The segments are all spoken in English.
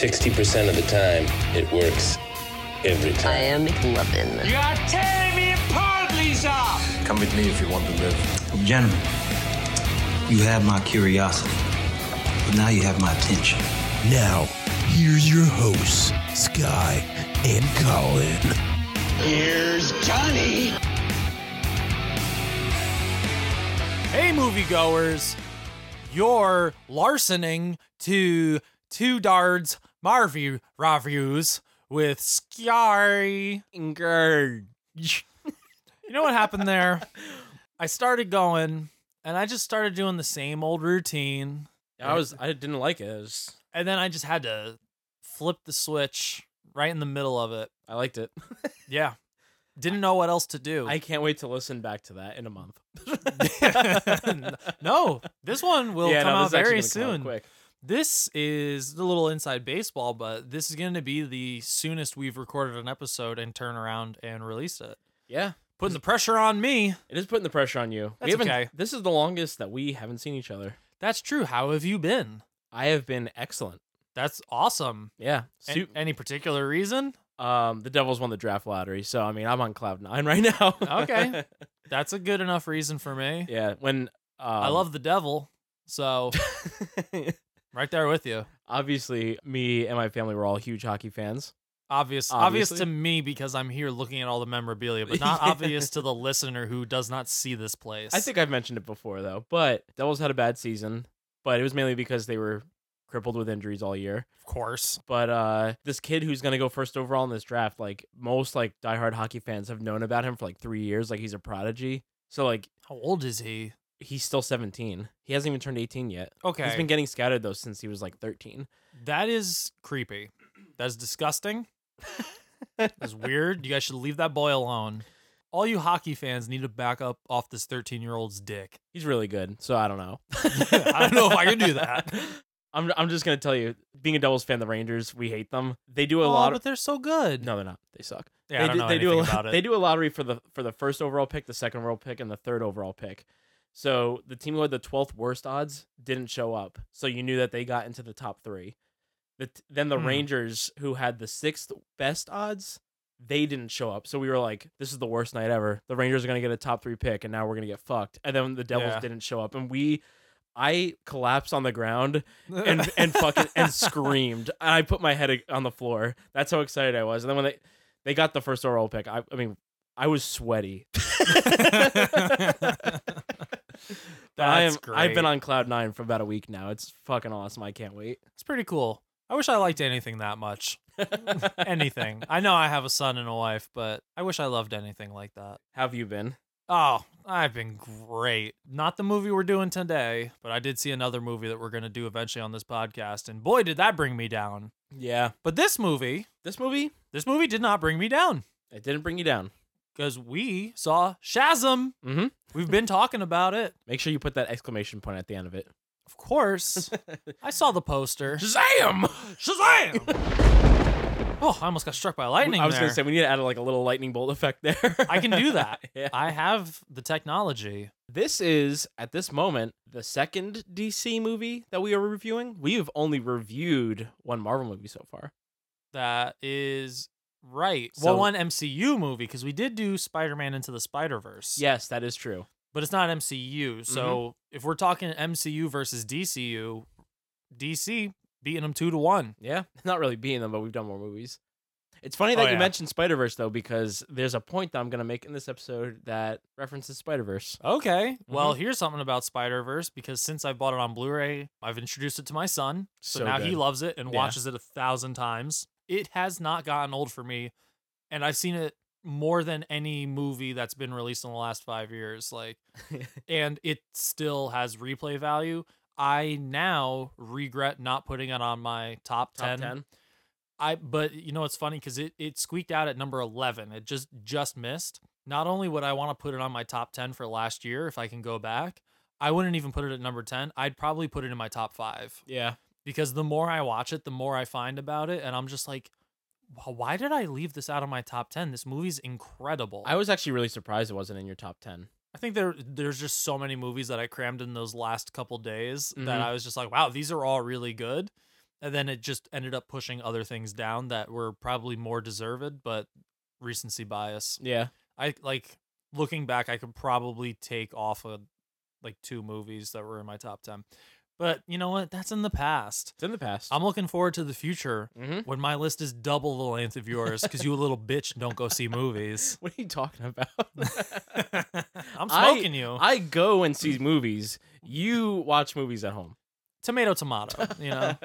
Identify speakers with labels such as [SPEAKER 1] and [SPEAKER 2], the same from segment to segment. [SPEAKER 1] 60% of the time, it works every time.
[SPEAKER 2] I am McLovin.
[SPEAKER 3] You are tearing me apart, Lisa!
[SPEAKER 4] Come with me if you want to live.
[SPEAKER 5] Gentlemen, you have my curiosity, but now you have my attention.
[SPEAKER 6] Now, here's your hosts, Sky and Colin.
[SPEAKER 7] Hey, moviegoers, you're larcening to Two Dards Marvy Reviews with Sky Engage. you know what happened there? I started going, and I just started doing the same old routine,
[SPEAKER 8] I was I didn't like it. It was-
[SPEAKER 7] and then I just had to flip the switch right in the middle of it.
[SPEAKER 8] I liked it.
[SPEAKER 7] Yeah. Didn't know what else to do.
[SPEAKER 8] I can't wait to listen back to that in a month.
[SPEAKER 7] no, this one will
[SPEAKER 8] yeah,
[SPEAKER 7] come
[SPEAKER 8] no, this
[SPEAKER 7] out
[SPEAKER 8] is actually
[SPEAKER 7] very
[SPEAKER 8] gonna come out
[SPEAKER 7] soon.
[SPEAKER 8] quick.
[SPEAKER 7] This is the little inside baseball, but this is going to be the soonest we've recorded an episode and turned around and released it.
[SPEAKER 8] Yeah,
[SPEAKER 7] Putting the pressure on me.
[SPEAKER 8] it is putting the pressure on you.
[SPEAKER 7] That's
[SPEAKER 8] we haven't,
[SPEAKER 7] okay.
[SPEAKER 8] This is the longest that we haven't seen each other.
[SPEAKER 7] That's true. How have you been?
[SPEAKER 8] I have been excellent.
[SPEAKER 7] That's awesome.
[SPEAKER 8] Yeah,
[SPEAKER 7] A-
[SPEAKER 8] Su-
[SPEAKER 7] any particular reason?
[SPEAKER 8] um, the Devils won the draft lottery, so I mean I'm on cloud nine right now.
[SPEAKER 7] Okay. That's a good enough reason for me.
[SPEAKER 8] yeah, when um,
[SPEAKER 7] I love the devil. So, right there with you.
[SPEAKER 8] obviously me and my family were all huge hockey fans.
[SPEAKER 7] Obvious, obvious to
[SPEAKER 8] Obviously.
[SPEAKER 7] me because I'm here looking at all the memorabilia, but not obvious to the listener who does not see this place.
[SPEAKER 8] I think I've mentioned it before though, but Devils had a bad season, but it was mainly because they were crippled with injuries all year.
[SPEAKER 7] of course.
[SPEAKER 8] But uh, this kid who's gonna go first overall in this draft, like most like diehard hockey fans have known about him for like three years. Like he's a prodigy. So like
[SPEAKER 7] How old is he?
[SPEAKER 8] he's still 17. He hasn't even turned 18 yet.
[SPEAKER 7] Okay.
[SPEAKER 8] He's been getting scouted though since he was like 13.
[SPEAKER 7] That is creepy. That's disgusting. That's weird. You guys should leave that boy alone. All you hockey fans need to back up off this 13 year old's dick.
[SPEAKER 8] He's really good. So I don't know.
[SPEAKER 7] I don't know if I can do that.
[SPEAKER 8] I'm I'm just gonna tell you, being a Devils fan, the Rangers we hate them. They do a
[SPEAKER 7] oh,
[SPEAKER 8] lot.
[SPEAKER 7] but they're so good.
[SPEAKER 8] no, they're not. They suck.
[SPEAKER 7] Yeah,
[SPEAKER 8] they
[SPEAKER 7] I don't
[SPEAKER 8] do,
[SPEAKER 7] know
[SPEAKER 8] they do a
[SPEAKER 7] anything
[SPEAKER 8] lo-
[SPEAKER 7] about it.
[SPEAKER 8] They do a lottery for the for the first overall pick, the second overall pick, and the third overall pick. So the team who had the twelfth worst odds didn't show up. So you knew that they got into the top three. The, t- then the
[SPEAKER 7] Hmm.
[SPEAKER 8] Rangers, who had the sixth best odds, they didn't show up. So we were like, "This is the worst night ever." The Rangers are gonna get a top three pick, and now we're gonna get fucked. And then the Devils
[SPEAKER 7] Yeah.
[SPEAKER 8] didn't show up, and we, I collapsed on the ground and and fucking and screamed. And I put my head ag- on the floor. That's how excited I was. And then when they they got the first overall pick, I, I mean, I was sweaty. I
[SPEAKER 7] That's
[SPEAKER 8] am, I've
[SPEAKER 7] great.
[SPEAKER 8] been on cloud nine for about a week now. It's fucking awesome. I can't wait.
[SPEAKER 7] It's pretty cool. I wish I liked anything that much. anything. I know I have a son and a wife, but I wish I loved anything like that.
[SPEAKER 8] Have you been?
[SPEAKER 7] Oh, I've been great. Not the movie we're doing today, but I did see another movie that we're going to do eventually on this podcast. And boy, did that bring me down.
[SPEAKER 8] Yeah.
[SPEAKER 7] But this movie,
[SPEAKER 8] This movie,
[SPEAKER 7] this movie did not bring me down
[SPEAKER 8] it didn't bring you down.
[SPEAKER 7] because we saw Shazam.
[SPEAKER 8] Mm-hmm.
[SPEAKER 7] We've been talking about it.
[SPEAKER 8] Make sure you put that exclamation point at the end of it.
[SPEAKER 7] Of course, I saw the poster.
[SPEAKER 8] Shazam!
[SPEAKER 7] Shazam! Oh, I almost got struck by lightning.
[SPEAKER 8] I was
[SPEAKER 7] there.
[SPEAKER 8] gonna say we need to add like a little lightning bolt effect there.
[SPEAKER 7] I can do that.
[SPEAKER 8] yeah.
[SPEAKER 7] I have the technology.
[SPEAKER 8] This is, at this moment, the second DC movie that we are reviewing. We have only reviewed one Marvel movie so far.
[SPEAKER 7] That is right.
[SPEAKER 8] So-
[SPEAKER 7] well, one MCU movie because we did do Spider-Man into the Spider-Verse.
[SPEAKER 8] Yes, that is true. Mm-hmm.
[SPEAKER 7] but it's not MCU. So if we're talking MCU versus DCU, DC beating them two to one.
[SPEAKER 8] Yeah. Not really being them, but we've done more movies. It's funny that
[SPEAKER 7] Oh,
[SPEAKER 8] you
[SPEAKER 7] yeah.
[SPEAKER 8] mentioned Spider Verse, though, because there's a point that I'm going to make in this episode that references Mm-hmm. Spider Verse.
[SPEAKER 7] Okay. Well, here's something about Spider Verse because since I bought it on Blu-ray, I've introduced it to my son, so,
[SPEAKER 8] So
[SPEAKER 7] now he
[SPEAKER 8] good.
[SPEAKER 7] loves it and
[SPEAKER 8] Yeah.
[SPEAKER 7] watches it a thousand times. It has not gotten old for me, and I've seen it more than any movie that's been released in the last five years. Like, and it still has replay value. I now regret not putting it on my top
[SPEAKER 8] Top
[SPEAKER 7] 10.
[SPEAKER 8] 10.
[SPEAKER 7] I but you know it's funny because it it squeaked out at number eleven. It just just missed. Not only would I want to put it on my top ten for last year if I can go back, I wouldn't even put it at number ten. I'd probably put it in my top five
[SPEAKER 8] Yeah.
[SPEAKER 7] because the more I watch it, the more I find about it, and I'm just like, "Wh- why did I leave this out of my top ten? This movie's incredible.
[SPEAKER 8] I was actually really surprised it wasn't in your top 10.
[SPEAKER 7] I think there there's just so many movies that I crammed in those last couple days that
[SPEAKER 8] Mhm.
[SPEAKER 7] I was just like, wow, these are all really good. And then it just ended up pushing other things down that were probably more deserved, but recency bias.
[SPEAKER 8] Yeah.
[SPEAKER 7] I like looking back, I could probably take off of like two movies that were in my top ten. But you know what? That's in the past.
[SPEAKER 8] It's in the past.
[SPEAKER 7] I'm looking forward to the future
[SPEAKER 8] Mhm.
[SPEAKER 7] when my list is double the length of yours because you little bitch don't go see movies.
[SPEAKER 8] What are you talking about?
[SPEAKER 7] I'm
[SPEAKER 8] I-
[SPEAKER 7] smoking you.
[SPEAKER 8] I go and see movies. You watch movies at home.
[SPEAKER 7] tomato tomato you know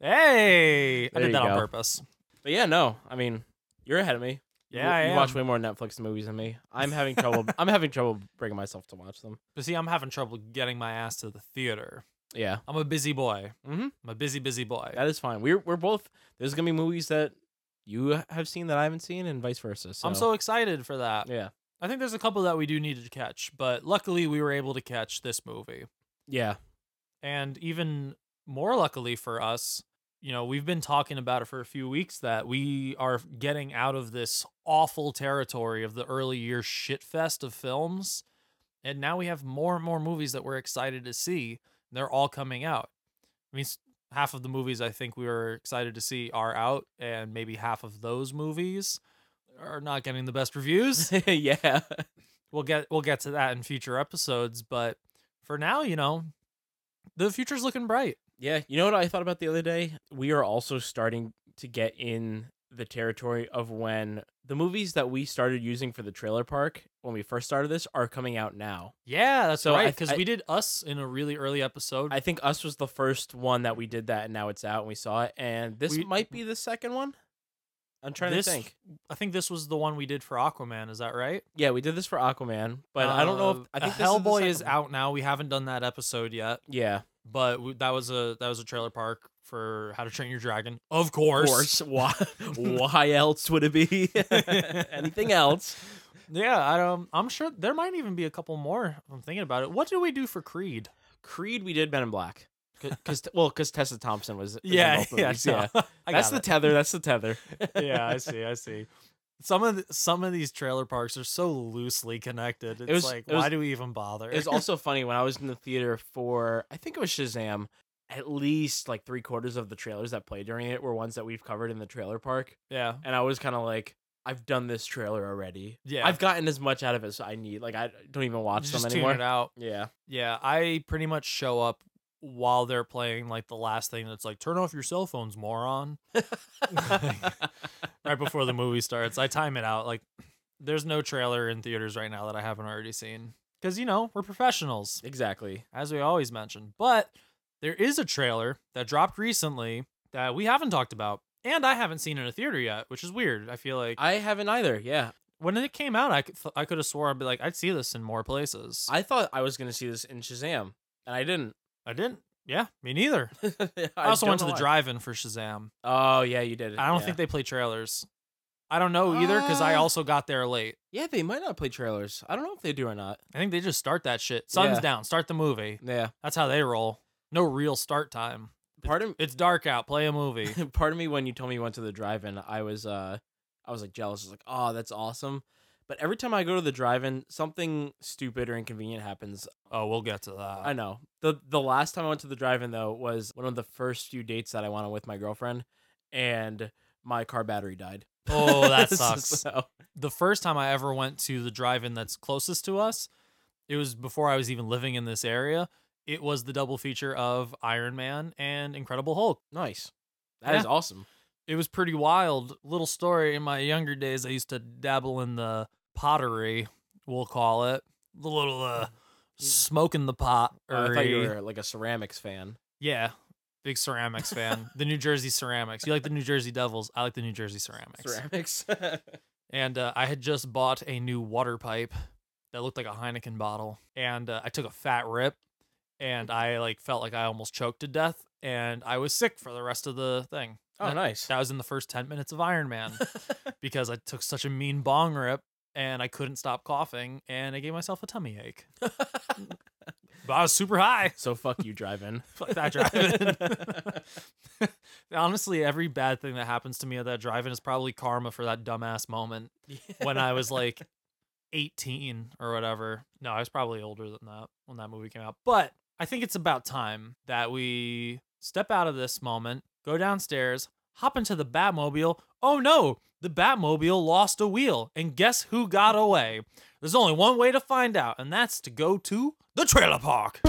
[SPEAKER 7] hey i
[SPEAKER 8] There you
[SPEAKER 7] did that on
[SPEAKER 8] go.
[SPEAKER 7] purpose
[SPEAKER 8] But yeah, no. I mean, you're ahead of me. You-
[SPEAKER 7] yeah
[SPEAKER 8] you,
[SPEAKER 7] I
[SPEAKER 8] watch
[SPEAKER 7] am.
[SPEAKER 8] way more Netflix movies than me. I'm having trouble. I'm having trouble bringing myself to watch them.
[SPEAKER 7] but see i'm having trouble getting my ass to the theater
[SPEAKER 8] Yeah,
[SPEAKER 7] i'm a busy boy
[SPEAKER 8] Mhm.
[SPEAKER 7] i'm a busy busy boy
[SPEAKER 8] that is fine. We're we're both. There's gonna be movies that you have seen that I haven't seen, and vice versa. So.
[SPEAKER 7] i'm so excited for that
[SPEAKER 8] yeah,
[SPEAKER 7] i think there's a couple that we do need to catch but luckily we were able to catch this movie
[SPEAKER 8] yeah,
[SPEAKER 7] and even more luckily for us you know we've been talking about it for a few weeks that we are getting out of this awful territory of the early year shit fest of films and now we have more and more movies that we're excited to see and they're all coming out i mean s- half of the movies i think we were excited to see are out and maybe half of those movies are not getting the best reviews
[SPEAKER 8] yeah.
[SPEAKER 7] we'll get we'll get to that in future episodes but for now you know the future's looking bright
[SPEAKER 8] Yeah, you know what I thought about the other day? We are also starting to get in the territory of when the movies that we started using for the trailer park when we first started this are coming out now.
[SPEAKER 7] yeah that's
[SPEAKER 8] So I-
[SPEAKER 7] right because
[SPEAKER 8] I-
[SPEAKER 7] we did us in a really early episode
[SPEAKER 8] I think Us was the first one that we did that and now it's out and we saw it and this
[SPEAKER 7] We-
[SPEAKER 8] might be the second one. I'm trying
[SPEAKER 7] This-
[SPEAKER 8] to think.
[SPEAKER 7] I think this was the one we did for aquaman is that right
[SPEAKER 8] Yeah, we did this for Aquaman, but I don't know if
[SPEAKER 7] Uh,
[SPEAKER 8] I think this is
[SPEAKER 7] uh,
[SPEAKER 8] the
[SPEAKER 7] hellboy
[SPEAKER 8] second
[SPEAKER 7] is,
[SPEAKER 8] one.
[SPEAKER 7] out now we haven't done that episode yet
[SPEAKER 8] Yeah,
[SPEAKER 7] but we, that was a that was a trailer park for how to train your dragon of
[SPEAKER 8] of
[SPEAKER 7] course,
[SPEAKER 8] course. Why, why else would it be anything else?
[SPEAKER 7] yeah i don't i'm sure there might even be a couple more if i'm thinking about it what do we do for creed
[SPEAKER 8] Creed, we did Men in Black. Because well, because Tessa Thompson was, was in both movies, yeah.
[SPEAKER 7] I
[SPEAKER 8] that's
[SPEAKER 7] got
[SPEAKER 8] the
[SPEAKER 7] it.
[SPEAKER 8] tether. That's the tether.
[SPEAKER 7] yeah, I see. I see. Some of the, some of these trailer parks are so loosely connected. It's
[SPEAKER 8] was-
[SPEAKER 7] like,
[SPEAKER 8] it was-
[SPEAKER 7] why do we even bother?
[SPEAKER 8] It was also funny when I was in the theater for I think it was Shazam. At least like three quarters of the trailers that played during it were ones that we've covered in the trailer park,
[SPEAKER 7] yeah,
[SPEAKER 8] and I was kind of like, I've done this trailer already.
[SPEAKER 7] Yeah.
[SPEAKER 8] I've gotten as much out of it as I need. Like I don't even watch
[SPEAKER 7] You
[SPEAKER 8] them
[SPEAKER 7] just tune
[SPEAKER 8] anymore.
[SPEAKER 7] it out.
[SPEAKER 8] Yeah,
[SPEAKER 7] Yeah, I pretty much show up while they're playing like the last thing that's like, turn off your cell phones, moron. right before the movie starts, I time it out. Like, there's no trailer in theaters right now that I haven't already seen because you know we're professionals.
[SPEAKER 8] exactly.
[SPEAKER 7] as we always mention. But there is a trailer that dropped recently that we haven't talked about, and I haven't seen in a theater yet, which is weird. I feel like
[SPEAKER 8] I haven't either. Yeah,
[SPEAKER 7] when it came out, I could, I could have swore I'd be like, I'd see this in more places.
[SPEAKER 8] I thought I was gonna see this in Shazam, and I didn't.
[SPEAKER 7] I didn't. Yeah, me neither.
[SPEAKER 8] I,
[SPEAKER 7] I, also went to
[SPEAKER 8] don't know
[SPEAKER 7] the
[SPEAKER 8] why.
[SPEAKER 7] drive-in for Shazam.
[SPEAKER 8] Oh yeah, you did.
[SPEAKER 7] I don't
[SPEAKER 8] yeah.
[SPEAKER 7] think they play trailers. I don't know either because I
[SPEAKER 8] Uh,
[SPEAKER 7] also got there late.
[SPEAKER 8] Yeah, they might not play trailers. I don't know if they do or not.
[SPEAKER 7] I think they just start that shit. Sun's
[SPEAKER 8] Yeah.
[SPEAKER 7] down. Start the movie.
[SPEAKER 8] Yeah.
[SPEAKER 7] That's how they roll. No real start time.
[SPEAKER 8] Part of
[SPEAKER 7] It's dark out. Play a movie.
[SPEAKER 8] part of me when you told me you went to the drive-in, I was uh I was like jealous. I was like, "Oh, that's awesome." But every time I go to the drive-in, something stupid or inconvenient happens.
[SPEAKER 7] oh, we'll get to that.
[SPEAKER 8] I know. The the last time I went to the drive-in though was one of the first few dates that I went on with my girlfriend and my car battery died.
[SPEAKER 7] Oh, that sucks.
[SPEAKER 8] so,
[SPEAKER 7] the first time I ever went to the drive-in that's closest to us, it was before I was even living in this area. It was the double feature of Iron Man and Incredible Hulk.
[SPEAKER 8] nice. That is
[SPEAKER 7] Yeah.
[SPEAKER 8] awesome.
[SPEAKER 7] It was pretty wild. Little story in my younger days, I used to dabble in the pottery, we'll call it. The little uh smoking the pot
[SPEAKER 8] Uh, Mm. I thought you
[SPEAKER 7] or
[SPEAKER 8] were like a ceramics fan.
[SPEAKER 7] yeah. Big ceramics fan. the New Jersey ceramics. You like the New Jersey Devils. I like the New Jersey ceramics.
[SPEAKER 8] Ceramics.
[SPEAKER 7] and uh, I had just bought a new water pipe that looked like a Heineken bottle, and uh, I took a fat rip, and
[SPEAKER 8] Mm.
[SPEAKER 7] I like felt like I almost choked to death, and I was sick for the rest of the thing.
[SPEAKER 8] Oh,
[SPEAKER 7] That-
[SPEAKER 8] nice.
[SPEAKER 7] That was in the first ten minutes of Iron Man, because I took such a mean bong rip, and I couldn't stop coughing, and I gave myself a tummy ache. but I was super high.
[SPEAKER 8] So fuck you, drive-in.
[SPEAKER 7] Fuck that drive-in. Honestly, every bad thing that happens to me at that drive-in is probably karma for that dumbass moment when I was like 18 or whatever. No, I was probably older than that when that movie came out. But I think it's about time that we step out of this moment, go downstairs, hop into the Batmobile. Oh no, the Batmobile lost a wheel. And guess who got away? There's only one way to find out, and that's to go to the trailer park.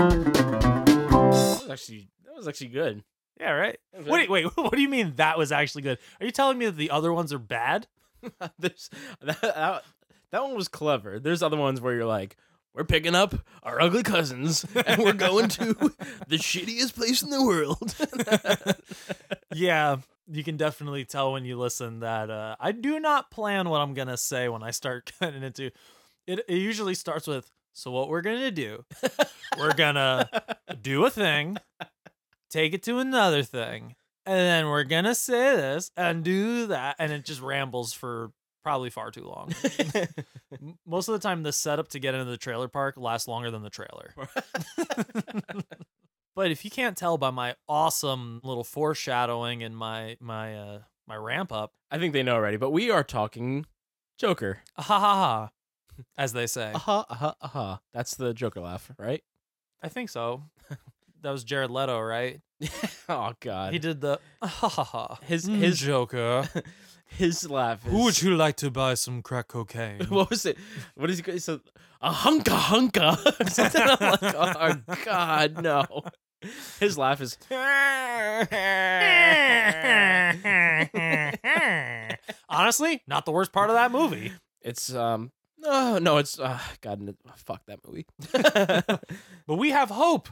[SPEAKER 8] That was actually that was actually good.
[SPEAKER 7] Yeah, right. Wait, wait. What do you mean that was actually good? Are you telling me that the other ones are bad?
[SPEAKER 8] There's that, that that one was clever. There's other ones where you're like, we're picking up our ugly cousins and we're going to the shittiest place in the world.
[SPEAKER 7] Yeah, you can definitely tell when you listen that uh, I do not plan what I'm gonna say when I start getting into. It, it usually starts with, "So what we're gonna do? we're gonna do a thing, take it to another thing, and then we're gonna say this and do that," and it just rambles for probably far too long. M- Most of the time, the setup to get into the trailer park lasts longer than the trailer. But if you can't tell by my awesome little foreshadowing and my my uh my ramp up,
[SPEAKER 8] I think they know already, but we are talking Joker.
[SPEAKER 7] ah, ha ha ha, as they say.
[SPEAKER 8] Aha,
[SPEAKER 7] uh-huh,
[SPEAKER 8] aha, aha. That's the Joker laugh, right?
[SPEAKER 7] I think so. That was Jared Leto, right?
[SPEAKER 8] Oh god.
[SPEAKER 7] He did the ah, ha ha ha.
[SPEAKER 8] His-
[SPEAKER 7] Mm,
[SPEAKER 8] his-
[SPEAKER 7] Joker.
[SPEAKER 8] His laugh is
[SPEAKER 7] Who would you like to buy some crack cocaine?
[SPEAKER 8] what was it? What is he? He said, a hunka hunka. Something I'm like, oh God, no. His laugh is.
[SPEAKER 7] Honestly, not the worst part of that movie.
[SPEAKER 8] It's um. No, no, it's uh, God. n- Fuck that movie.
[SPEAKER 7] But we have hope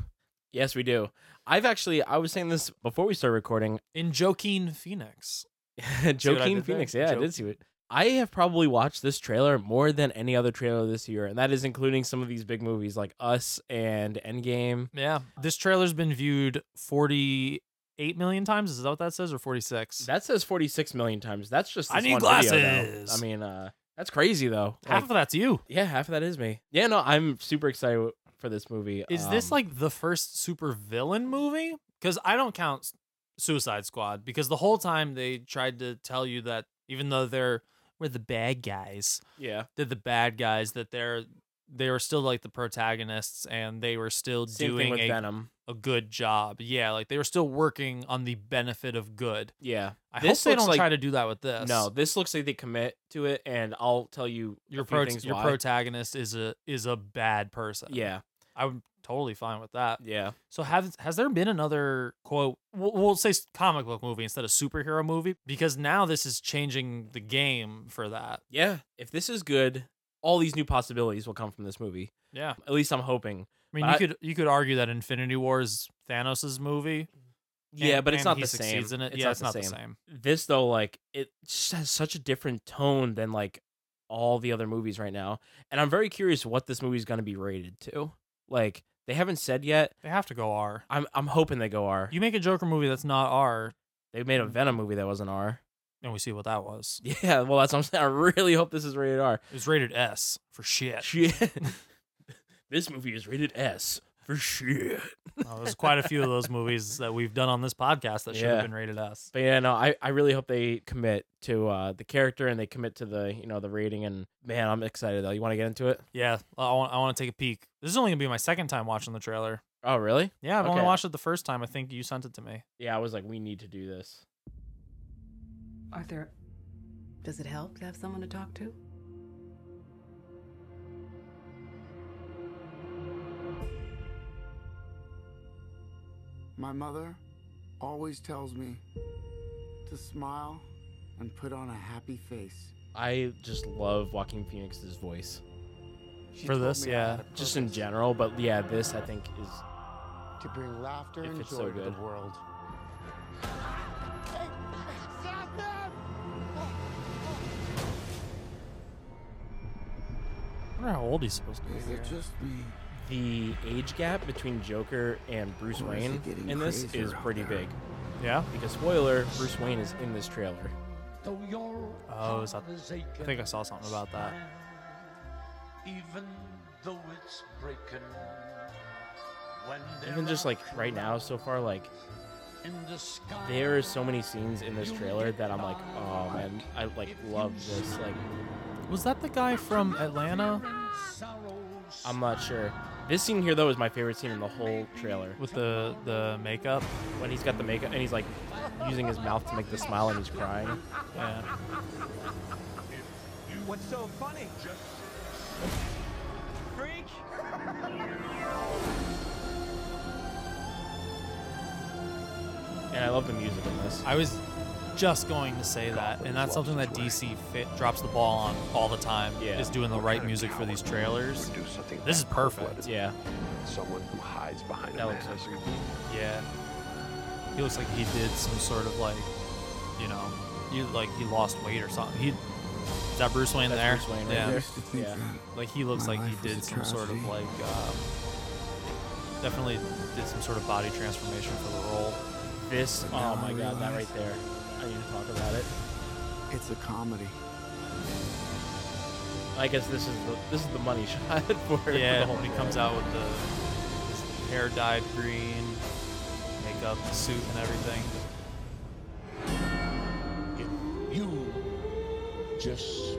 [SPEAKER 8] yes, we do. I've actually. I was saying this before we started recording.
[SPEAKER 7] in Joaquin Phoenix. what I
[SPEAKER 8] Joaquin
[SPEAKER 7] did there?
[SPEAKER 8] Phoenix. Yeah, I
[SPEAKER 7] Joke-
[SPEAKER 8] did see it. I have probably watched this trailer more than any other trailer this year, and that is including some of these big movies like Us and Endgame.
[SPEAKER 7] Yeah. This trailer's been viewed 48 million times. Is that what that says? Or 46?
[SPEAKER 8] That says 46 million times. That's just.
[SPEAKER 7] I
[SPEAKER 8] this
[SPEAKER 7] need
[SPEAKER 8] one video, though.
[SPEAKER 7] glasses.
[SPEAKER 8] I mean, uh, that's crazy though. Like,
[SPEAKER 7] Half of that's you.
[SPEAKER 8] Yeah, half of that is me. Yeah, no, I'm super excited w- for this movie.
[SPEAKER 7] Is this
[SPEAKER 8] Um,
[SPEAKER 7] like the first super villain movie? Because I don't count S- Suicide Squad because the whole time they tried to tell you that even though they're we're the bad guys,
[SPEAKER 8] yeah
[SPEAKER 7] they're the bad guys that they're they were still like the protagonists and they were still
[SPEAKER 8] same thing
[SPEAKER 7] doing
[SPEAKER 8] with
[SPEAKER 7] a,
[SPEAKER 8] Venom?
[SPEAKER 7] a good job. Yeah, like they were still working on the benefit of good.
[SPEAKER 8] Yeah,
[SPEAKER 7] I
[SPEAKER 8] This
[SPEAKER 7] hope they
[SPEAKER 8] looks
[SPEAKER 7] don't
[SPEAKER 8] like-
[SPEAKER 7] try to do that with this.
[SPEAKER 8] no, this looks like they commit to it, and I'll tell you a
[SPEAKER 7] your
[SPEAKER 8] few
[SPEAKER 7] pro-
[SPEAKER 8] things
[SPEAKER 7] your
[SPEAKER 8] why.
[SPEAKER 7] protagonist is a is a bad person.
[SPEAKER 8] Yeah, Mm.
[SPEAKER 7] I'm totally fine with that.
[SPEAKER 8] yeah.
[SPEAKER 7] So has has there been another quote? We'll, we'll say s- comic book movie instead of superhero movie because now this is changing the game for that.
[SPEAKER 8] Yeah, if this is good, all these new possibilities will come from this movie.
[SPEAKER 7] Yeah, I
[SPEAKER 8] At least I'm hoping. But
[SPEAKER 7] mean
[SPEAKER 8] I-
[SPEAKER 7] you could you could argue that Infinity War is Thanos' movie.
[SPEAKER 8] yeah,
[SPEAKER 7] and-
[SPEAKER 8] but it's
[SPEAKER 7] and
[SPEAKER 8] not
[SPEAKER 7] he
[SPEAKER 8] the same.
[SPEAKER 7] succeeds In it.
[SPEAKER 8] It's
[SPEAKER 7] yeah,
[SPEAKER 8] not
[SPEAKER 7] it's
[SPEAKER 8] the
[SPEAKER 7] not
[SPEAKER 8] same.
[SPEAKER 7] the same.
[SPEAKER 8] This though, like it just has such a different tone than like all the other movies right now, and I'm very curious what this movie's going to be rated to. Like they haven't said yet.
[SPEAKER 7] They have to go R.
[SPEAKER 8] I'm I'm hoping they go R.
[SPEAKER 7] You make a Joker movie that's not R,
[SPEAKER 8] They made a Venom movie that wasn't R.
[SPEAKER 7] and we see what that was.
[SPEAKER 8] Yeah, well, that's what I'm saying. I really hope this is rated R.
[SPEAKER 7] It was rated S for shit.
[SPEAKER 8] Shit. this movie is rated S for shit.
[SPEAKER 7] Oh, there's quite a few of those movies that we've done on this podcast that should
[SPEAKER 8] Yeah.
[SPEAKER 7] have been rated S.
[SPEAKER 8] But yeah, no, I, I really hope they commit to uh, the character and they commit to the you know the rating. And man, I'm excited though. You want to get into it?
[SPEAKER 7] Yeah, I want, I want to take a peek. This is only gonna be my second time watching the trailer.
[SPEAKER 8] Oh, really?
[SPEAKER 7] Yeah, I've only
[SPEAKER 8] Okay.
[SPEAKER 7] watched it the first time. I think you sent it to me.
[SPEAKER 8] Yeah, I was like, we need to do this.
[SPEAKER 2] Arthur, does it help to have someone to talk to?
[SPEAKER 9] My mother always tells me to smile and put on a happy face.
[SPEAKER 8] I just love Joaquin Phoenix's voice,
[SPEAKER 9] She
[SPEAKER 7] For
[SPEAKER 9] told
[SPEAKER 7] this,
[SPEAKER 9] me I
[SPEAKER 7] yeah.
[SPEAKER 9] had a
[SPEAKER 8] just in
[SPEAKER 9] purpose
[SPEAKER 8] general. But yeah, this I think is
[SPEAKER 9] to bring laughter
[SPEAKER 8] it
[SPEAKER 9] and joy
[SPEAKER 8] fits so
[SPEAKER 9] to the
[SPEAKER 8] good.
[SPEAKER 9] world.
[SPEAKER 7] wonder how old he's supposed to be.
[SPEAKER 9] Is it just me?
[SPEAKER 8] The age gap between Joker and Bruce
[SPEAKER 9] Or is it
[SPEAKER 8] Wayne
[SPEAKER 9] getting
[SPEAKER 8] in this
[SPEAKER 9] crazier
[SPEAKER 8] is
[SPEAKER 9] out
[SPEAKER 8] pretty
[SPEAKER 9] there?
[SPEAKER 8] big.
[SPEAKER 7] Yeah.
[SPEAKER 8] Because spoiler, Bruce Wayne is in this trailer.
[SPEAKER 3] Though your
[SPEAKER 7] Oh, is that, I
[SPEAKER 3] I
[SPEAKER 7] think I saw something about that.
[SPEAKER 3] Even though it's breaking. When
[SPEAKER 8] Even just like right now, so far, like there is so many scenes in this trailer that I'm like, oh man, I like love this. Like,
[SPEAKER 7] Was that the guy from Atlanta
[SPEAKER 8] I'm not sure. This scene here though is my favorite scene in the whole trailer.
[SPEAKER 7] with the the makeup?
[SPEAKER 8] When he's got the makeup and he's like using his mouth to make the smile and he's crying.
[SPEAKER 7] Yeah.
[SPEAKER 3] What's so funny? Freak!
[SPEAKER 8] And I love the music in this.
[SPEAKER 7] I was just going to say that, and that's something that DC fit, drops the ball on all the time.
[SPEAKER 8] Yeah.
[SPEAKER 7] Is doing the right music for these trailers. This is perfect.
[SPEAKER 8] Yeah.
[SPEAKER 4] Someone who hides behind
[SPEAKER 8] That looks like
[SPEAKER 7] Yeah. He looks like he did some sort of like, you know, you like he lost weight or something. He is that Bruce Wayne
[SPEAKER 8] That's
[SPEAKER 7] there?
[SPEAKER 8] Bruce Wayne right
[SPEAKER 7] yeah.
[SPEAKER 8] there.
[SPEAKER 9] used to think
[SPEAKER 8] Yeah.
[SPEAKER 9] that
[SPEAKER 7] Like he looks
[SPEAKER 9] my
[SPEAKER 7] like he
[SPEAKER 9] life was
[SPEAKER 7] did
[SPEAKER 9] a
[SPEAKER 7] some sort of
[SPEAKER 9] travesty.
[SPEAKER 7] like, uh, definitely did some sort of body transformation for the role.
[SPEAKER 8] This, oh my god, that right there. I need to talk about it.
[SPEAKER 9] It's a comedy.
[SPEAKER 8] I guess this is the this is the money shot for for
[SPEAKER 7] Yeah,
[SPEAKER 8] the whole
[SPEAKER 7] when he
[SPEAKER 8] trailer.
[SPEAKER 7] comes out with the his hair dyed green, makeup, suit, and everything.
[SPEAKER 3] You just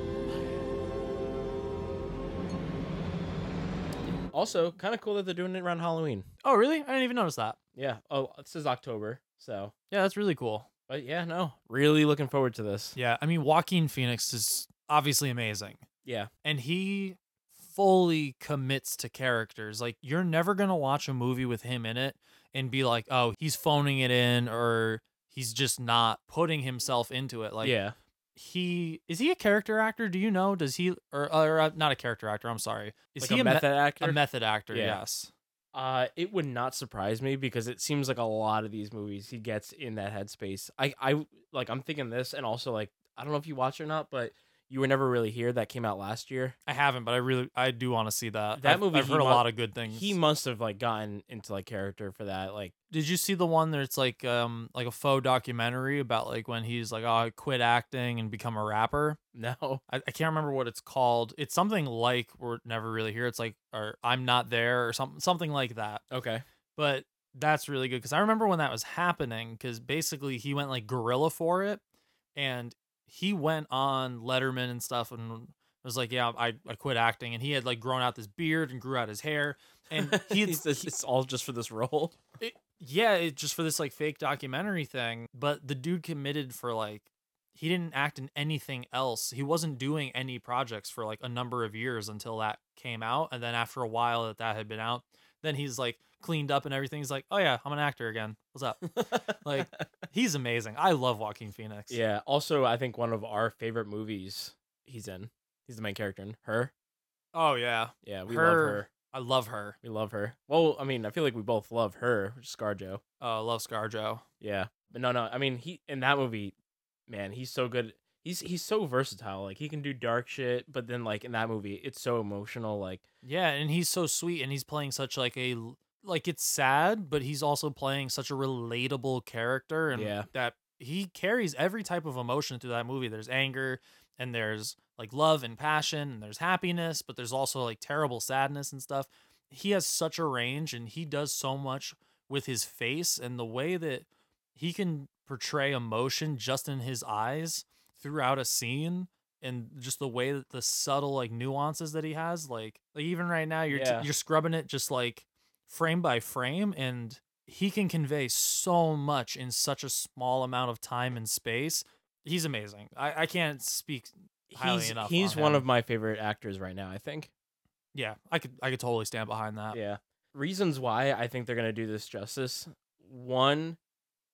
[SPEAKER 8] Also, kind of cool that they're doing it around Halloween.
[SPEAKER 7] Oh, really? I didn't even notice that.
[SPEAKER 8] Yeah. Oh, this is October, so.
[SPEAKER 7] Yeah, that's really cool.
[SPEAKER 8] But yeah, no, really looking forward to this.
[SPEAKER 7] Yeah, I mean, Joaquin Phoenix is obviously amazing,
[SPEAKER 8] Yeah.
[SPEAKER 7] and he fully commits to characters. Like, you're never gonna watch a movie with him in it and be like, "Oh, he's phoning it in," or "He's just not putting himself into it." Like,
[SPEAKER 8] yeah.
[SPEAKER 7] he is he a character actor? Do you know? Does he or, or uh, not a character actor? I'm sorry. Is
[SPEAKER 8] Like
[SPEAKER 7] he
[SPEAKER 8] a
[SPEAKER 7] me-
[SPEAKER 8] method actor?
[SPEAKER 7] A method actor?
[SPEAKER 8] Yeah.
[SPEAKER 7] Yes.
[SPEAKER 8] Uh, it would not surprise me because it seems like a lot of these movies he gets in that headspace. I, I like I'm thinking this, and also like I don't know if you watch or not, but you were never really here. That came out last year.
[SPEAKER 7] I haven't, but I really I do want to see that.
[SPEAKER 8] That
[SPEAKER 7] I've-
[SPEAKER 8] movie,
[SPEAKER 7] I've
[SPEAKER 8] he
[SPEAKER 7] heard a
[SPEAKER 8] mu-
[SPEAKER 7] lot of good things.
[SPEAKER 8] He must have like gotten into like character for that. Like
[SPEAKER 7] Did you see the one that's like um like a faux documentary about like when he's like oh I quit acting and become a rapper?
[SPEAKER 8] no,
[SPEAKER 7] I, I can't remember what it's called. It's something like we're never really here. It's like or I'm not there or something something like that.
[SPEAKER 8] okay,
[SPEAKER 7] But that's really good because I remember when that was happening because basically he went like gorilla for it and he went on Letterman and stuff and was like yeah I, I quit acting and he had like grown out this beard and grew out his hair and he had
[SPEAKER 8] He says it's all just for this role.
[SPEAKER 7] it, yeah, it just for this like fake documentary thing. But the dude committed for like he didn't act in anything else. He wasn't doing any projects for like a number of years until that came out, and then after a while that that had been out, then he's like cleaned up and everything. He's like, oh yeah, I'm an actor again. What's up? like he's amazing. I love Joaquin Phoenix.
[SPEAKER 8] Yeah. Also, I think one of our favorite movies he's in. He's the main character in her.
[SPEAKER 7] Oh yeah,
[SPEAKER 8] Yeah, we love
[SPEAKER 7] Her.
[SPEAKER 8] her.
[SPEAKER 7] I love her.
[SPEAKER 8] We love her. Well, I mean, I feel like we both love her, ScarJo.
[SPEAKER 7] Oh, I love ScarJo.
[SPEAKER 8] Yeah, but no, no. I mean, he in that movie, man, he's so good. He's he's so versatile. Like he can do dark shit, but then like in that movie, it's so emotional. Like
[SPEAKER 7] Yeah, and he's so sweet, and he's playing such like a l- like it's sad, but he's also playing such a relatable character, and
[SPEAKER 8] Yeah.
[SPEAKER 7] that he carries every type of emotion through that movie. There's anger, and there's like love and passion, and there's happiness, but there's also like terrible sadness and stuff. He has such a range, and he does so much with his face and the way that he can portray emotion just in his eyes throughout a scene and just the way that the subtle like nuances that he has like, like even right now you're
[SPEAKER 8] Yeah.
[SPEAKER 7] t- you're scrubbing it just like frame by frame and he can convey so much in such a small amount of time and space he's amazing i, I can't speak Highly
[SPEAKER 8] he's
[SPEAKER 7] enough
[SPEAKER 8] he's
[SPEAKER 7] on
[SPEAKER 8] one
[SPEAKER 7] him.
[SPEAKER 8] of my favorite actors right now. I think.
[SPEAKER 7] yeah i could i could totally stand behind that
[SPEAKER 8] Yeah. Reasons why I think they're gonna do this justice. One,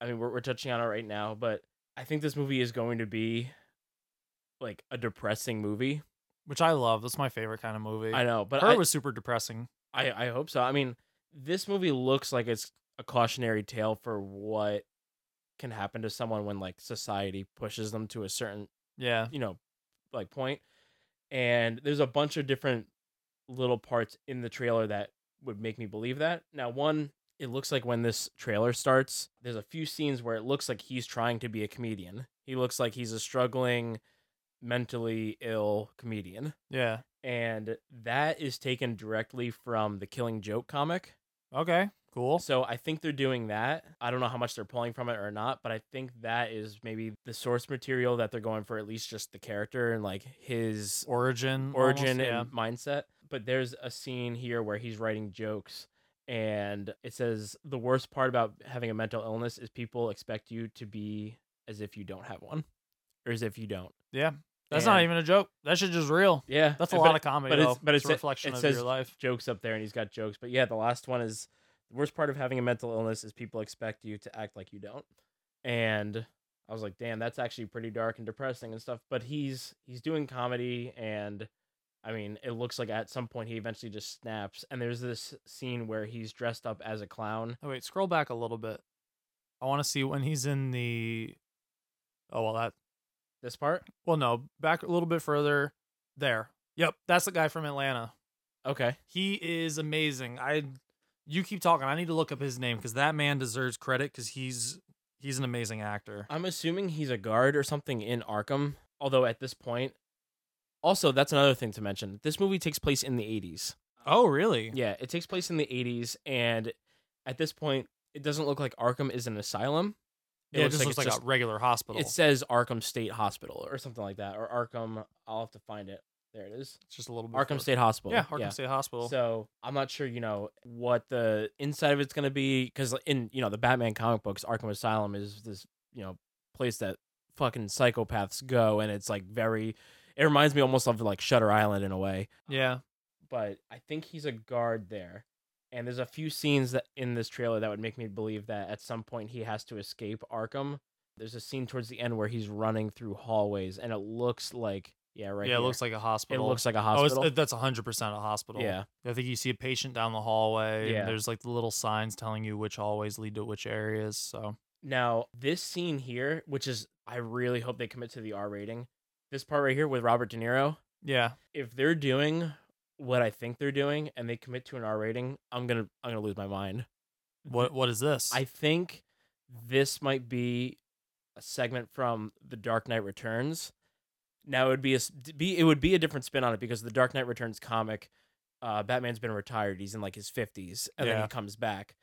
[SPEAKER 8] I mean, we're we're touching on it right now, but I think this movie is going to be like a depressing movie.
[SPEAKER 7] which i love that's my favorite kind of movie
[SPEAKER 8] I know, but
[SPEAKER 7] her
[SPEAKER 8] I,
[SPEAKER 7] was super depressing
[SPEAKER 8] I I hope so. I mean, this movie looks like it's a cautionary tale for what can happen to someone when like society pushes them to a certain
[SPEAKER 7] yeah
[SPEAKER 8] you know like point. And there's a bunch of different little parts in the trailer that would make me believe that. Now, one, it looks like when this trailer starts, there's a few scenes where it looks like he's trying to be a comedian. He looks like he's a struggling, mentally ill comedian.
[SPEAKER 7] Yeah.
[SPEAKER 8] And that is taken directly from the Killing Joke comic.
[SPEAKER 7] Okay. Cool.
[SPEAKER 8] So I think they're doing that. I don't know how much they're pulling from it or not, but I think that is maybe the source material that they're going for, at least just the character and like his
[SPEAKER 7] Origin.
[SPEAKER 8] origin
[SPEAKER 7] Mm, almost, yeah.
[SPEAKER 8] and mindset. But there's a scene here where he's writing jokes and it says the worst part about having a mental illness is people expect you to be as if you don't have one or as if you don't.
[SPEAKER 7] Yeah. That's not
[SPEAKER 8] And-
[SPEAKER 7] even a joke. That shit just real.
[SPEAKER 8] Yeah.
[SPEAKER 7] That's a
[SPEAKER 8] but-
[SPEAKER 7] lot of comedy,
[SPEAKER 8] But it's
[SPEAKER 7] though.
[SPEAKER 8] but
[SPEAKER 7] It's
[SPEAKER 8] it's,
[SPEAKER 7] a reflection
[SPEAKER 8] it
[SPEAKER 7] of
[SPEAKER 8] says
[SPEAKER 7] your life.
[SPEAKER 8] Jokes up there and he's got jokes. But yeah, the last one is the worst part of having a mental illness is people expect you to act like you don't. And I was like, damn, that's actually pretty dark and depressing and stuff. But he's he's doing comedy and I mean, it looks like at some point he eventually just snaps. And there's this scene where he's dressed up as a clown.
[SPEAKER 7] Oh wait, scroll back a little bit. I want to see when he's in the. Oh well, that.
[SPEAKER 8] This part?
[SPEAKER 7] Well, no, back a little bit further. There. Yep, that's the guy from Atlanta.
[SPEAKER 8] Okay.
[SPEAKER 7] He is amazing. I. You keep talking. I need to look up his name because that man deserves credit because he's he's an amazing actor.
[SPEAKER 8] I'm assuming he's a guard or something in Arkham. Although at this point, also that's another thing to mention. This movie takes place in the 80s.
[SPEAKER 7] Oh really?
[SPEAKER 8] Yeah, it takes place in the 80s, and at this point, it doesn't look like Arkham is an asylum.
[SPEAKER 7] Yeah, it, just looks
[SPEAKER 8] it's
[SPEAKER 7] like
[SPEAKER 8] just-
[SPEAKER 7] a regular hospital.
[SPEAKER 8] It says Arkham State Hospital or something like that, or Arkham. I'll have to find it. There it is.
[SPEAKER 7] It's just a little bit
[SPEAKER 8] Arkham
[SPEAKER 7] further.
[SPEAKER 8] State Hospital.
[SPEAKER 7] Yeah, Arkham State Hospital.
[SPEAKER 8] So I'm not sure, you know, what the inside of it's gonna be, because in you know the Batman comic books, Arkham Asylum is this you know place that fucking psychopaths go, and it's like very. It reminds me almost of like Shutter Island in a way
[SPEAKER 7] yeah.
[SPEAKER 8] but I think he's a guard there. And there's a few scenes that in this trailer that would make me believe that at some point he has to escape Arkham. There's a scene towards the end where he's running through hallways, and it looks like yeah, right.
[SPEAKER 7] yeah, it
[SPEAKER 8] here.
[SPEAKER 7] looks like a hospital.
[SPEAKER 8] it looks like a
[SPEAKER 7] Oh,
[SPEAKER 8] hospital.
[SPEAKER 7] it's, that's 100% a hospital.
[SPEAKER 8] Yeah.
[SPEAKER 7] I think you see a patient down the hallway.
[SPEAKER 8] Yeah.
[SPEAKER 7] And there's like the little signs telling you which hallways lead to which areas. So,
[SPEAKER 8] Now, this scene here, which is I really hope they commit to the R rating. This part right here with Robert De Niro,
[SPEAKER 7] yeah.
[SPEAKER 8] if they're doing what I think they're doing and they commit to an R rating, I'm going to I'm going to lose my mind.
[SPEAKER 7] What What is this?
[SPEAKER 8] I think this might be a segment from The Dark Knight Returns. Now it would be a s- be it would be a different spin on it because the Dark Knight Returns comic, uh, Batman's been retired. He's in like his fifties, and then
[SPEAKER 7] Yeah.
[SPEAKER 8] he comes back.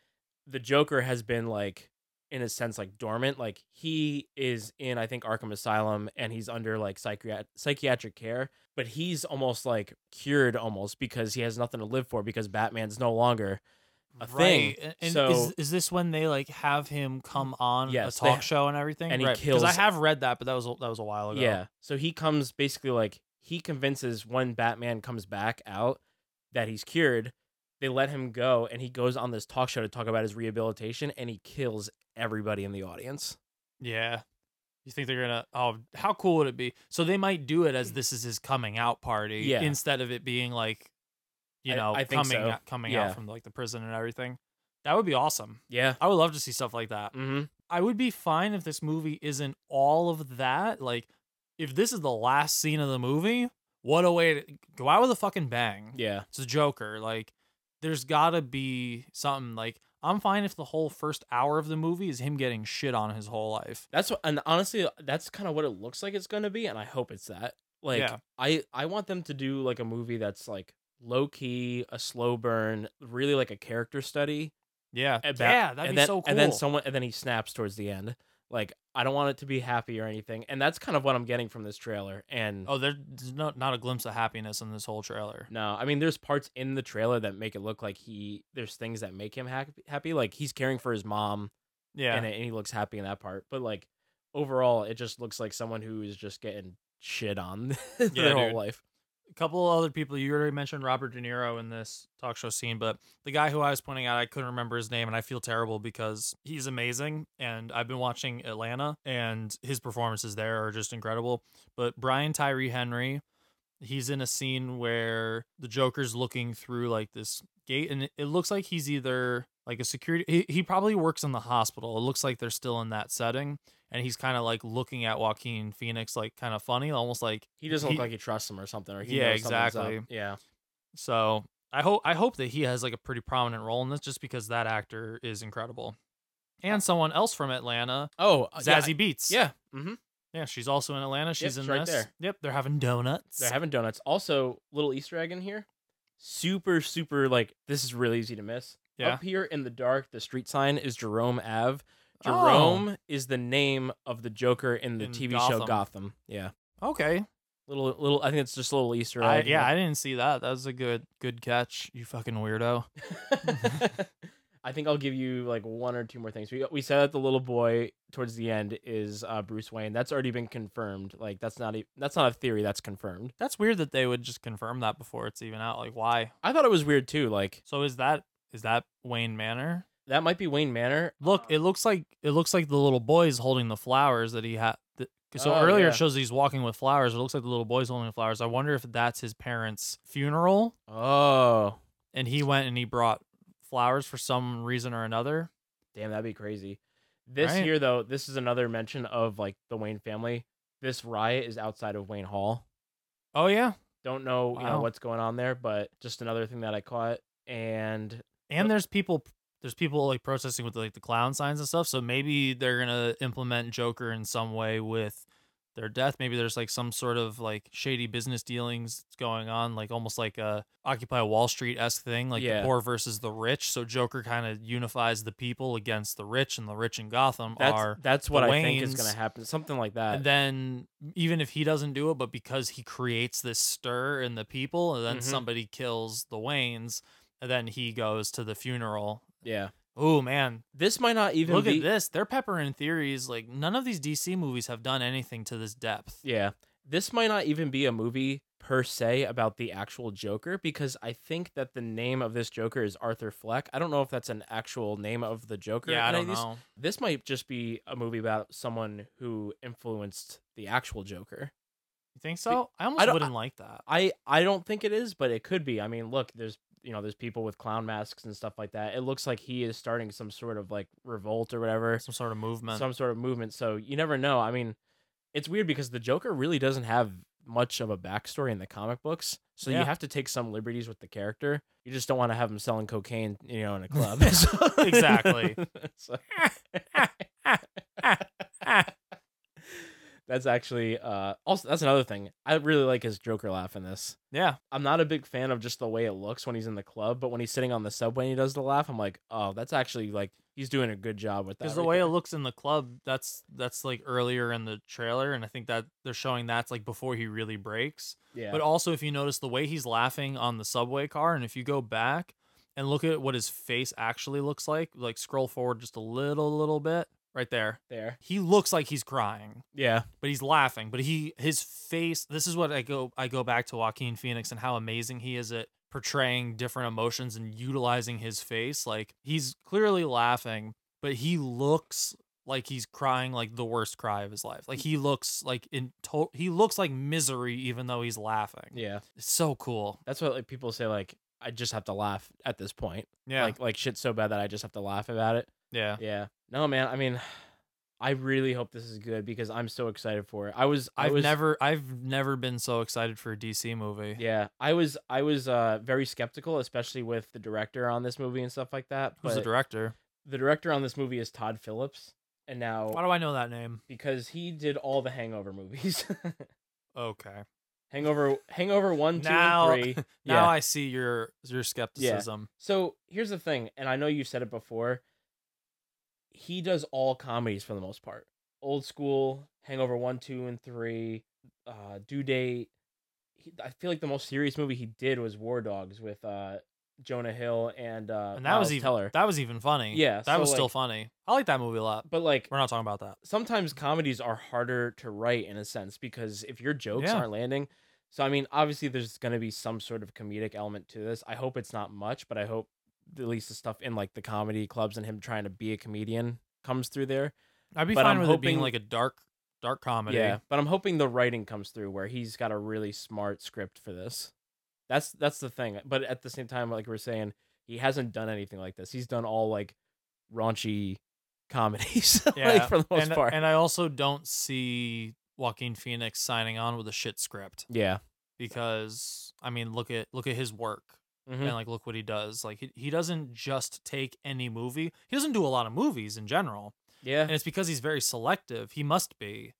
[SPEAKER 8] The Joker has been like, in a sense, like dormant. Like he is in, I think, Arkham Asylum, and he's under like psychiat- psychiatric care. But he's almost like cured, almost because he has nothing to live for because Batman's no longer a thing.
[SPEAKER 7] Right. And- And
[SPEAKER 8] so Mm,
[SPEAKER 7] is, is this when they like have him come on
[SPEAKER 8] Yes,
[SPEAKER 7] a
[SPEAKER 8] they
[SPEAKER 7] talk
[SPEAKER 8] ha-
[SPEAKER 7] show and everything?
[SPEAKER 8] and he
[SPEAKER 7] Right, Because I
[SPEAKER 8] kills-
[SPEAKER 7] have read that, but that was a- that was a while ago.
[SPEAKER 8] Yeah. So he comes basically like he convinces when Batman comes back out that he's cured. They let him go and he goes on this talk show to talk about his rehabilitation and he kills everybody in the audience.
[SPEAKER 7] Yeah. You think they're gonna? Oh, how cool would it be? So they might do it as this is his coming out party,
[SPEAKER 8] Mm. Yeah.
[SPEAKER 7] instead of it being like, you
[SPEAKER 8] I-
[SPEAKER 7] know,
[SPEAKER 8] I think
[SPEAKER 7] coming
[SPEAKER 8] so.
[SPEAKER 7] out, coming
[SPEAKER 8] Yeah.
[SPEAKER 7] out from like the prison and everything. That would be awesome.
[SPEAKER 8] Yeah.
[SPEAKER 7] I would love to see stuff like that.
[SPEAKER 8] Mm-hmm.
[SPEAKER 7] I would be fine if this movie isn't all of that. Like, if this is the last scene of the movie, what a way to go out with a fucking bang.
[SPEAKER 8] Yeah.
[SPEAKER 7] It's a Joker. Like, there's gotta be something. Like, I'm fine if the whole first hour of the movie is him getting shit on his whole life.
[SPEAKER 8] That's what and honestly that's kind of what it looks like it's going to be and I hope it's that. Like
[SPEAKER 7] Yeah.
[SPEAKER 8] I I want them to do like a movie that's like low key, a slow burn, really like a character study.
[SPEAKER 7] Yeah.
[SPEAKER 8] about,
[SPEAKER 7] yeah, that'd
[SPEAKER 8] and
[SPEAKER 7] be
[SPEAKER 8] then,
[SPEAKER 7] so cool.
[SPEAKER 8] And then someone, and then he snaps towards the end. Like I don't want it to be happy or anything, and that's kind of what I'm getting from this trailer. And
[SPEAKER 7] oh, there's not not a glimpse of happiness in this whole trailer.
[SPEAKER 8] no, I mean, there's parts in the trailer that make it look like he. There's things that make him happy. Happy, like he's caring for his mom,
[SPEAKER 7] Yeah.
[SPEAKER 8] and, and he looks happy in that part. But like overall, it just looks like someone who is just getting shit on their
[SPEAKER 7] Yeah,
[SPEAKER 8] whole
[SPEAKER 7] dude.
[SPEAKER 8] life.
[SPEAKER 7] a couple other people you already mentioned robert de niro in this talk show scene but the guy who i was pointing out i couldn't remember his name and i feel terrible because he's amazing and i've been watching atlanta and his performances there are just incredible but brian tyree henry he's in a scene where the joker's looking through like this gate and it- it looks like he's either like a security he, he probably works in the hospital it looks like they're still in that setting and he's kind of like looking at joaquin phoenix like kind of funny almost like
[SPEAKER 8] He doesn't look like he trusts him or something. Or he
[SPEAKER 7] Yeah,
[SPEAKER 8] knows something's up.
[SPEAKER 7] exactly.
[SPEAKER 8] Yeah,
[SPEAKER 7] So I hope I hope that he has like a pretty prominent role in this, just because that actor is incredible, and someone else from Atlanta.
[SPEAKER 8] Oh, yeah,
[SPEAKER 7] Zazie
[SPEAKER 8] I-
[SPEAKER 7] Beats.
[SPEAKER 8] Yeah. Mm-hmm.
[SPEAKER 7] yeah, she's also in Atlanta. She's in
[SPEAKER 8] she's right
[SPEAKER 7] this.
[SPEAKER 8] there.
[SPEAKER 7] Yep, they're having donuts.
[SPEAKER 8] They're having donuts. Also, little Easter egg in here. Super, super like this is really easy to miss.
[SPEAKER 7] Yeah.
[SPEAKER 8] Up here in the dark, the street sign is Jerome Ave. Jerome is the name of the Joker in the
[SPEAKER 7] Oh. In
[SPEAKER 8] TV show
[SPEAKER 7] Gotham.
[SPEAKER 8] Gotham. Yeah.
[SPEAKER 7] okay.
[SPEAKER 8] Little little I think it's just a little Easter egg.
[SPEAKER 7] I,
[SPEAKER 8] in
[SPEAKER 7] yeah,
[SPEAKER 8] there.
[SPEAKER 7] I didn't see that. That was a good good catch. You fucking weirdo.
[SPEAKER 8] I think I'll give you like one or two more things. We we said that the little boy towards the end is uh, Bruce Wayne. That's already been confirmed. Like that's not a, that's not a theory. That's confirmed.
[SPEAKER 7] That's weird that they would just confirm that before it's even out. Like why?
[SPEAKER 8] I thought it was weird too. Like
[SPEAKER 7] So is that is that Wayne Manor?
[SPEAKER 8] that might be Wayne Manor.
[SPEAKER 7] Look, it looks like it looks like the little boy's holding the flowers that he had. Th- so
[SPEAKER 8] Oh,
[SPEAKER 7] earlier
[SPEAKER 8] yeah.
[SPEAKER 7] it shows he's walking with flowers. It looks like the little boy's holding the flowers. I wonder if that's his parents' funeral
[SPEAKER 8] Oh,
[SPEAKER 7] and he went and he brought flowers for some reason or another.
[SPEAKER 8] damn, that'd be crazy. This
[SPEAKER 7] Right.
[SPEAKER 8] year though, this is another mention of like the Wayne family. This riot is outside of Wayne Hall.
[SPEAKER 7] Oh yeah,
[SPEAKER 8] Don't know, you know
[SPEAKER 7] Wow.
[SPEAKER 8] what's going on there, but just another thing that I caught. And
[SPEAKER 7] and there's people there's people like protesting with like the clown signs and stuff. So maybe they're gonna implement Joker in some way with their death. Maybe there's like some sort of like shady business dealings going on, like almost like a Occupy Wall Street esque thing, like
[SPEAKER 8] Yeah.
[SPEAKER 7] the poor versus the rich. So Joker kind of unifies the people against the rich, and the rich in Gotham
[SPEAKER 8] that's
[SPEAKER 7] are.
[SPEAKER 8] that's
[SPEAKER 7] the
[SPEAKER 8] what I think is
[SPEAKER 7] Waynes.
[SPEAKER 8] going to happen. Something like that.
[SPEAKER 7] And then even if he doesn't do it, but because he creates this stir in the people, and then
[SPEAKER 8] Mhm.
[SPEAKER 7] somebody kills the Waynes, and then he goes to the funeral.
[SPEAKER 8] yeah.
[SPEAKER 7] Oh man,
[SPEAKER 8] This might not even
[SPEAKER 7] Look
[SPEAKER 8] be.
[SPEAKER 7] at this. They're peppering theories. Like none of these DC movies have done anything to this depth.
[SPEAKER 8] Yeah. This might not even be a movie per se about the actual Joker because I think that the name of this Joker is Arthur Fleck. I don't know if that's an actual name of the Joker.
[SPEAKER 7] Yeah, I
[SPEAKER 8] in any
[SPEAKER 7] don't
[SPEAKER 8] of these.
[SPEAKER 7] know.
[SPEAKER 8] This might just be a movie about someone who influenced the actual Joker.
[SPEAKER 7] You think so? I almost
[SPEAKER 8] don't-
[SPEAKER 7] wouldn't like that.
[SPEAKER 8] I I don't think it is, but it could be. I mean, look, there's you know, there's people with clown masks and stuff like that. It looks like he is starting some sort of like revolt or whatever.
[SPEAKER 7] Some sort of movement.
[SPEAKER 8] some sort of movement. So you never know. I mean, it's weird because the Joker really doesn't have much of a backstory in the comic books. So
[SPEAKER 7] Yeah.
[SPEAKER 8] you have to take some liberties with the character. You just don't want to have him selling cocaine, you know, in a club.
[SPEAKER 7] Exactly.
[SPEAKER 8] So- that's actually uh also that's another thing. I really like his Joker laugh in this.
[SPEAKER 7] yeah.
[SPEAKER 8] I'm not a big fan of just the way it looks when he's in the club, but when he's sitting on the subway and he does the laugh, I'm like, "Oh, that's actually like he's doing a good job with that."
[SPEAKER 7] Because the
[SPEAKER 8] right
[SPEAKER 7] way
[SPEAKER 8] there.
[SPEAKER 7] it looks in the club, that's that's like earlier in the trailer, and I think that they're showing that's like before he really breaks.
[SPEAKER 8] yeah.
[SPEAKER 7] But also, if you notice the way he's laughing on the subway car, and if you go back and look at what his face actually looks like, like scroll forward just a little, little bit, right there,
[SPEAKER 8] there.
[SPEAKER 7] he looks like he's crying.
[SPEAKER 8] Yeah.
[SPEAKER 7] but he's laughing. But he his face. This is what I go I go back to Joaquin Phoenix and how amazing he is at portraying different emotions and utilizing his face. Like he's clearly laughing, but he looks like he's crying like the worst cry of his life. Like he looks like in to- he looks like misery even though he's laughing.
[SPEAKER 8] Yeah.
[SPEAKER 7] It's so cool.
[SPEAKER 8] That's what like people say like I just have to laugh at this point.
[SPEAKER 7] Yeah.
[SPEAKER 8] Like like shit's so bad that I just have to laugh about it.
[SPEAKER 7] yeah.
[SPEAKER 8] Yeah. No man, I mean I really hope this is good because I'm so excited for it. I was I
[SPEAKER 7] I've
[SPEAKER 8] was
[SPEAKER 7] never I've never been so excited for a DC movie.
[SPEAKER 8] Yeah. I was I was uh very skeptical especially with the director on this movie and stuff like that.
[SPEAKER 7] Who's the
[SPEAKER 8] but
[SPEAKER 7] director?
[SPEAKER 8] the director on this movie is Todd Phillips and now
[SPEAKER 7] Why do I know that name?
[SPEAKER 8] because he did all the Hangover movies.
[SPEAKER 7] Okay.
[SPEAKER 8] Hangover Hangover 1 2
[SPEAKER 7] Now-
[SPEAKER 8] and 3.
[SPEAKER 7] Now I see your your skepticism.
[SPEAKER 8] So here's the thing, and I know you said it before. He does all comedies for the most part. Old school, Hangover One, Two, and Three, uh, Due Date. He, I feel like the most serious movie he did was War Dogs with uh, Jonah Hill and uh,
[SPEAKER 7] and that was
[SPEAKER 8] Miles
[SPEAKER 7] even
[SPEAKER 8] Teller.
[SPEAKER 7] that was even funny.
[SPEAKER 8] Yeah,
[SPEAKER 7] that
[SPEAKER 8] so,
[SPEAKER 7] was still
[SPEAKER 8] like-
[SPEAKER 7] funny. I like that movie a lot.
[SPEAKER 8] but like
[SPEAKER 7] We're not talking about that.
[SPEAKER 8] sometimes comedies are harder to write in a sense because if your jokes
[SPEAKER 7] Yeah.
[SPEAKER 8] aren't landing. So I mean, obviously there's going to be some sort of comedic element to this. I hope it's not much, but I hope at least the stuff in like the comedy clubs and him trying to be a comedian comes through there.
[SPEAKER 7] I'd be
[SPEAKER 8] But
[SPEAKER 7] fine
[SPEAKER 8] I'm
[SPEAKER 7] with it being
[SPEAKER 8] hoping-
[SPEAKER 7] like a dark, dark comedy.
[SPEAKER 8] Yeah, but I'm hoping the writing comes through where he's got a really smart script for this. That's that's the thing. But at the same time, like we're saying, he hasn't done anything like this. He's done all like raunchy comedies, like for the most
[SPEAKER 7] and,
[SPEAKER 8] part.
[SPEAKER 7] And I also don't see Joaquin Phoenix signing on with a shit script
[SPEAKER 8] yeah,
[SPEAKER 7] because I mean, look at look at his work
[SPEAKER 8] Mhm.
[SPEAKER 7] and like look what he does. Like he, he doesn't just take any movie. He doesn't do a lot of movies in general.
[SPEAKER 8] Yeah.
[SPEAKER 7] And it's because he's very selective. He must be.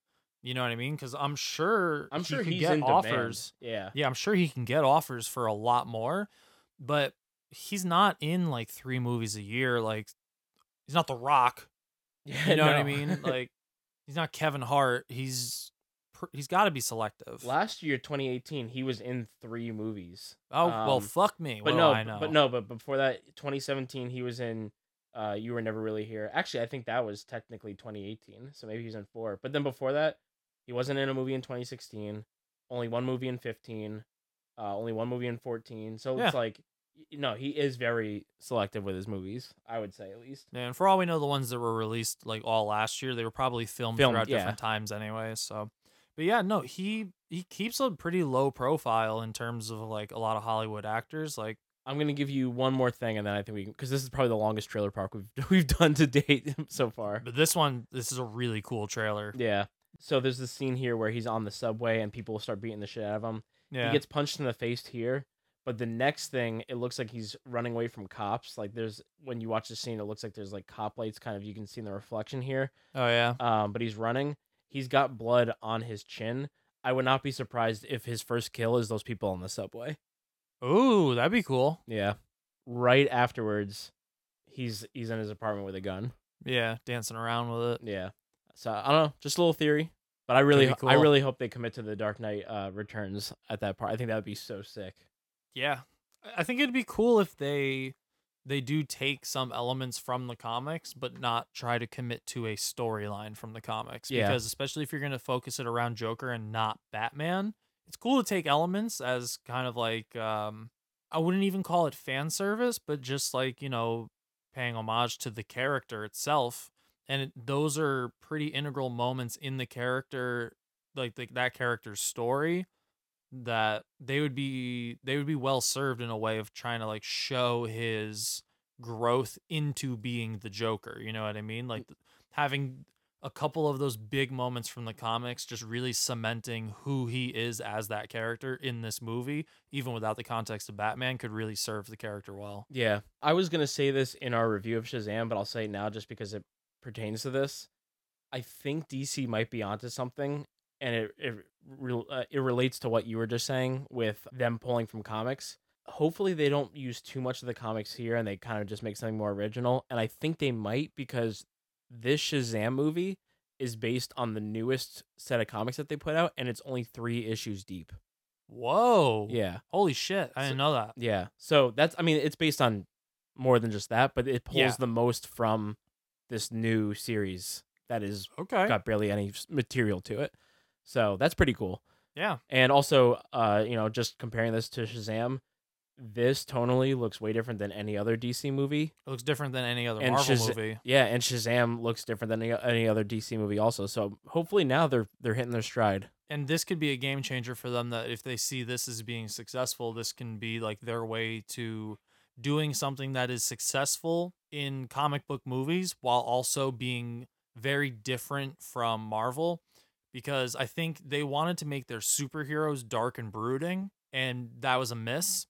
[SPEAKER 7] You know what I mean? Cuz I'm sure
[SPEAKER 8] I'm
[SPEAKER 7] he
[SPEAKER 8] sure
[SPEAKER 7] could
[SPEAKER 8] he's
[SPEAKER 7] get
[SPEAKER 8] in demand.
[SPEAKER 7] offers.
[SPEAKER 8] Yeah.
[SPEAKER 7] Yeah, I'm sure he can get offers for a lot more, but he's not in like 3 movies a year like he's not the rock.
[SPEAKER 8] Yeah,
[SPEAKER 7] you know what I
[SPEAKER 8] no.
[SPEAKER 7] mean? Like he's not Kevin Hart. He's pr- he's got to be selective.
[SPEAKER 8] Last year, 2018, he was in three movies.
[SPEAKER 7] Oh, well, fuck me.
[SPEAKER 8] um, But
[SPEAKER 7] What do
[SPEAKER 8] no,
[SPEAKER 7] I know?
[SPEAKER 8] but no, but before that, 2017, he was in. Uh, you were never really here. Actually, I think that was technically 2018, so maybe he's in four. But then before that, he wasn't in a movie in 2016. Only one movie in 15. Uh, only one movie in 14. So
[SPEAKER 7] Yeah.
[SPEAKER 8] it's like, y- no, he is very selective with his movies. I would say at least.
[SPEAKER 7] Yeah, and for all we know, the ones that were released like all last year, they were probably filmed,
[SPEAKER 8] Filmed,
[SPEAKER 7] throughout
[SPEAKER 8] yeah.
[SPEAKER 7] different times anyway. So, but yeah, no, he he keeps a pretty low profile in terms of like a lot of Hollywood actors. Like,
[SPEAKER 8] I'm gonna give you one more thing, and then I think we because this is probably the longest trailer park we've we've done to date so far.
[SPEAKER 7] but this one, this is a really cool trailer.
[SPEAKER 8] Yeah. So there's this scene here where he's on the subway and people start beating the shit out of him.
[SPEAKER 7] Yeah.
[SPEAKER 8] He gets punched in the face here, but the next thing it looks like he's running away from cops. Like there's when you watch the scene, it looks like there's like cop lights kind of you can see in the reflection here.
[SPEAKER 7] Oh yeah.
[SPEAKER 8] Um, but he's running. He's got blood on his chin. I would not be surprised if his first kill is those people on the subway.
[SPEAKER 7] Ooh, that'd be cool.
[SPEAKER 8] Yeah. Right afterwards, he's he's in his apartment with a gun.
[SPEAKER 7] Yeah, dancing around with it.
[SPEAKER 8] Yeah. So I don't know, just a little theory, but I really,
[SPEAKER 7] be
[SPEAKER 8] ho- I
[SPEAKER 7] cool.
[SPEAKER 8] really hope they commit to the Dark Knight uh, Returns at that part. I think that would be so sick.
[SPEAKER 7] Yeah, I- I think it'd be cool if they they do take some elements from the comics, but not try to commit to a storyline from the comics.
[SPEAKER 8] Yeah.
[SPEAKER 7] Because especially if you're gonna focus it around Joker and not Batman, it's cool to take elements as kind of like um, I wouldn't even call it fan service, but just like you know paying homage to the character itself. And it, those are pretty integral moments in the character, like the, that character's story that they would be they would be well served in a way of trying to like show his growth into being the Joker. You know what I
[SPEAKER 8] Mm.
[SPEAKER 7] mean? Like th- having a couple of those big moments from the comics just really cementing who he is as that character in this movie, even without the context of Batman, could really serve the character well.
[SPEAKER 8] Yeah, I was gonna say this in our review of Shazam, but I'll say it now just because it pertains to this. I think DC might be onto something, and it it re- uh, it relates to what you were just saying with them pulling from comics. Hopefully, they don't use too much of the comics here, and they kind of just make something more original. And I think they might because this Shazam movie is based on the newest set of comics that they put out, and it's only three issues deep.
[SPEAKER 7] Whoa.
[SPEAKER 8] Yeah.
[SPEAKER 7] Holy shit. I didn't know that.
[SPEAKER 8] Yeah. So that's I mean, it's based on more than just that, but it pulls
[SPEAKER 7] Yeah.
[SPEAKER 8] the most from this new series that is
[SPEAKER 7] Okay.
[SPEAKER 8] got barely any s- material to it. So that's pretty cool.
[SPEAKER 7] Yeah.
[SPEAKER 8] And also, uh, you know, just comparing this to Shazam, this tonally looks way different than any other DC movie.
[SPEAKER 7] It looks different than any other
[SPEAKER 8] and
[SPEAKER 7] Marvel
[SPEAKER 8] Shaza-
[SPEAKER 7] movie.
[SPEAKER 8] Yeah, and Shazam looks different than any, any other DC movie also. So hopefully now they're they're hitting their stride.
[SPEAKER 7] and this could be a game changer for them that if they see this as being successful this can be like their way to doing something that is successful in comic book movies while also being very different from marvel because i think they wanted to make their superheroes dark and brooding and that was a miss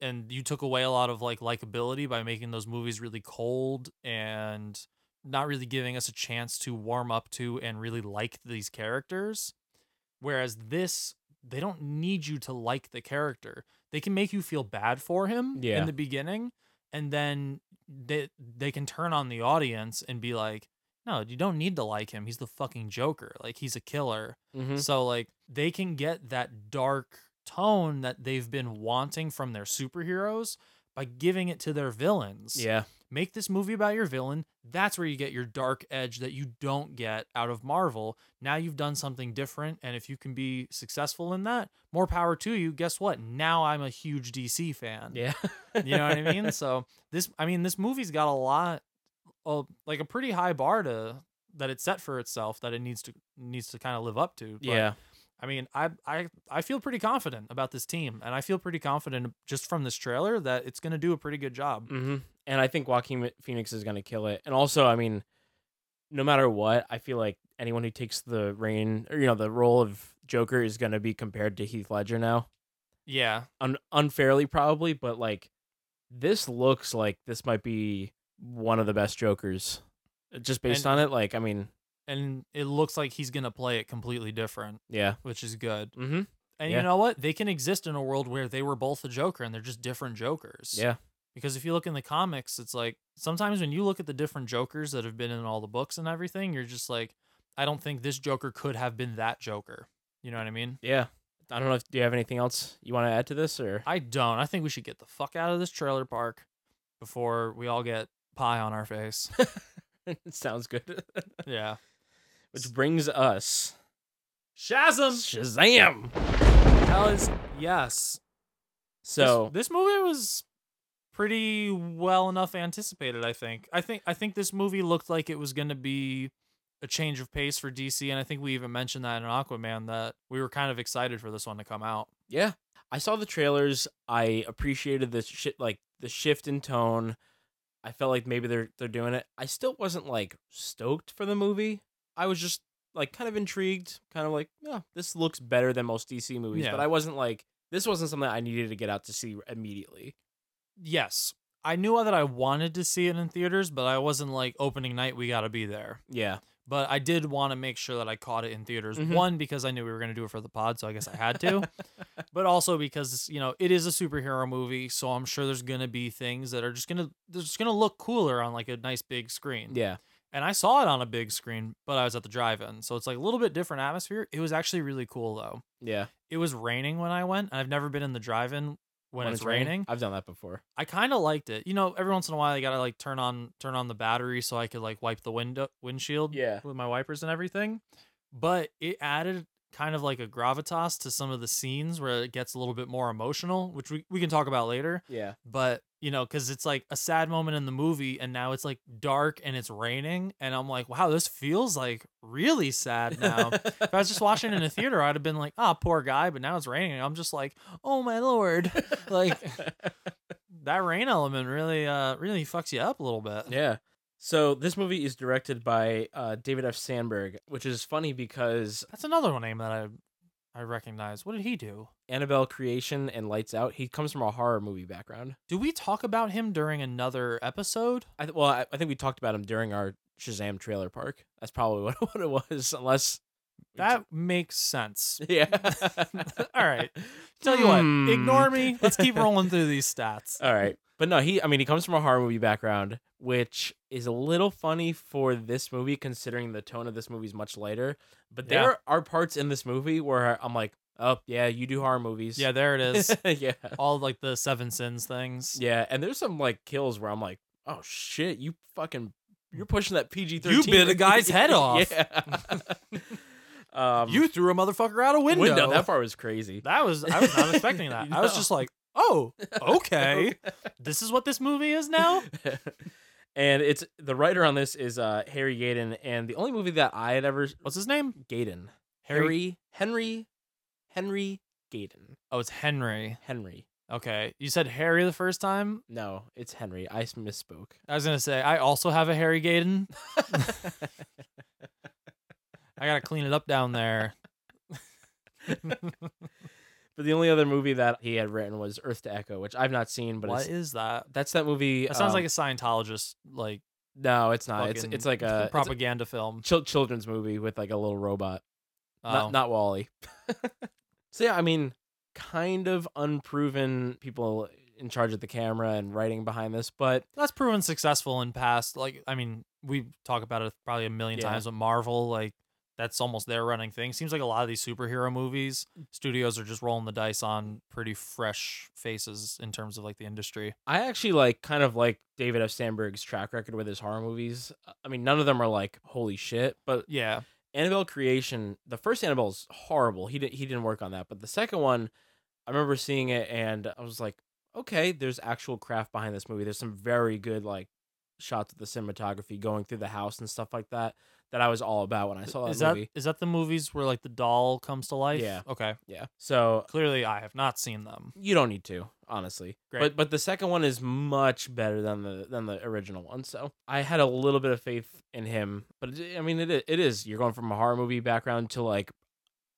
[SPEAKER 7] and you took away a lot of like likability by making those movies really cold and not really giving us a chance to warm up to and really like these characters Whereas this, they don't need you to like the character. They can make you feel bad for him
[SPEAKER 8] Yeah.
[SPEAKER 7] in the beginning, and then they they can turn on the audience and be like, "No, you don't need to like him. He's the fucking Joker. Like he's a killer."
[SPEAKER 8] Mm-hmm.
[SPEAKER 7] So like they can get that dark tone that they've been wanting from their superheroes by giving it to their villains.
[SPEAKER 8] Yeah.
[SPEAKER 7] Make this movie about your villain. That's where you get your dark edge that you don't get out of Marvel. Now you've done something different, and if you can be successful in that, more power to you. Guess what? Now I'm a huge DC fan.
[SPEAKER 8] Yeah.
[SPEAKER 7] You know what I mean? So this, I mean, this movie's got a lot, of, like a pretty high bar to that it's set for itself that it needs to needs to kind of live up to. But,
[SPEAKER 8] yeah.
[SPEAKER 7] I mean, I I I feel pretty confident about this team, and I feel pretty confident just from this trailer that it's gonna do a pretty good job.
[SPEAKER 8] hmm And I think Joaquin Phoenix is going to kill it. And also, I mean, no matter what, I feel like anyone who takes the reign or you know the role of Joker is going to be compared to Heath Ledger now.
[SPEAKER 7] Yeah.
[SPEAKER 8] Un- unfairly probably, but like this looks like this might be one of the best Jokers, uh, just based
[SPEAKER 7] And-
[SPEAKER 8] on it. Like, I mean,
[SPEAKER 7] And it looks like he's gonna play it completely different,
[SPEAKER 8] yeah,
[SPEAKER 7] which is good.
[SPEAKER 8] mm-hmm.
[SPEAKER 7] And
[SPEAKER 8] Yeah.
[SPEAKER 7] you know what? They can exist in a world where they were both the Joker and they're just different Jokers.
[SPEAKER 8] yeah,
[SPEAKER 7] Because if you look in the comics, it's like sometimes when you look at the different Jokers that have been in all the books and everything, you're just like, I don't think this Joker could have been that Joker. You know what I mean?
[SPEAKER 8] yeah. I don't know. if Do you have anything else you want to add to this, or
[SPEAKER 7] I don't. I think we should get the fuck out of this trailer park before we all get pie on our face.
[SPEAKER 8] sounds good?
[SPEAKER 7] yeah.
[SPEAKER 8] Which brings us
[SPEAKER 7] Shazam!
[SPEAKER 8] Shazam.
[SPEAKER 7] Hell is yes.
[SPEAKER 8] So
[SPEAKER 7] this, this movie was pretty well enough anticipated. I think. I think. I think this movie looked like it was going to be a change of pace for DC, and I think we even mentioned that in Aquaman that we were kind of excited for this one to come out.
[SPEAKER 8] yeah, I saw the trailers. I appreciated the shit, like the shift in tone. I felt like maybe they're they're doing it. I still wasn't like stoked for the movie. I was just like kind of intrigued, kind of like, yeah, this looks better than most DC movies.
[SPEAKER 7] Yeah.
[SPEAKER 8] But I wasn't like this wasn't something I needed to get out to see immediately.
[SPEAKER 7] Yes, I knew that I wanted to see it in theaters, but I wasn't like opening night. We got to be there.
[SPEAKER 8] Yeah,
[SPEAKER 7] But I did want to make sure that I caught it in theaters.
[SPEAKER 8] Mhm.
[SPEAKER 7] One because I knew we were going to do it for the pod, so I guess I had to. but also because you know it is a superhero movie, so I'm sure there's gonna be things that are just gonna they're just gonna look cooler on like a nice big screen.
[SPEAKER 8] yeah,
[SPEAKER 7] And I saw it on a big screen, but I was at the drive-in, so it's like a little bit different atmosphere. It was actually really cool though.
[SPEAKER 8] yeah.
[SPEAKER 7] It was raining when I went, and I've never been in the drive-in when, it's,
[SPEAKER 8] raining-
[SPEAKER 7] raining.
[SPEAKER 8] I've done that before.
[SPEAKER 7] I kind of liked it. You know, every once in a while I gotta like turn on turn on the battery so I could like wipe the window windshield
[SPEAKER 8] Yeah.
[SPEAKER 7] with my wipers and everything. But it added kind of like a gravitas to some of the scenes where it gets a little bit more emotional, which we, we can talk about later.
[SPEAKER 8] Yeah,
[SPEAKER 7] But you know, because it's like a sad moment in the movie, and now it's like dark and it's raining, and I'm like, wow, this feels like really sad now. if I was just watching it in a theater, I'd have been like, ah, poor guy. But now it's raining, and I'm just like, oh my lord, like that rain element really uh really fucks you up a little bit.
[SPEAKER 8] Yeah. So this movie is directed by uh, David F. Sandberg, which is funny because
[SPEAKER 7] That's another one name that I I recognize. What did he do?
[SPEAKER 8] Annabelle Creation and Lights Out. He comes from a horror movie background.
[SPEAKER 7] Do we talk about him during another episode?
[SPEAKER 8] I th- well, I, I think we talked about him during our Shazam trailer park. That's probably what, what it was, unless
[SPEAKER 7] That makes sense.
[SPEAKER 8] yeah.
[SPEAKER 7] All right. Tell you what, ignore
[SPEAKER 8] Hmm.
[SPEAKER 7] me. Let's keep rolling through these stats.
[SPEAKER 8] All right. But no, he I mean he comes from a horror movie background, which is a little funny for this movie considering the tone of this movie is much lighter. But there
[SPEAKER 7] Yeah.
[SPEAKER 8] are parts in this movie where I'm like, "Oh, yeah, you do horror movies."
[SPEAKER 7] Yeah, there it is.
[SPEAKER 8] yeah.
[SPEAKER 7] All like the seven sins things.
[SPEAKER 8] Yeah, and there's some like kills where I'm like, "Oh shit, you fucking you're pushing that PG-13."
[SPEAKER 7] Mm. You bit a guy's head off.
[SPEAKER 8] yeah. um
[SPEAKER 7] You threw a motherfucker out a window.
[SPEAKER 8] that part was crazy.
[SPEAKER 7] That was I was not expecting that. I was
[SPEAKER 8] No.
[SPEAKER 7] just like, oh, okay. this is what this movie is now.
[SPEAKER 8] and it's the writer on this is uh, Harry Gayden, and the only movie that I had ever
[SPEAKER 7] What's his name?
[SPEAKER 8] Gayden
[SPEAKER 7] Harry.
[SPEAKER 8] Harry Henry Henry Gayden
[SPEAKER 7] Oh, it's Henry.
[SPEAKER 8] Henry.
[SPEAKER 7] Okay, you said Harry the first time.
[SPEAKER 8] No, it's Henry. I s- misspoke.
[SPEAKER 7] I was gonna say I also have a Harry Gaydon. I gotta clean it up down there.
[SPEAKER 8] but the only other movie that he had written was Earth to Echo, which I've not seen, but
[SPEAKER 7] what
[SPEAKER 8] it's,
[SPEAKER 7] is that?
[SPEAKER 8] that's that movie.
[SPEAKER 7] That sounds
[SPEAKER 8] um,
[SPEAKER 7] like a Scientologist like
[SPEAKER 8] no, it's not. It's
[SPEAKER 7] fucking
[SPEAKER 8] it's like a it's a
[SPEAKER 7] propaganda film.
[SPEAKER 8] chil- children's movie with like a little robot.
[SPEAKER 7] Oh.
[SPEAKER 8] not, not Wally. so yeah, I mean, kind of unproven people in charge of the camera and writing behind this, but
[SPEAKER 7] that's proven successful in past like i mean we talk about it probably a million
[SPEAKER 8] Yeah.
[SPEAKER 7] times with marvel like that's almost their running thing seems like a lot of these superhero movies studios are just rolling the dice on pretty fresh faces in terms of like the industry
[SPEAKER 8] I actually like kind of like David F. Sandberg's track record with his horror movies. Uh, I mean, none of them are like holy shit, but
[SPEAKER 7] yeah
[SPEAKER 8] Annabelle Creation, the first Annabelle's horrible. He didn't he didn't work on that, but the second one, I remember seeing it and I was like, okay, there's actual craft behind this movie. There's some very good like shots of the cinematography going through the house and stuff like that that I was all about when I saw that
[SPEAKER 7] is
[SPEAKER 8] movie.
[SPEAKER 7] that is that the movies where like the doll comes to life
[SPEAKER 8] Yeah.
[SPEAKER 7] okay
[SPEAKER 8] Yeah. So
[SPEAKER 7] clearly i have not seen them
[SPEAKER 8] you don't need to, honestly.
[SPEAKER 7] Great.
[SPEAKER 8] But but the second one is much better than the than the original one. So I had a little bit of faith in him. But it, I mean, it i- it is you're going from a horror movie background to like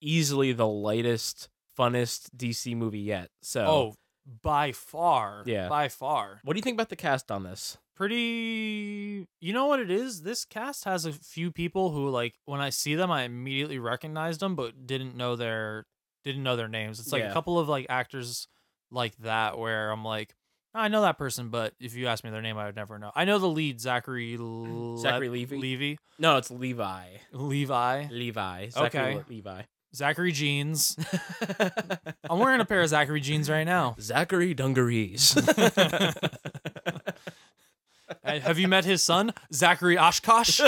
[SPEAKER 8] easily the lightest funnest DC movie yet. So
[SPEAKER 7] Oh, by far.
[SPEAKER 8] Yeah.
[SPEAKER 7] By far.
[SPEAKER 8] What do you think about the cast on this?
[SPEAKER 7] Pretty. You know what it is? This cast has a few people who, like, when I see them, I immediately recognized them, but didn't know their didn't know their names. It's like
[SPEAKER 8] Yeah.
[SPEAKER 7] a couple of like actors like that where I'm like, "Oh, I know that person, but if you asked me their name, I would never know. I know the lead, Zachary Le-
[SPEAKER 8] Zachary Levi?
[SPEAKER 7] Levy,
[SPEAKER 8] No, it's Levi.
[SPEAKER 7] Levi,
[SPEAKER 8] Levi. Zachary
[SPEAKER 7] Okay.
[SPEAKER 8] Le- Levi.
[SPEAKER 7] Zachary jeans. I'm wearing a pair of Zachary jeans right now.
[SPEAKER 8] Zachary Dungarees.
[SPEAKER 7] Uh, Have you met his son, Zachary Oshkosh?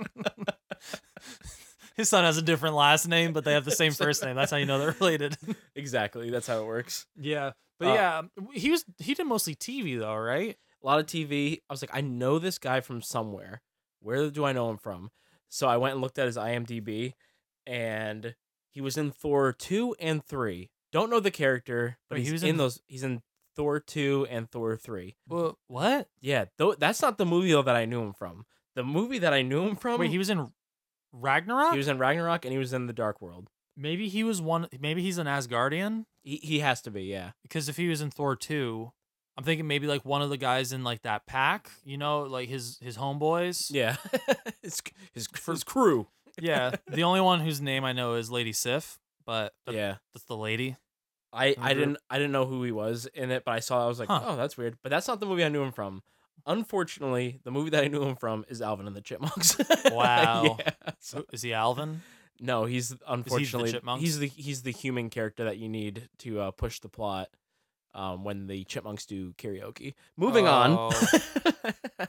[SPEAKER 7] his son has a different last name, but they have the same first name. That's how you know they're related.
[SPEAKER 8] exactly. That's how it works.
[SPEAKER 7] Yeah, but
[SPEAKER 8] Uh,
[SPEAKER 7] yeah, um, he was he did mostly TV though, right?
[SPEAKER 8] A lot of TV. I was like, I know this guy from somewhere. Where do I know him from? So I went and looked at his IMDb, and he was in Thor two and three. Don't know the character, but
[SPEAKER 7] Wait,
[SPEAKER 8] he's
[SPEAKER 7] he was
[SPEAKER 8] in,
[SPEAKER 7] in-
[SPEAKER 8] those. He's in Thor two and Thor three.
[SPEAKER 7] Well, what?
[SPEAKER 8] Yeah, though that's not the movie though that I knew him from. The movie that I knew him from.
[SPEAKER 7] Wait, he was in Ragnarok.
[SPEAKER 8] he was in Ragnarok and he was in the Dark World.
[SPEAKER 7] maybe he was one. Maybe he's an Asgardian
[SPEAKER 8] He he has to be yeah.
[SPEAKER 7] because if he was in Thor two, I'm thinking maybe like one of the guys in like that pack. You know, like his his homeboys.
[SPEAKER 8] Yeah. his, his, his crew.
[SPEAKER 7] yeah. The only one whose name I know is Lady Sif, but th-
[SPEAKER 8] Yeah.
[SPEAKER 7] that's the lady.
[SPEAKER 8] I, I
[SPEAKER 7] Andrew.
[SPEAKER 8] didn't I didn't know who he was in it, but I saw I was like,
[SPEAKER 7] Huh.
[SPEAKER 8] oh, that's weird. But that's not the movie I knew him from. Unfortunately, the movie that I knew him from is Alvin and the Chipmunks.
[SPEAKER 7] Wow.
[SPEAKER 8] Yeah, so-
[SPEAKER 7] Who- Is he Alvin?
[SPEAKER 8] no, he's unfortunately
[SPEAKER 7] chipmunks?
[SPEAKER 8] he's the he's the human character that you need to uh, push the plot um, when the chipmunks do karaoke. Moving
[SPEAKER 7] Oh.
[SPEAKER 8] on.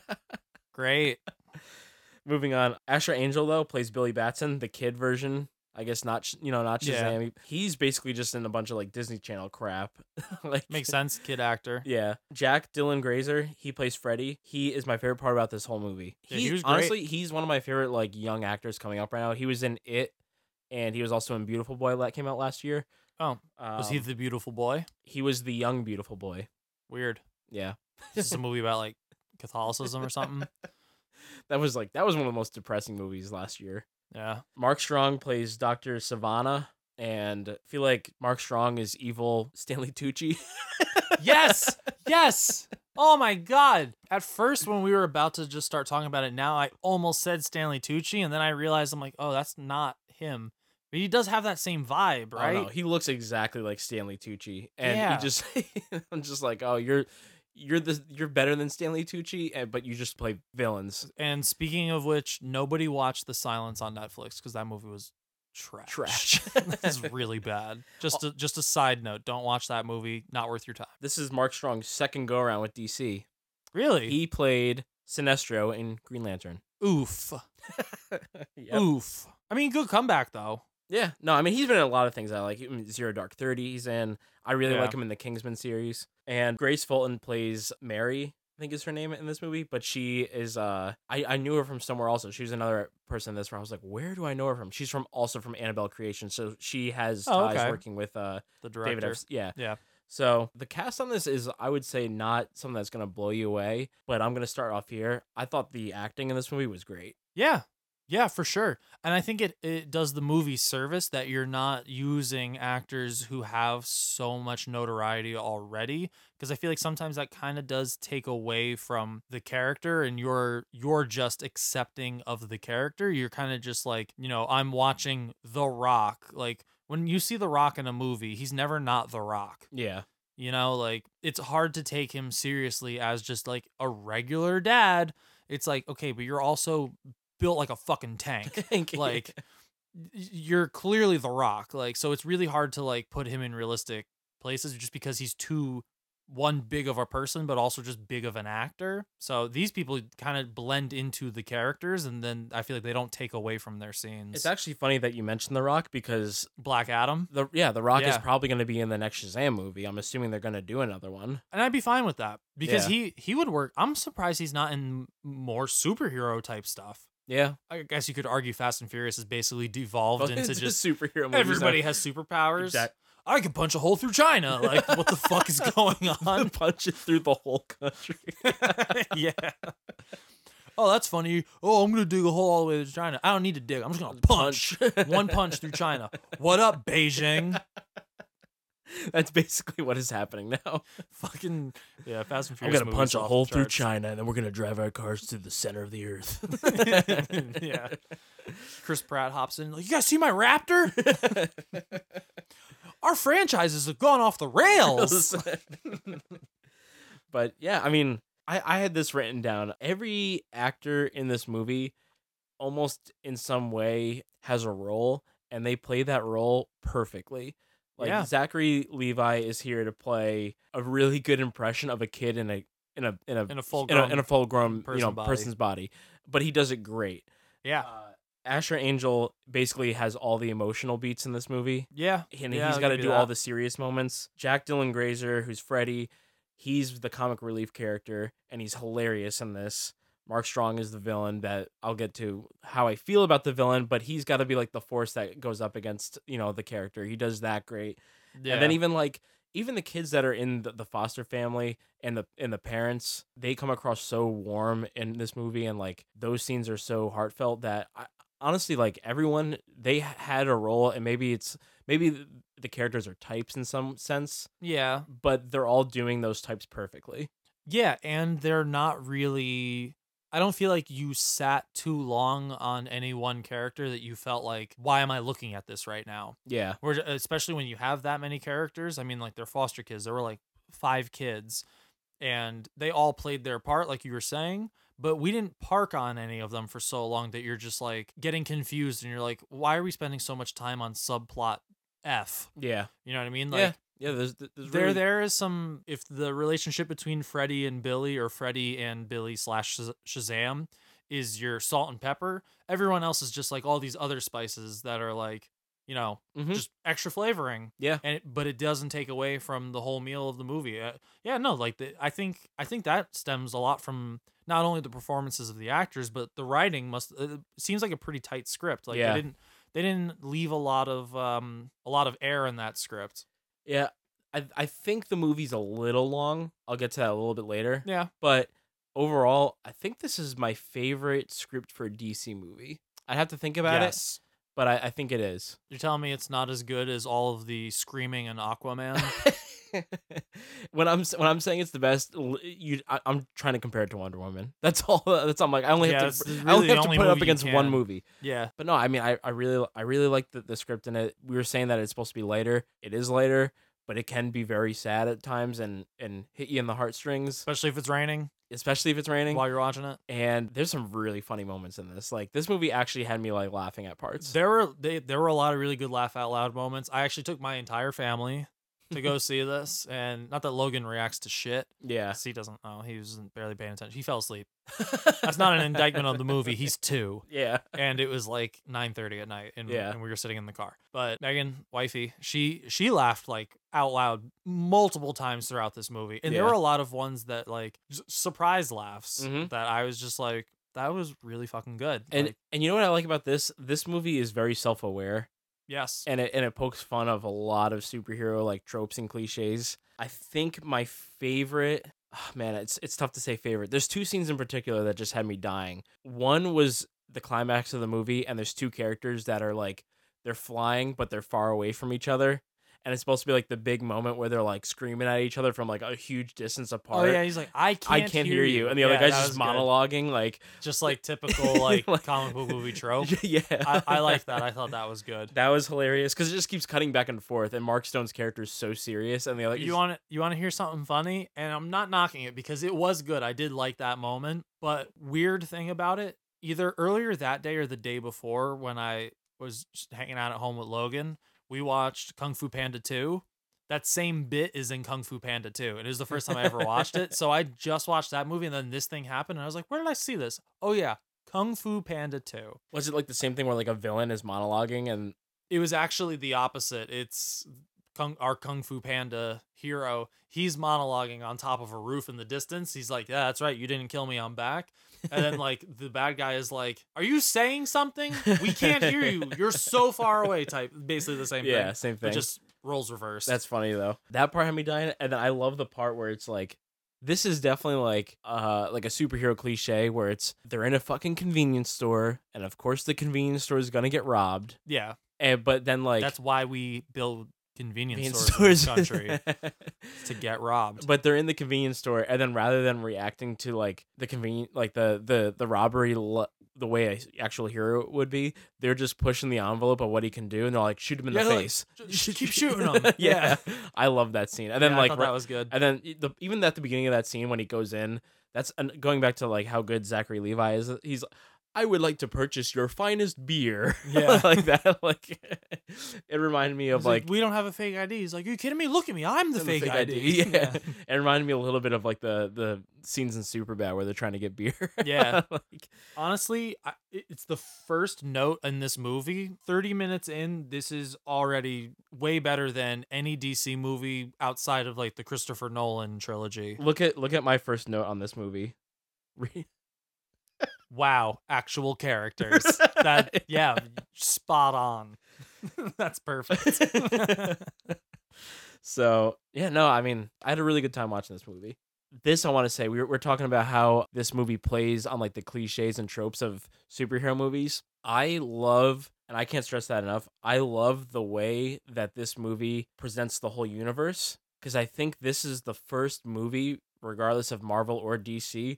[SPEAKER 7] Great.
[SPEAKER 8] Moving on. Asher Angel though plays Billy Batson, the kid version. I guess not Sh- you know not Shazam.
[SPEAKER 7] Yeah.
[SPEAKER 8] He- He's basically just in a bunch of like Disney Channel crap. like
[SPEAKER 7] Makes sense. Kid actor.
[SPEAKER 8] Yeah. Jack Dylan Grazer, he plays Freddy. He is my favorite part about this whole movie.
[SPEAKER 7] Yeah, he
[SPEAKER 8] He's-
[SPEAKER 7] was great.
[SPEAKER 8] honestly he's one of my favorite like young actors coming up right now. He was in It and he was also in Beautiful Boy that came out last year.
[SPEAKER 7] Oh, was he
[SPEAKER 8] Um,
[SPEAKER 7] the beautiful boy?
[SPEAKER 8] he was the young beautiful boy.
[SPEAKER 7] Weird.
[SPEAKER 8] Yeah.
[SPEAKER 7] This is a movie about like Catholicism or something.
[SPEAKER 8] That was like that was one of the most depressing movies last year.
[SPEAKER 7] Yeah.
[SPEAKER 8] Mark Strong plays Dr. Savannah, and I feel like Mark Strong is evil Stanley Tucci.
[SPEAKER 7] Yes. Yes. Oh my God. At first, when we were about to just start talking about it now, I almost said Stanley Tucci, and then I realized I'm like, oh, that's not him. But he does have that same vibe,
[SPEAKER 8] I
[SPEAKER 7] right?
[SPEAKER 8] don't know. He looks exactly like Stanley Tucci. And
[SPEAKER 7] Yeah.
[SPEAKER 8] he just I'm just like, oh, you're you're the you're better than Stanley Tucci, and but you just play villains.
[SPEAKER 7] And speaking of which, nobody watched The Silence on Netflix because that movie was trash.
[SPEAKER 8] Trash.
[SPEAKER 7] It's really bad. Just a, just a side note: don't watch that movie. Not worth your time.
[SPEAKER 8] This is Mark Strong's second go around with DC.
[SPEAKER 7] Really?
[SPEAKER 8] He played Sinestro in Green Lantern.
[SPEAKER 7] Oof.
[SPEAKER 8] Yep.
[SPEAKER 7] Oof. I mean, good comeback though.
[SPEAKER 8] Yeah. No, I mean he's been in a lot of things I like. I mean, Zero Dark Thirty, he's in. I really
[SPEAKER 7] Yeah.
[SPEAKER 8] like him in the Kingsman series. And Grace Fulton plays Mary, I think is her name in this movie. But she is uh I, I knew her from somewhere also. She was another person in this where I was like, Where do I know her from? She's from also from Annabelle Creation. So she has
[SPEAKER 7] Oh,
[SPEAKER 8] ties
[SPEAKER 7] okay.
[SPEAKER 8] working with uh
[SPEAKER 7] The director.
[SPEAKER 8] David F. Yeah.
[SPEAKER 7] Yeah.
[SPEAKER 8] So the cast on this is, I would say, not something that's gonna blow you away, but I'm gonna start off here. I thought the acting in this movie was great.
[SPEAKER 7] Yeah. Yeah, for sure. And I think it, it does the movie service that you're not using actors who have so much notoriety already because I feel like sometimes that kind of does take away from the character and you're you're just accepting of the character. You're kind of just like, you know, I'm watching The Rock. Like when you see The Rock in a movie, he's never not The Rock.
[SPEAKER 8] Yeah.
[SPEAKER 7] You know, like it's hard to take him seriously as just like a regular dad. It's like, okay, but you're also built like a fucking tank. Like y- you're clearly the rock. Like so it's really hard to like put him in realistic places just because he's too one big of a person but also just big of an actor. So these people kind of blend into the characters and then I feel like they don't take away from their scenes.
[SPEAKER 8] It's actually funny that you mentioned The Rock because
[SPEAKER 7] Black Adam.
[SPEAKER 8] the yeah, The Rock is
[SPEAKER 7] Yeah.
[SPEAKER 8] probably going to be in the next Shazam movie. I'm assuming they're going to do another one.
[SPEAKER 7] and I'd be fine with that because
[SPEAKER 8] Yeah.
[SPEAKER 7] he he would work. I'm surprised he's not in more superhero type stuff.
[SPEAKER 8] Yeah,
[SPEAKER 7] I guess you could argue Fast and Furious is basically devolved into
[SPEAKER 8] It's a
[SPEAKER 7] just
[SPEAKER 8] superhero. Movie,
[SPEAKER 7] everybody has superpowers.
[SPEAKER 8] Exact-
[SPEAKER 7] I can punch a hole through China. Like what the fuck is going on?
[SPEAKER 8] punch it through the whole country.
[SPEAKER 7] yeah. oh, that's funny. Oh, I'm gonna dig a hole all the way to China. I don't need to dig. I'm just gonna punch, one punch through China. What up, Beijing?
[SPEAKER 8] That's basically what is happening now.
[SPEAKER 7] Fucking yeah, Fast and
[SPEAKER 8] I'm
[SPEAKER 7] Furious.
[SPEAKER 8] gonna
[SPEAKER 7] movies
[SPEAKER 8] punch a
[SPEAKER 7] off the
[SPEAKER 8] hole through
[SPEAKER 7] charts.
[SPEAKER 8] China, and then we're gonna drive our cars to the center of the earth.
[SPEAKER 7] yeah. Chris Pratt hops in. Like, you guys see my Raptor? Our franchises have gone off the rails.
[SPEAKER 8] but yeah, I mean, I, I had this written down. Every actor in this movie almost in some way has a role, and they play that role perfectly. Like
[SPEAKER 7] Yeah.
[SPEAKER 8] Zachary Levi is here to play a really good impression of a kid in a in a in a
[SPEAKER 7] In a full
[SPEAKER 8] in a,
[SPEAKER 7] grown.
[SPEAKER 8] in a full grown you know
[SPEAKER 7] person body.
[SPEAKER 8] person's body, but he does it great.
[SPEAKER 7] yeah.
[SPEAKER 8] Uh, Asher Angel basically has all the emotional beats in this movie
[SPEAKER 7] yeah.
[SPEAKER 8] and
[SPEAKER 7] Yeah,
[SPEAKER 8] he's
[SPEAKER 7] I'll
[SPEAKER 8] got to
[SPEAKER 7] give
[SPEAKER 8] do
[SPEAKER 7] you
[SPEAKER 8] all
[SPEAKER 7] that.
[SPEAKER 8] the serious moments. Jack Dylan Grazer, who's Freddy, he's the comic relief character, and he's hilarious in this. Mark Strong is the villain that I'll get to how I feel about the villain, but he's got to be like the force that goes up against you know the character. He does that great, and then even like even the kids that are in the, the foster family and the and the parents, they come across so warm in this movie, and like those scenes are so heartfelt that I, honestly, like everyone, they had a role, and maybe it's maybe th- the characters are types in some sense,
[SPEAKER 7] Yeah.
[SPEAKER 8] but they're all doing those types perfectly.
[SPEAKER 7] Yeah, and they're not really. I don't feel like you sat too long on any one character that you felt like, why am I looking at this right now?
[SPEAKER 8] Yeah,
[SPEAKER 7] Where especially when you have that many characters, I mean, like they're foster kids. There were like five kids, and they all played their part, like you were saying. But we didn't park on any of them for so long that you're just like getting confused, and you're like, why are we spending so much time on subplot F?
[SPEAKER 8] yeah,
[SPEAKER 7] You know what I mean? Like,
[SPEAKER 8] yeah, yeah. There's, there's
[SPEAKER 7] there
[SPEAKER 8] really-
[SPEAKER 7] there is some if the relationship between Freddy and Billy or Freddy and Billy slash Shaz- Shazam is your salt and pepper. Everyone else is just like all these other spices that are like you know
[SPEAKER 8] Mhm.
[SPEAKER 7] just extra flavoring.
[SPEAKER 8] Yeah.
[SPEAKER 7] and it, but it doesn't take away from the whole meal of the movie. Uh, yeah, no, like the, I think I think that stems a lot from not only the performances of the actors but the writing. Must uh, seems like a pretty tight script. Like
[SPEAKER 8] Yeah.
[SPEAKER 7] they didn't they didn't leave a lot of um a lot of air in that script.
[SPEAKER 8] yeah. I I think the movie's a little long. I'll get to that a little bit later.
[SPEAKER 7] Yeah.
[SPEAKER 8] but overall, I think this is my favorite script for a DC movie. I'd have to think about it,
[SPEAKER 7] yes.
[SPEAKER 8] but I, I think it is.
[SPEAKER 7] You're telling me it's not as good as all of the screaming and Aquaman?
[SPEAKER 8] when I'm s- when I'm saying it's the best, l- you I, I'm trying to compare it to Wonder Woman. That's all. That's all I'm like. I only
[SPEAKER 7] Yeah,
[SPEAKER 8] have
[SPEAKER 7] it's
[SPEAKER 8] to.
[SPEAKER 7] really
[SPEAKER 8] I only
[SPEAKER 7] the
[SPEAKER 8] have
[SPEAKER 7] only
[SPEAKER 8] to put it up
[SPEAKER 7] movie you
[SPEAKER 8] against one
[SPEAKER 7] can.
[SPEAKER 8] movie.
[SPEAKER 7] yeah.
[SPEAKER 8] But no, I mean, I, I really I really like the, the script in it. We were saying that it's supposed to be lighter. It is lighter, but it can be very sad at times and and hit you in the heartstrings,
[SPEAKER 7] Especially if it's raining
[SPEAKER 8] especially if it's raining.
[SPEAKER 7] while you're watching it.
[SPEAKER 8] And there's some really funny moments in this. Like this movie actually had me like laughing at parts.
[SPEAKER 7] There were they, there were a lot of really good laugh out loud moments. I actually took my entire family to go see this, and not that Logan reacts to shit.
[SPEAKER 8] yeah,
[SPEAKER 7] He doesn't. Oh, he was barely paying attention. He fell asleep. That's not an indictment on the movie. He's two,
[SPEAKER 8] yeah,
[SPEAKER 7] and it was like nine thirty at night, and,
[SPEAKER 8] Yeah.
[SPEAKER 7] and we were sitting in the car. But Megan, wifey, she she laughed like out loud multiple times throughout this movie, and there
[SPEAKER 8] Yeah.
[SPEAKER 7] were a lot of ones that like s- surprise laughs
[SPEAKER 8] Mhm.
[SPEAKER 7] that I was just like, that was really fucking good.
[SPEAKER 8] and
[SPEAKER 7] Like,
[SPEAKER 8] and you know what I like about this? This movie is very self aware.
[SPEAKER 7] yes,
[SPEAKER 8] and it and it pokes fun of a lot of superhero like tropes and cliches. I think my favorite ah, man, it's it's tough to say favorite. There's two scenes in particular that just had me dying. One was the climax of the movie, and there's two characters that are like they're flying, but they're far away from each other. And it's supposed to be like the big moment where they're like screaming at each other from like a huge distance apart.
[SPEAKER 7] oh yeah, he's like, I
[SPEAKER 8] I
[SPEAKER 7] can't,
[SPEAKER 8] can't, hear, you. And the other
[SPEAKER 7] Yeah,
[SPEAKER 8] guy's
[SPEAKER 7] that
[SPEAKER 8] just
[SPEAKER 7] was good.
[SPEAKER 8] monologuing, like,
[SPEAKER 7] just like typical like,
[SPEAKER 8] Like-
[SPEAKER 7] comic book movie trope.
[SPEAKER 8] yeah.
[SPEAKER 7] I, I like that. I thought that was good.
[SPEAKER 8] That was hilarious because it just keeps cutting back and forth, and Mark Stone's character is so serious, and the other
[SPEAKER 7] you want to you want to hear something funny and i'm not knocking it because it was good i did like that moment but weird thing about it either earlier that day or the day before when i was just hanging out at home with logan we watched kung fu panda 2 that same bit is in kung fu panda 2 it is the first time i ever watched it so i just watched that movie and then this thing happened and i was like where did i see this oh yeah kung fu panda 2
[SPEAKER 8] was it like the same thing where like a villain is monologuing and
[SPEAKER 7] it was actually the opposite. It's Kung, our Kung Fu Panda hero. He's monologuing on top of a roof in the distance. He's like, "Yeah, that's right. You didn't kill me. I'm back." And then like the bad guy is like, "Are you saying something? We can't hear you. You're so far away." Type basically the same
[SPEAKER 8] yeah,
[SPEAKER 7] thing.
[SPEAKER 8] same
[SPEAKER 7] But
[SPEAKER 8] thing.
[SPEAKER 7] just roles reversed.
[SPEAKER 8] That's funny though. That part had me dying, and then I love the part where it's like This is definitely like uh like a superhero cliche where it's they're in a fucking convenience store and of course the convenience store is gonna get robbed.
[SPEAKER 7] Yeah.
[SPEAKER 8] And but then like
[SPEAKER 7] That's why we build convenience stores, in this country to get robbed.
[SPEAKER 8] But they're in the convenience store, and then rather than reacting to like the convenient, like the the the robbery, l- the way an actual hero would be, they're just pushing the envelope of what he can do, and they're like shoot him in
[SPEAKER 7] Yeah,
[SPEAKER 8] the
[SPEAKER 7] like,
[SPEAKER 8] face.
[SPEAKER 7] "Sh- sh- keep shooting him."
[SPEAKER 8] yeah.
[SPEAKER 7] Yeah.
[SPEAKER 8] I love that scene. And then
[SPEAKER 7] Yeah, I
[SPEAKER 8] like
[SPEAKER 7] thought
[SPEAKER 8] ra-
[SPEAKER 7] that was good.
[SPEAKER 8] And then e- the, even at the beginning of that scene when he goes in, that's and going back to like how good Zachary Levi is. He's I would like to purchase your finest beer.
[SPEAKER 7] Yeah.
[SPEAKER 8] like that. Like it reminded me of
[SPEAKER 7] He's like,
[SPEAKER 8] like
[SPEAKER 7] we don't have a fake ID. He's like, you kidding me? Look at me. I'm the,
[SPEAKER 8] and
[SPEAKER 7] fake, ID.
[SPEAKER 8] Yeah. it reminded me a little bit of like the the scenes in Superbad where they're trying to get beer.
[SPEAKER 7] Yeah.
[SPEAKER 8] like
[SPEAKER 7] Honestly, I, it- it's the first note in this movie. 30 minutes in, this is already way better than any DC movie outside of like the Christopher Nolan trilogy.
[SPEAKER 8] look at look at my first note on this movie. Re-
[SPEAKER 7] Wow, actual characters. that yeah, spot on. That's perfect.
[SPEAKER 8] so yeah, no, I mean I had a really good time watching this movie. This I want to say we were, we're talking about how this movie plays on like the cliches and tropes of superhero movies. I love and I can't stress that enough. I love the way that this movie presents the whole universe because I think this is the first movie, regardless of Marvel or DC,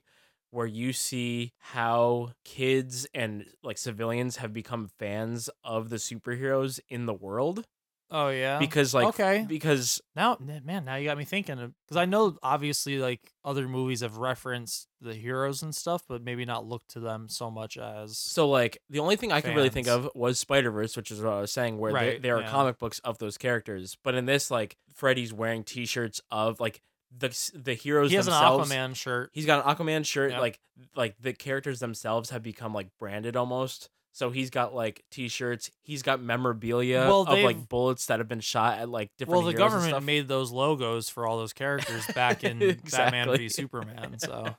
[SPEAKER 8] where you see how kids and like civilians have become fans of the superheroes in the world.
[SPEAKER 7] oh yeah.
[SPEAKER 8] Because like
[SPEAKER 7] Okay.
[SPEAKER 8] because
[SPEAKER 7] now n- man, now you got me thinking because I know obviously like other movies have referenced the heroes and stuff, but maybe not looked to them so much as
[SPEAKER 8] so like the only thing I can really think
[SPEAKER 7] Fans.
[SPEAKER 8] of was Spider Verse, which is what I was saying, where there,
[SPEAKER 7] Right,
[SPEAKER 8] there are
[SPEAKER 7] yeah.
[SPEAKER 8] comic books of those characters. But in this, like Freddy's wearing T shirts of like the the heroes
[SPEAKER 7] he has
[SPEAKER 8] themselves.
[SPEAKER 7] an Aquaman shirt.
[SPEAKER 8] He's got an Aquaman shirt.
[SPEAKER 7] Yep.
[SPEAKER 8] Like like the characters themselves have become like branded almost. So he's got like T-shirts. He's got memorabilia
[SPEAKER 7] Well,
[SPEAKER 8] of like
[SPEAKER 7] they've-
[SPEAKER 8] bullets that have been shot at like different.
[SPEAKER 7] Well, the
[SPEAKER 8] heroes and
[SPEAKER 7] government
[SPEAKER 8] stuff.
[SPEAKER 7] made those logos for all those characters back in Batman
[SPEAKER 8] Exactly.
[SPEAKER 7] v Superman. So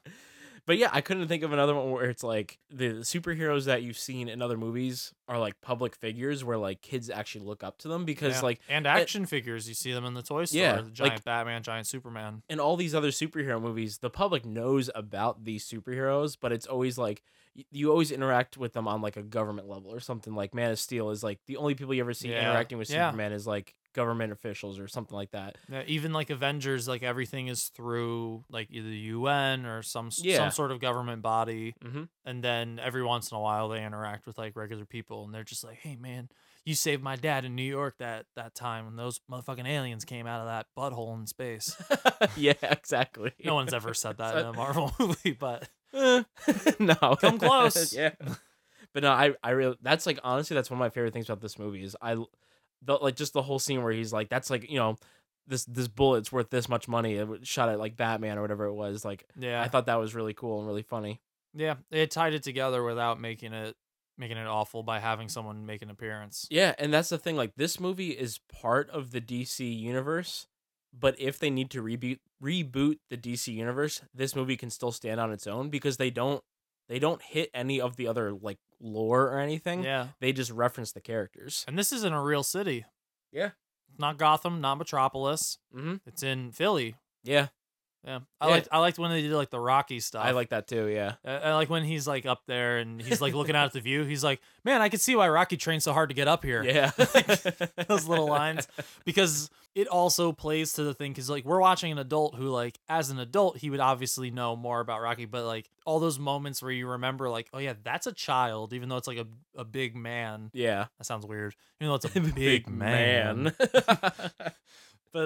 [SPEAKER 8] But yeah, I couldn't think of another one where it's like the superheroes that you've seen in other movies are like public figures where like kids actually look up to them because
[SPEAKER 7] yeah.
[SPEAKER 8] like
[SPEAKER 7] and
[SPEAKER 8] it-
[SPEAKER 7] action figures, you see them in the toy store.
[SPEAKER 8] Yeah,
[SPEAKER 7] the giant
[SPEAKER 8] like-
[SPEAKER 7] Batman, giant Superman.
[SPEAKER 8] in all these other superhero movies, the public knows about these superheroes, but it's always like y- you always interact with them on like a government level or something. Like Man of Steel is like the only people you ever see
[SPEAKER 7] Yeah.
[SPEAKER 8] interacting with
[SPEAKER 7] Yeah.
[SPEAKER 8] Superman is like government officials or something like that.
[SPEAKER 7] Yeah, even like Avengers, like everything is through like either the UN or some s-
[SPEAKER 8] Yeah.
[SPEAKER 7] some sort of government body,
[SPEAKER 8] Mhm.
[SPEAKER 7] and then every once in a while they interact with like regular people, and they're just like, "Hey, man, you saved my dad in New York that that time when those motherfucking aliens came out of that butthole in space."
[SPEAKER 8] yeah, exactly.
[SPEAKER 7] no one's ever said that in a Marvel movie, but
[SPEAKER 8] Eh, no,
[SPEAKER 7] Come close.
[SPEAKER 8] yeah, but no, I, I really that's like honestly that's one of my favorite things about this movie is I, the, like just the whole scene where he's like that's like you know this this bullet's worth this much money it was shot at like Batman or whatever it was like
[SPEAKER 7] yeah,
[SPEAKER 8] I thought that was really cool and really funny.
[SPEAKER 7] yeah, they tied it together without making it making it awful by having someone make an appearance.
[SPEAKER 8] Yeah, and that's the thing. Like this movie is part of the DC universe, but if they need to reboot reboot the DC universe, this movie can still stand on its own because they don't they don't hit any of the other like lore or anything.
[SPEAKER 7] Yeah,
[SPEAKER 8] They just reference the characters.
[SPEAKER 7] and this isn't a real city.
[SPEAKER 8] Yeah.
[SPEAKER 7] Not Gotham, not Metropolis.
[SPEAKER 8] Mm-hmm.
[SPEAKER 7] It's in Philly.
[SPEAKER 8] Yeah,
[SPEAKER 7] Yeah, I
[SPEAKER 8] Yeah.
[SPEAKER 7] liked I liked when they did like the Rocky stuff.
[SPEAKER 8] I like that too. Yeah,
[SPEAKER 7] I- I like when he's like up there and he's like looking out at the view. He's like, man, I can see why Rocky trained so hard to get up here.
[SPEAKER 8] yeah.
[SPEAKER 7] those little lines because it also plays to the thing because like we're watching an adult who like as an adult he would obviously know more about rocky but like all those moments where you remember like oh yeah that's a child even though it's like a, a big man
[SPEAKER 8] Yeah,
[SPEAKER 7] that sounds weird even though it's a big, man, but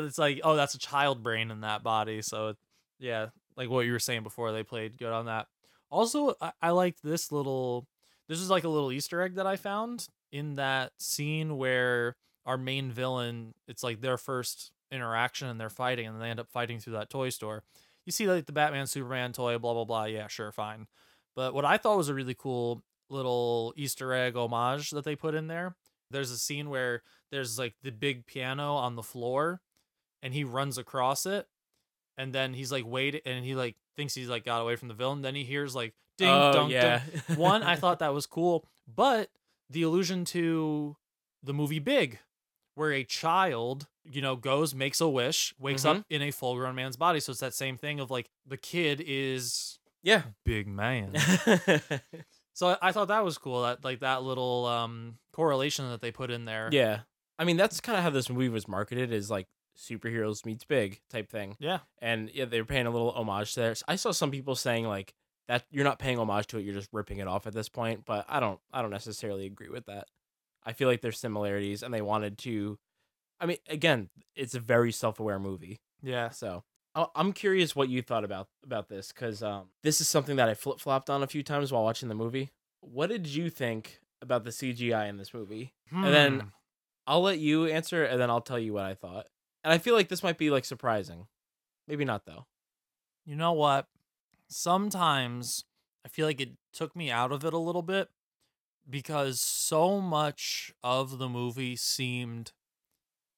[SPEAKER 7] it's like oh that's a child brain in that body so it, yeah like what you were saying before they played good on that also I, I liked this little this is like a little easter egg that i found in that scene where our main villain it's like their first interaction and they're fighting and they end up fighting through that toy store you see like the batman superman toy blah blah blah yeah sure fine but what i thought was a really cool little easter egg homage that they put in there there's a scene where there's like the big piano on the floor and he runs across it and then he's like wait and he like thinks he's like got away from the villain then he hears like ding
[SPEAKER 8] oh,
[SPEAKER 7] dong ding
[SPEAKER 8] yeah.
[SPEAKER 7] one i thought that was cool but the allusion to the movie big where a child you know, goes, makes a wish, wakes up in a full grown man's body. So it's that same thing of like the kid is
[SPEAKER 8] yeah
[SPEAKER 7] big man. so I, I thought that was cool that like that little um correlation that they put in there.
[SPEAKER 8] Yeah. I mean, that's kind of how this movie was marketed is like superheroes meets big type thing.
[SPEAKER 7] Yeah.
[SPEAKER 8] And yeah, they were paying a little homage to there. I saw some people saying like that you're not paying homage to it, you're just ripping it off at this point, but I don't I don't necessarily agree with that. I feel like there's similarities and they wanted to I mean, again, it's a very self-aware movie.
[SPEAKER 7] Yeah.
[SPEAKER 8] So I- I'm curious what you thought about about this because um, this is something that I flip flopped on a few times while watching the movie. What did you think about the CGI in this movie? And
[SPEAKER 7] Hmm.
[SPEAKER 8] then I'll let you answer, and then I'll tell you what I thought. And I feel like this might be like surprising, maybe not though.
[SPEAKER 7] you know what? Sometimes I feel like it took me out of it a little bit because so much of the movie seemed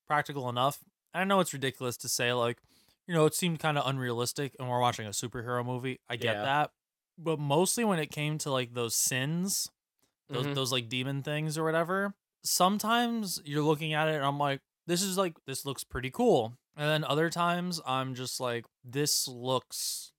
[SPEAKER 7] practical enough. I know it's ridiculous to say, like, you know, it seemed kind of unrealistic and we're watching a superhero movie. I get
[SPEAKER 8] Yeah.
[SPEAKER 7] that. But mostly when it came to like those sins, those,
[SPEAKER 8] Mhm.
[SPEAKER 7] those like demon things or whatever, sometimes you're looking at it and I'm like, this is like, this looks pretty cool. And then other times I'm just like, this looks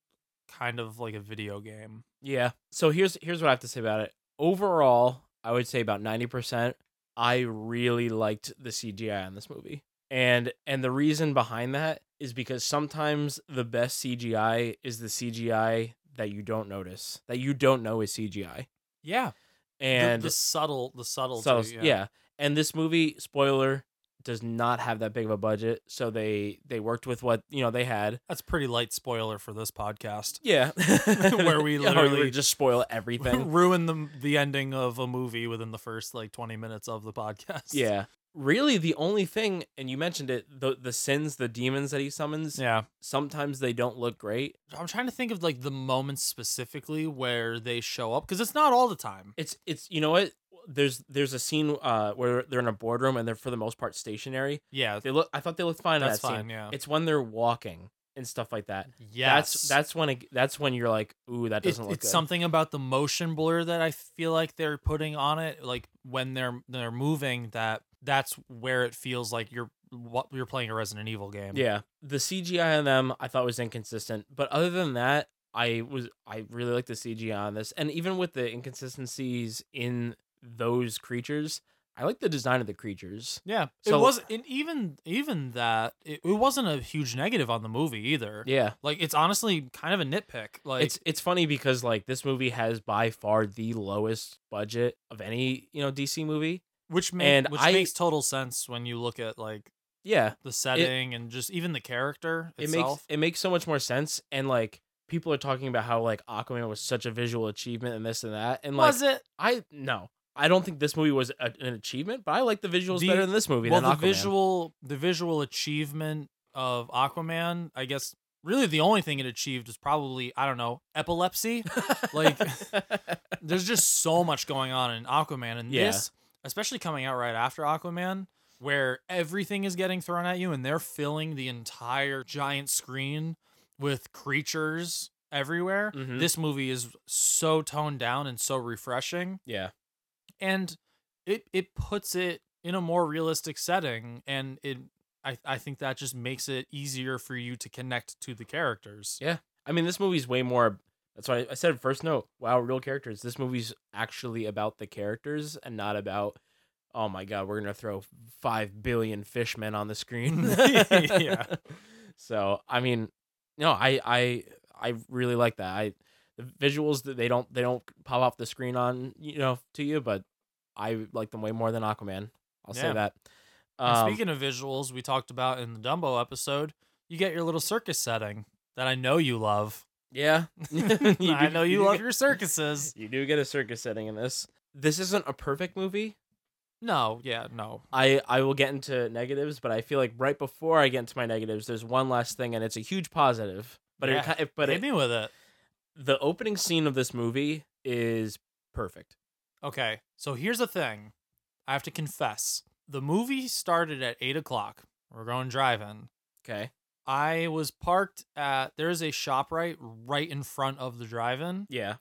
[SPEAKER 7] kind of like a video game.
[SPEAKER 8] Yeah. So here's here's what I have to say about it. Overall, I would say about 90%. I really liked the CGI on this movie. And and the reason behind that is because sometimes the best CGI is the CGI that you don't notice, that you don't know is CGI.
[SPEAKER 7] Yeah. The-
[SPEAKER 8] And
[SPEAKER 7] the, subtle, the subtlety.
[SPEAKER 8] so, yeah. And this movie, spoiler, does not have that big of a budget, so they they worked with what, you know, they had.
[SPEAKER 7] That's pretty light spoiler for this podcast.
[SPEAKER 8] Yeah.
[SPEAKER 7] Where we
[SPEAKER 8] Oh,
[SPEAKER 7] literally
[SPEAKER 8] just spoil everything.
[SPEAKER 7] ruin the the ending of a movie within the first like 20 minutes of the podcast.
[SPEAKER 8] Yeah. Really, the only thing, and you mentioned it, the the sins, the demons that he summons.
[SPEAKER 7] Yeah.
[SPEAKER 8] Sometimes they don't look great.
[SPEAKER 7] I'm trying to think of like the moments specifically where they show up because it's not all the time.
[SPEAKER 8] It's it's you know what. There's there's a scene uh, where they're in a boardroom and they're for the most part stationary.
[SPEAKER 7] Yeah.
[SPEAKER 8] They look. I thought they looked fine. in
[SPEAKER 7] That's
[SPEAKER 8] that scene.
[SPEAKER 7] fine, yeah.
[SPEAKER 8] It's when they're walking and stuff like that.
[SPEAKER 7] Yes.
[SPEAKER 8] That's that's when it, that's when you're like, ooh, that
[SPEAKER 7] It-
[SPEAKER 8] doesn't look
[SPEAKER 7] it's
[SPEAKER 8] good.
[SPEAKER 7] something about the motion blur that I feel like they're putting on it, like when they're they're moving. That that's where it feels like you're wa- you're playing a Resident Evil game.
[SPEAKER 8] Yeah, the CGI on them I thought was inconsistent, but other than that, I was I really like the CGI on this, and even with the inconsistencies in those creatures, I like the design of the creatures.
[SPEAKER 7] yeah.
[SPEAKER 8] So-
[SPEAKER 7] it was, and even even that it, it wasn't a huge negative on the movie either.
[SPEAKER 8] Yeah,
[SPEAKER 7] Like it's honestly kind of a nitpick. Like
[SPEAKER 8] it's it's funny because like this movie has by far the lowest budget of any you know DC movie.
[SPEAKER 7] which ma-
[SPEAKER 8] and
[SPEAKER 7] which
[SPEAKER 8] I-
[SPEAKER 7] makes total sense when you look at like
[SPEAKER 8] Yeah,
[SPEAKER 7] the setting and just even the character
[SPEAKER 8] it
[SPEAKER 7] itself.
[SPEAKER 8] makes it makes so much more sense, and like people are talking about how like Aquaman was such a visual achievement and this and that, and like
[SPEAKER 7] was it
[SPEAKER 8] I no. I don't think this movie was a, an achievement, but I like the visuals
[SPEAKER 7] The-
[SPEAKER 8] better than this movie.
[SPEAKER 7] well
[SPEAKER 8] than
[SPEAKER 7] the
[SPEAKER 8] Aquaman.
[SPEAKER 7] visual the visual achievement of Aquaman? I guess really the only thing it achieved was probably I don't know epilepsy. like there's just so much going on in Aquaman, and
[SPEAKER 8] Yeah.
[SPEAKER 7] this especially coming out right after Aquaman. Where everything is getting thrown at you, and they're filling the entire giant screen with creatures everywhere.
[SPEAKER 8] Mhm.
[SPEAKER 7] This movie is so toned down and so refreshing,
[SPEAKER 8] yeah,
[SPEAKER 7] and it it puts it in a more realistic setting, and it I I think that just makes it easier for you to connect to the characters.
[SPEAKER 8] yeah. I mean, this movie's way more. That's why I said first note. Wow, real characters. This movie's actually about the characters and not about. Oh my god, we're gonna throw five billion fishmen on the screen.
[SPEAKER 7] Yeah.
[SPEAKER 8] So I mean, no, I I I really like that. I the visuals that they don't they don't pop off the screen on you know to you, but I like them way more than Aquaman. I'll
[SPEAKER 7] Yeah.
[SPEAKER 8] say that.
[SPEAKER 7] And
[SPEAKER 8] Um,
[SPEAKER 7] speaking of visuals, we talked about in the Dumbo episode, you get your little circus setting that I know you love.
[SPEAKER 8] yeah,
[SPEAKER 7] I
[SPEAKER 8] do-
[SPEAKER 7] know you
[SPEAKER 8] do
[SPEAKER 7] love
[SPEAKER 8] get-
[SPEAKER 7] your circuses.
[SPEAKER 8] You do get a circus setting in this. This isn't a perfect movie.
[SPEAKER 7] No, yeah, no.
[SPEAKER 8] I, I will get into negatives, but I feel like right before I get into my negatives, there's one last thing, and it's a huge positive. But
[SPEAKER 7] Yeah,
[SPEAKER 8] it, ki- but
[SPEAKER 7] Hit
[SPEAKER 8] it,
[SPEAKER 7] me with it.
[SPEAKER 8] the opening scene of this movie is perfect.
[SPEAKER 7] Okay, so here's the thing. I have to confess. The movie started at eight o'clock. We're going driving.
[SPEAKER 8] Okay.
[SPEAKER 7] I was parked at there's a shop right right in front of the drive-in.
[SPEAKER 8] Yeah.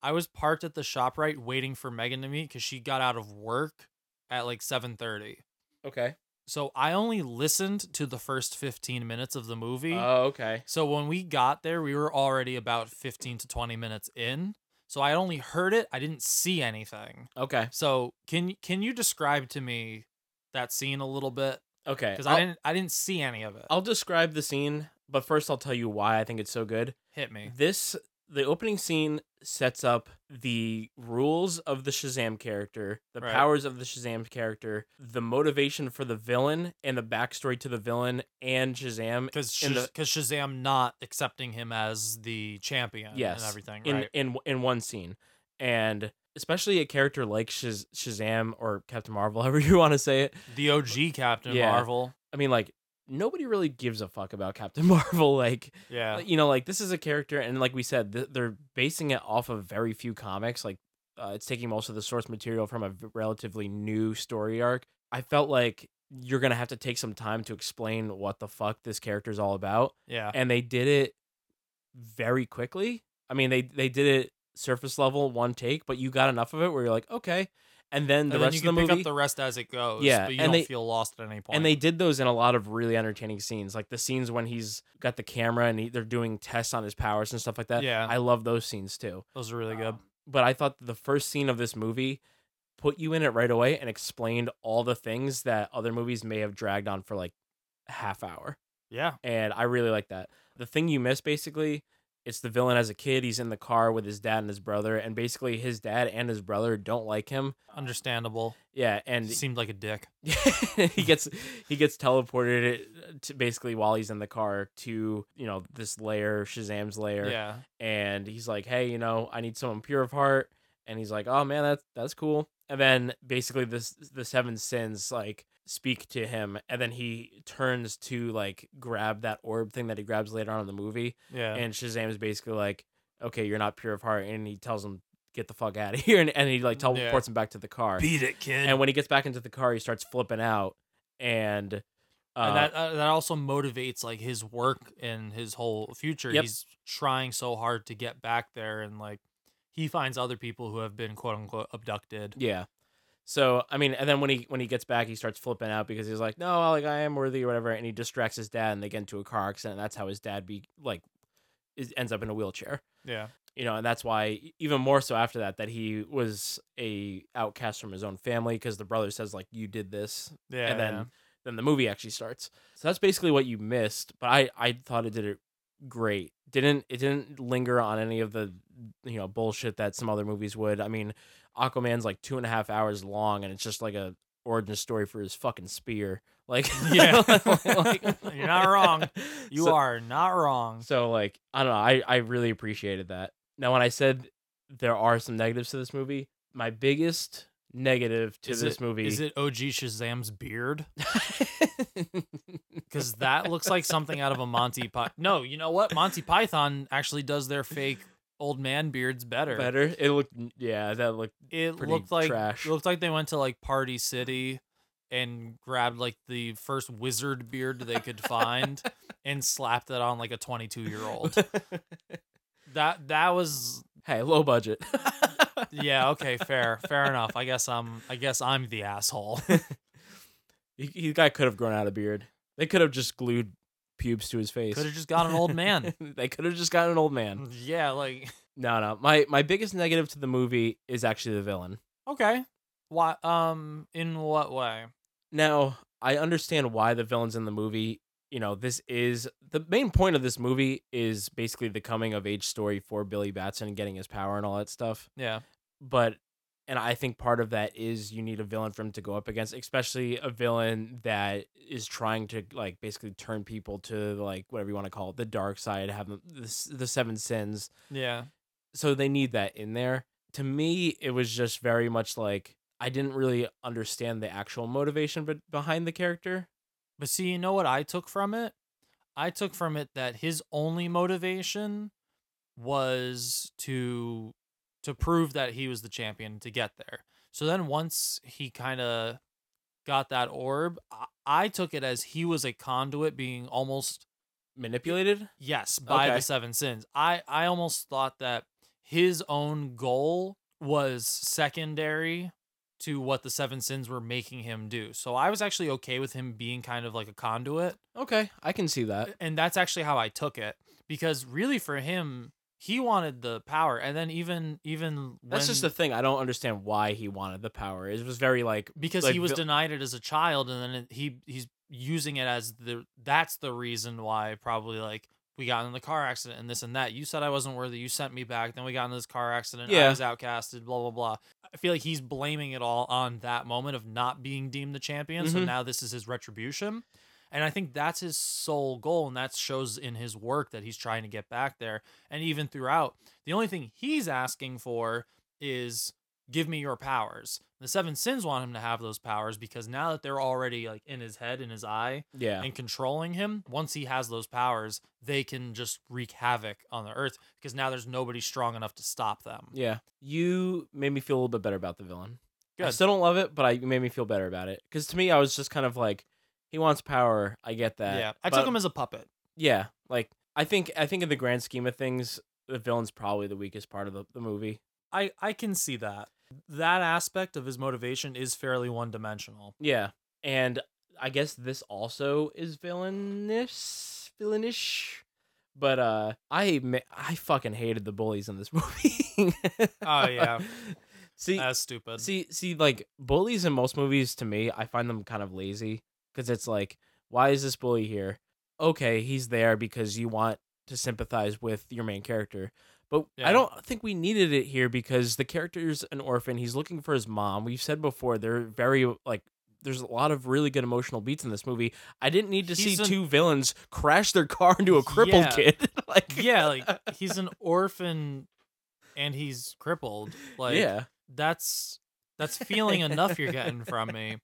[SPEAKER 7] I was parked at the shop right waiting for Megan to meet because she got out of work at like seven thirty.
[SPEAKER 8] Okay.
[SPEAKER 7] So I only listened to the first 15 minutes of the movie.
[SPEAKER 8] Oh, okay.
[SPEAKER 7] So when we got there, we were already about 15 to 20 minutes in. So I only heard it. I didn't see anything.
[SPEAKER 8] Okay.
[SPEAKER 7] So can can you describe to me that scene a little bit?
[SPEAKER 8] Okay.
[SPEAKER 7] Because I didn't I didn't see any of it.
[SPEAKER 8] I'll describe the scene, but first I'll tell you why I think it's so good.
[SPEAKER 7] Hit me.
[SPEAKER 8] This the opening scene sets up the rules of the Shazam character, the
[SPEAKER 7] Right.
[SPEAKER 8] powers of the Shazam character, the motivation for the villain, and the backstory to the villain and Shazam.
[SPEAKER 7] Because
[SPEAKER 8] in the-
[SPEAKER 7] Shazam not accepting him as the champion
[SPEAKER 8] yes,
[SPEAKER 7] and everything,
[SPEAKER 8] in
[SPEAKER 7] right?
[SPEAKER 8] in in one scene, and especially a character like Shaz- Shazam or Captain Marvel, however you want to say it.
[SPEAKER 7] the OG Captain
[SPEAKER 8] Yeah.
[SPEAKER 7] Marvel.
[SPEAKER 8] I mean, like nobody really gives a fuck about Captain Marvel. Like,
[SPEAKER 7] Yeah.
[SPEAKER 8] you know, like this is a character, and like we said, th- they're basing it off of very few comics. Like, uh, it's taking most of the source material from a v- relatively new story arc. I felt like you're gonna have to take some time to explain what the fuck this character's all about,
[SPEAKER 7] Yeah.
[SPEAKER 8] and they did it very quickly. I mean, they they did it surface level, one take, but you got enough of it where you're like, okay. And then the
[SPEAKER 7] and then
[SPEAKER 8] rest
[SPEAKER 7] you
[SPEAKER 8] of the
[SPEAKER 7] can
[SPEAKER 8] movie,
[SPEAKER 7] pick up the rest as it goes.
[SPEAKER 8] Yeah,
[SPEAKER 7] But you
[SPEAKER 8] and
[SPEAKER 7] don't
[SPEAKER 8] they-
[SPEAKER 7] feel lost at any point.
[SPEAKER 8] and they did those in a lot of really entertaining scenes, like the scenes when he's got the camera and he, they're doing tests on his powers and stuff like that.
[SPEAKER 7] Yeah.
[SPEAKER 8] I love those scenes too.
[SPEAKER 7] those are really good.
[SPEAKER 8] But I thought the first scene of this movie put you in it right away and explained all the things that other movies may have dragged on for like a half hour.
[SPEAKER 7] Yeah.
[SPEAKER 8] And I really like that. The thing you miss basically, it's the villain as a kid. He's in the car with his dad and his brother, and basically his dad and his brother don't like him.
[SPEAKER 7] Understandable.
[SPEAKER 8] Yeah, uh, and
[SPEAKER 7] Seemed like a dick.
[SPEAKER 8] he gets he gets teleported uh, to basically while he's in the car to you know this lair Shazam's lair
[SPEAKER 7] Yeah.
[SPEAKER 8] and he's like hey you know I need someone pure of heart and he's like oh man that's that's cool and then basically this the seven sins like speak to him and then he turns to like grab that orb thing that he grabs later on in the movie
[SPEAKER 7] Yeah.
[SPEAKER 8] and Shazam is basically like okay you're not pure of heart and he tells him get the fuck out of here and, and he like
[SPEAKER 7] Mm, Yeah.
[SPEAKER 8] teleports him back to the car
[SPEAKER 7] Beat it, kid.
[SPEAKER 8] and when he gets back into the car, he starts flipping out, and, uh,
[SPEAKER 7] and that uh, that also motivates like his work and his whole future.
[SPEAKER 8] Yep.
[SPEAKER 7] He's trying so hard to get back there, and like he finds other people who have been quote unquote abducted.
[SPEAKER 8] yeah. So I mean, and then when he when he gets back, he starts flipping out because he's like, "No, like I am worthy or whatever," and he distracts his dad, and they get into a car accident. And that's how his dad be like, is, ends up in a wheelchair.
[SPEAKER 7] Yeah,
[SPEAKER 8] you know, and that's why e, even more so after that that he was a outcast from his own family because the brother says like you did this,
[SPEAKER 7] Yeah,
[SPEAKER 8] and then
[SPEAKER 7] yeah.
[SPEAKER 8] then the movie actually starts. So that's basically what you missed, but I I thought it did it great. Didn't it didn't linger on any of the you know bullshit that some other movies would. I mean, Aquaman's like two and a half hours long, and it's just like a origin story for his fucking spear. Like
[SPEAKER 7] yeah. You're not wrong. You
[SPEAKER 8] So-
[SPEAKER 7] are not wrong.
[SPEAKER 8] so like I don't know, I I really appreciated that. Now when I said there are some negatives to this movie, my biggest negative to
[SPEAKER 7] Is
[SPEAKER 8] this
[SPEAKER 7] it-
[SPEAKER 8] movie
[SPEAKER 7] is it OG Shazam's beard? Because that looks like something out of a Monty Python. No, you know what? Monty Python actually does their fake old man beards better.
[SPEAKER 8] better. It looked yeah, that looked
[SPEAKER 7] It
[SPEAKER 8] pretty
[SPEAKER 7] looked like
[SPEAKER 8] trash.
[SPEAKER 7] it looked like they went to like Party City and grabbed like the first wizard beard they could find and slapped it on like a 22 year old. That that was
[SPEAKER 8] hey, low budget.
[SPEAKER 7] yeah okay fair fair enough. I guess I'm I guess I'm the asshole.
[SPEAKER 8] He, he guy could have grown out a beard. They could have just glued pubes to his face.
[SPEAKER 7] Could have just got an old man.
[SPEAKER 8] they could have just got an old man.
[SPEAKER 7] yeah, like
[SPEAKER 8] No, no. My my biggest negative to the movie is actually the villain.
[SPEAKER 7] okay. Why? Um, in what way?
[SPEAKER 8] Now, I understand why the villain's in the movie. You know, this is the main point of this movie is basically the coming of age story for Billy Batson and getting his power and all that stuff.
[SPEAKER 7] Yeah,
[SPEAKER 8] But, and I think part of that is you need a villain for him to go up against, especially a villain that is trying to like basically turn people to like whatever you want to call it, the dark side, have them, the, s- the seven sins
[SPEAKER 7] yeah.
[SPEAKER 8] so they need that in there. To me, it was just very much like I didn't really understand the actual motivation but behind the character.
[SPEAKER 7] But see, you know what I took from it? I took from it that his only motivation was to to prove that he was the champion to get there. So then once he kind of got that orb, I, I took it as he was a conduit being almost
[SPEAKER 8] Manipulated?
[SPEAKER 7] yes by
[SPEAKER 8] Okay.
[SPEAKER 7] the seven sins. I I almost thought that his own goal was secondary to what the seven sins were making him do. So I was actually okay with him being kind of like a conduit.
[SPEAKER 8] Okay, I can see that.
[SPEAKER 7] And that's actually how I took it because really for him he wanted the power and then even even
[SPEAKER 8] That's
[SPEAKER 7] when-
[SPEAKER 8] just the thing. I don't understand why he wanted the power. It was very like
[SPEAKER 7] because
[SPEAKER 8] like,
[SPEAKER 7] he was
[SPEAKER 8] vil-
[SPEAKER 7] denied it as a child and then it, he he's using it as the that's the reason why probably like we got in the car accident and this and that you said i wasn't worthy you sent me back then we got in this car accident i
[SPEAKER 8] Yeah.
[SPEAKER 7] was outcasted blah blah blah i feel like he's blaming it all on that moment of not being deemed the champion so
[SPEAKER 8] Mhm.
[SPEAKER 7] now this is his retribution and i think that's his sole goal and that shows in his work that he's trying to get back there and even throughout the only thing he's asking for is give me your powers. The seven sins want him to have those powers because now that they're already like in his head, in his eye,
[SPEAKER 8] Yeah.
[SPEAKER 7] and controlling him, once he has those powers, they can just wreak havoc on the earth because now there's nobody strong enough to stop them.
[SPEAKER 8] Yeah. You made me feel a little bit better about the villain. I
[SPEAKER 7] Good.
[SPEAKER 8] still don't love it, but I you made me feel better about it. Because to me, I was just kind of like, he wants power. I get that.
[SPEAKER 7] yeah. I
[SPEAKER 8] but-
[SPEAKER 7] took him as a puppet.
[SPEAKER 8] Yeah, like I think I think in the grand scheme of things, the villain's probably the weakest part of the, the movie.
[SPEAKER 7] I I can see that. That aspect of his motivation is fairly one dimensional.
[SPEAKER 8] Yeah, and I guess this also is villainous, villainish. But uh, I ma- I fucking hated the bullies in this movie.
[SPEAKER 7] Oh yeah.
[SPEAKER 8] see,
[SPEAKER 7] That's stupid.
[SPEAKER 8] see, see, like bullies in most movies to me, I find them kind of lazy because it's like, why is this bully here? Okay, he's there because you want to sympathize with your main character. But
[SPEAKER 7] Yeah.
[SPEAKER 8] I don't think we needed it here because the character's an orphan. He's looking for his mom. We've said before they're very like there's a lot of really good emotional beats in this movie. I didn't need to
[SPEAKER 7] He's
[SPEAKER 8] see
[SPEAKER 7] an-
[SPEAKER 8] two villains crash their car into a crippled
[SPEAKER 7] Yeah.
[SPEAKER 8] kid. like
[SPEAKER 7] yeah, like he's an orphan and he's crippled. Like
[SPEAKER 8] Yeah.
[SPEAKER 7] that's that's feeling enough you're getting from me.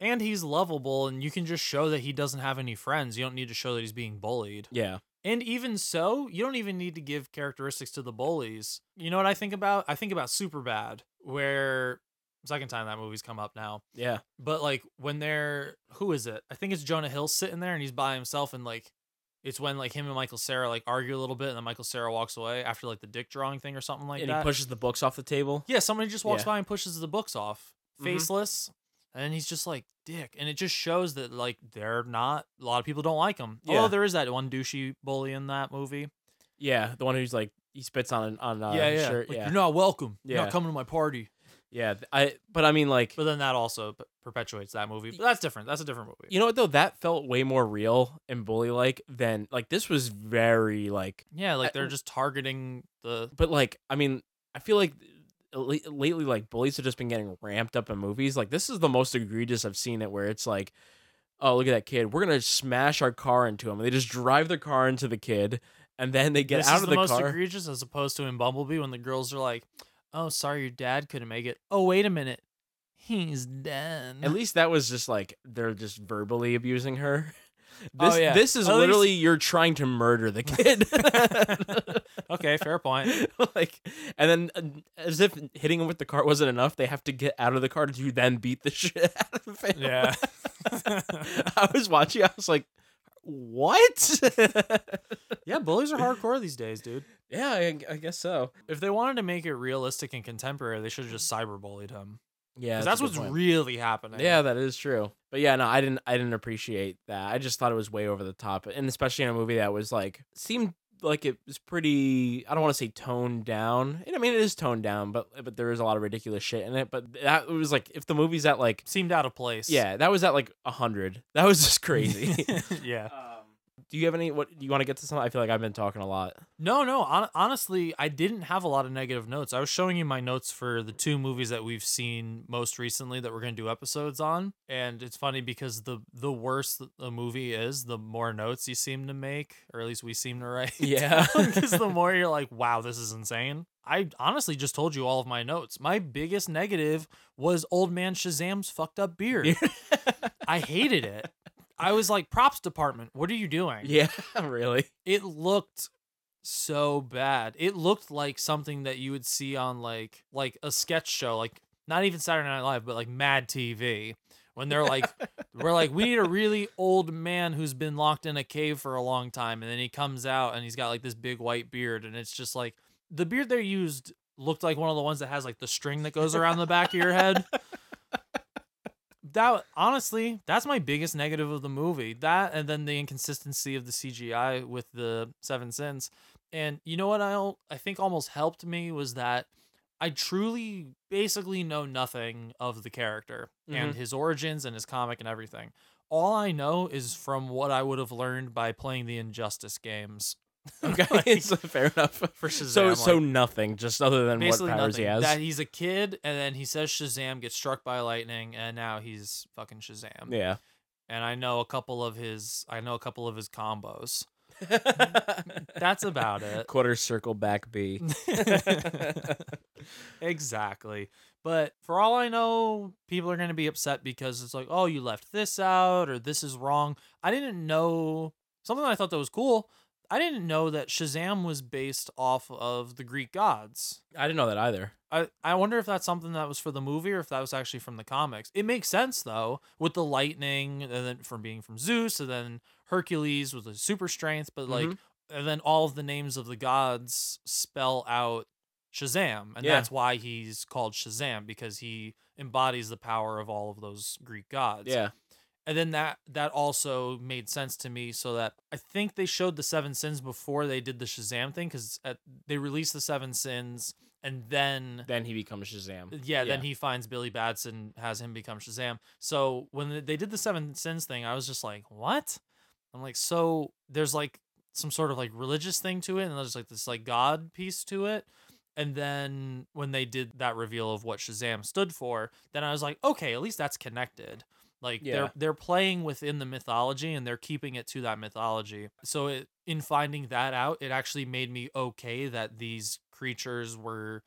[SPEAKER 7] And he's lovable and you can just show that he doesn't have any friends. You don't need to show that he's being bullied.
[SPEAKER 8] Yeah.
[SPEAKER 7] And even so, you don't even need to give characteristics to the bullies. You know what I think about? I think about Superbad, where second time that movie's come up now.
[SPEAKER 8] Yeah.
[SPEAKER 7] But like when they're who is it? I think it's Jonah Hill sitting there and he's by himself and like it's when like him and Michael Sarah like argue a little bit and then Michael Sarah walks away after like the dick drawing thing or something like
[SPEAKER 8] and
[SPEAKER 7] that.
[SPEAKER 8] he pushes the books off the table.
[SPEAKER 7] yeah, somebody just walks
[SPEAKER 8] Yeah.
[SPEAKER 7] by and pushes the books off,
[SPEAKER 8] Mhm.
[SPEAKER 7] faceless, and he's just like dick, and it just shows that like they're not a lot of people don't like him.
[SPEAKER 8] Yeah.
[SPEAKER 7] Although there is that one douchey bully in that movie.
[SPEAKER 8] Yeah, the one who's like he spits on on uh,
[SPEAKER 7] yeah,
[SPEAKER 8] his
[SPEAKER 7] yeah.
[SPEAKER 8] shirt.
[SPEAKER 7] Like,
[SPEAKER 8] yeah,
[SPEAKER 7] You're not welcome. You're
[SPEAKER 8] Yeah.
[SPEAKER 7] not coming to my party.
[SPEAKER 8] yeah. th- I but I mean like
[SPEAKER 7] But then that also p- perpetuates that movie. But that's different. That's a different movie.
[SPEAKER 8] you know what though that felt way more real and bully like than like this was very like
[SPEAKER 7] yeah, like
[SPEAKER 8] I-
[SPEAKER 7] they're just targeting the
[SPEAKER 8] but like I mean I feel like l- lately like bullies have just been getting ramped up in movies like this is the most egregious I've seen it where it's like oh look at that kid we're gonna smash our car into him and they just drive their car into the kid and then they get
[SPEAKER 7] this
[SPEAKER 8] out
[SPEAKER 7] is
[SPEAKER 8] of
[SPEAKER 7] the,
[SPEAKER 8] the
[SPEAKER 7] most
[SPEAKER 8] car
[SPEAKER 7] egregious as opposed to in Bumblebee when the girls are like, "Oh, sorry, your dad couldn't make it." Oh, wait a minute, he's dead.
[SPEAKER 8] At least that was just like they're just verbally abusing her.
[SPEAKER 7] Oh,
[SPEAKER 8] This
[SPEAKER 7] yeah.
[SPEAKER 8] this is
[SPEAKER 7] At least-
[SPEAKER 8] literally you're trying to murder the kid.
[SPEAKER 7] okay, fair point.
[SPEAKER 8] like and then uh, as if hitting him with the car wasn't enough, they have to get out of the car to then beat the shit out of him.
[SPEAKER 7] Yeah.
[SPEAKER 8] I was watching, I was like, "What?"
[SPEAKER 7] Yeah, bullies are hardcore these days, dude.
[SPEAKER 8] yeah, I, I guess so.
[SPEAKER 7] If they wanted to make it realistic and contemporary, they should have just cyberbullied him.
[SPEAKER 8] Yeah. a
[SPEAKER 7] 'Cause that's
[SPEAKER 8] good
[SPEAKER 7] what's
[SPEAKER 8] point.
[SPEAKER 7] really happening.
[SPEAKER 8] Yeah, that is true. But yeah, no, I didn't I didn't appreciate that. I just thought it was way over the top. And especially in a movie that was like seemed like it was pretty I don't want to say toned down. And I mean it is toned down, but but there is a lot of ridiculous shit in it. But that was like if the movie's at like
[SPEAKER 7] seemed out of place.
[SPEAKER 8] yeah, that was at like hundred. That was just crazy.
[SPEAKER 7] yeah.
[SPEAKER 8] do you have any what do you want to get to something? I feel like I've been talking a lot.
[SPEAKER 7] No, no. hon- honestly, I didn't have a lot of negative notes. I was showing you my notes for the two movies that we've seen most recently that we're going to do episodes on, and it's funny because the the worse th- a movie is, the more notes you seem to make, or at least we seem to write.
[SPEAKER 8] Yeah.
[SPEAKER 7] because the more you're like, wow, this is insane. I honestly just told you all of my notes. My biggest negative was old man Shazam's fucked up beard. I hated it. I was like, props department, what are you doing?
[SPEAKER 8] Yeah, really.
[SPEAKER 7] it looked so bad. It looked like something that you would see on like like a sketch show, like not even Saturday Night Live, but like Mad TV. When they're like, we're like, we need a really old man who's been locked in a cave for a long time, and then he comes out and he's got like this big white beard, and it's just like the beard they used looked like one of the ones that has like the string that goes around the back of your head. that honestly, that's my biggest negative of the movie. That and then the inconsistency of the CGI with the Seven Sins. And you know what I al- I think almost helped me was that I truly basically know nothing of the character and
[SPEAKER 8] Mhm.
[SPEAKER 7] his origins and his comic and everything. All I know is from what I would have learned by playing the Injustice games.
[SPEAKER 8] Okay,
[SPEAKER 7] Like,
[SPEAKER 8] it's fair enough.
[SPEAKER 7] for Shazam,
[SPEAKER 8] so
[SPEAKER 7] like-
[SPEAKER 8] so nothing, just other than what
[SPEAKER 7] Basically
[SPEAKER 8] powers he
[SPEAKER 7] nothing.
[SPEAKER 8] has.
[SPEAKER 7] That he's a kid, and then he says Shazam gets struck by lightning, and now he's fucking Shazam.
[SPEAKER 8] yeah,
[SPEAKER 7] And I know a couple of his, I know a couple of his combos. That's about it.
[SPEAKER 8] quarter circle back B.
[SPEAKER 7] exactly. But for all I know, people are going to be upset because it's like, oh, you left this out or this is wrong. I didn't know something I thought that was cool. I didn't know that Shazam was based off of the Greek gods.
[SPEAKER 8] I didn't know that either.
[SPEAKER 7] I, I wonder if that's something that was for the movie or if that was actually from the comics. It makes sense though, with the lightning and then from being from Zeus and then Hercules with the super strength, but like
[SPEAKER 8] Mhm.
[SPEAKER 7] and then all of the names of the gods spell out Shazam. And
[SPEAKER 8] Yeah.
[SPEAKER 7] that's why he's called Shazam, because he embodies the power of all of those Greek gods
[SPEAKER 8] Yeah.
[SPEAKER 7] and then that that also made sense to me so that i think they showed the seven sins before they did the shazam thing because they released the seven sins and then
[SPEAKER 8] Then he becomes Shazam.
[SPEAKER 7] yeah, then he finds billy batson has him become shazam so when they did the seven sins thing i was just like what i'm like so there's like some sort of like religious thing to it and there's like this like god piece to it and then when they did that reveal of what Shazam stood for, then I was like, okay, at least that's connected. Like
[SPEAKER 8] Yeah.
[SPEAKER 7] they're they're playing within the mythology and they're keeping it to that mythology. So it, in finding that out, it actually made me okay that these creatures were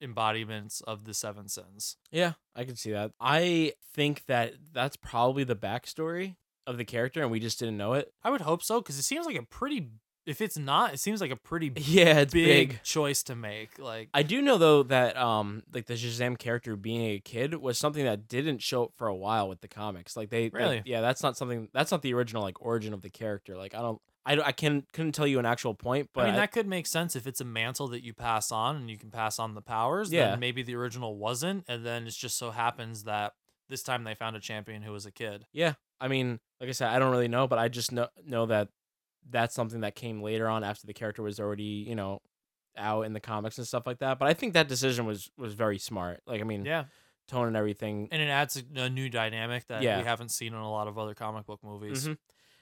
[SPEAKER 7] embodiments of the seven sins.
[SPEAKER 8] Yeah, I can see that. I think that that's probably the backstory of the character, and we just didn't know it.
[SPEAKER 7] I would hope so because it seems like a pretty if it's not, it seems like a pretty
[SPEAKER 8] Yeah, it's
[SPEAKER 7] big,
[SPEAKER 8] big.
[SPEAKER 7] choice to make. Like
[SPEAKER 8] I do know though that um like the Shazam character being a kid was something that didn't show up for a while with the comics. Like they like,
[SPEAKER 7] Really?
[SPEAKER 8] yeah, that's not something that's not the original like origin of the character. Like I don't I don't, I can couldn't tell you an actual point, but
[SPEAKER 7] I mean, that could make sense if it's a mantle that you pass on and you can pass on the powers.
[SPEAKER 8] Yeah.
[SPEAKER 7] Then maybe the original wasn't. And then it just so happens that this time they found a champion who was a kid.
[SPEAKER 8] yeah, I mean, like I said, I don't really know, but I just know know that that's something that came later on after the character was already, you know, out in the comics and stuff like that. But I think that decision was was very smart. Like I mean,
[SPEAKER 7] Yeah.
[SPEAKER 8] tone and everything.
[SPEAKER 7] And it adds a, a new dynamic that
[SPEAKER 8] Yeah.
[SPEAKER 7] we haven't seen in a lot of other comic book movies.
[SPEAKER 8] Mhm.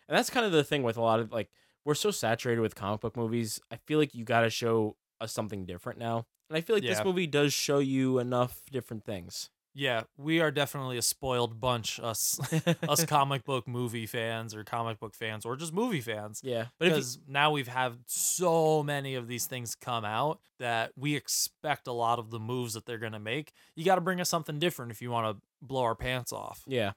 [SPEAKER 8] And that's kind of the thing with a lot of like we're so saturated with comic book movies. I feel like you got to show us something different now. And I feel like
[SPEAKER 7] Yeah.
[SPEAKER 8] this movie does show you enough different things.
[SPEAKER 7] Yeah. We are definitely a spoiled bunch, us, us comic book movie fans or comic book fans or just movie fans.
[SPEAKER 8] Yeah. But if you,
[SPEAKER 7] because now we've had so many of these things come out that we expect a lot of the moves that they're going to make. You got to bring us something different if you want to blow our pants off.
[SPEAKER 8] yeah.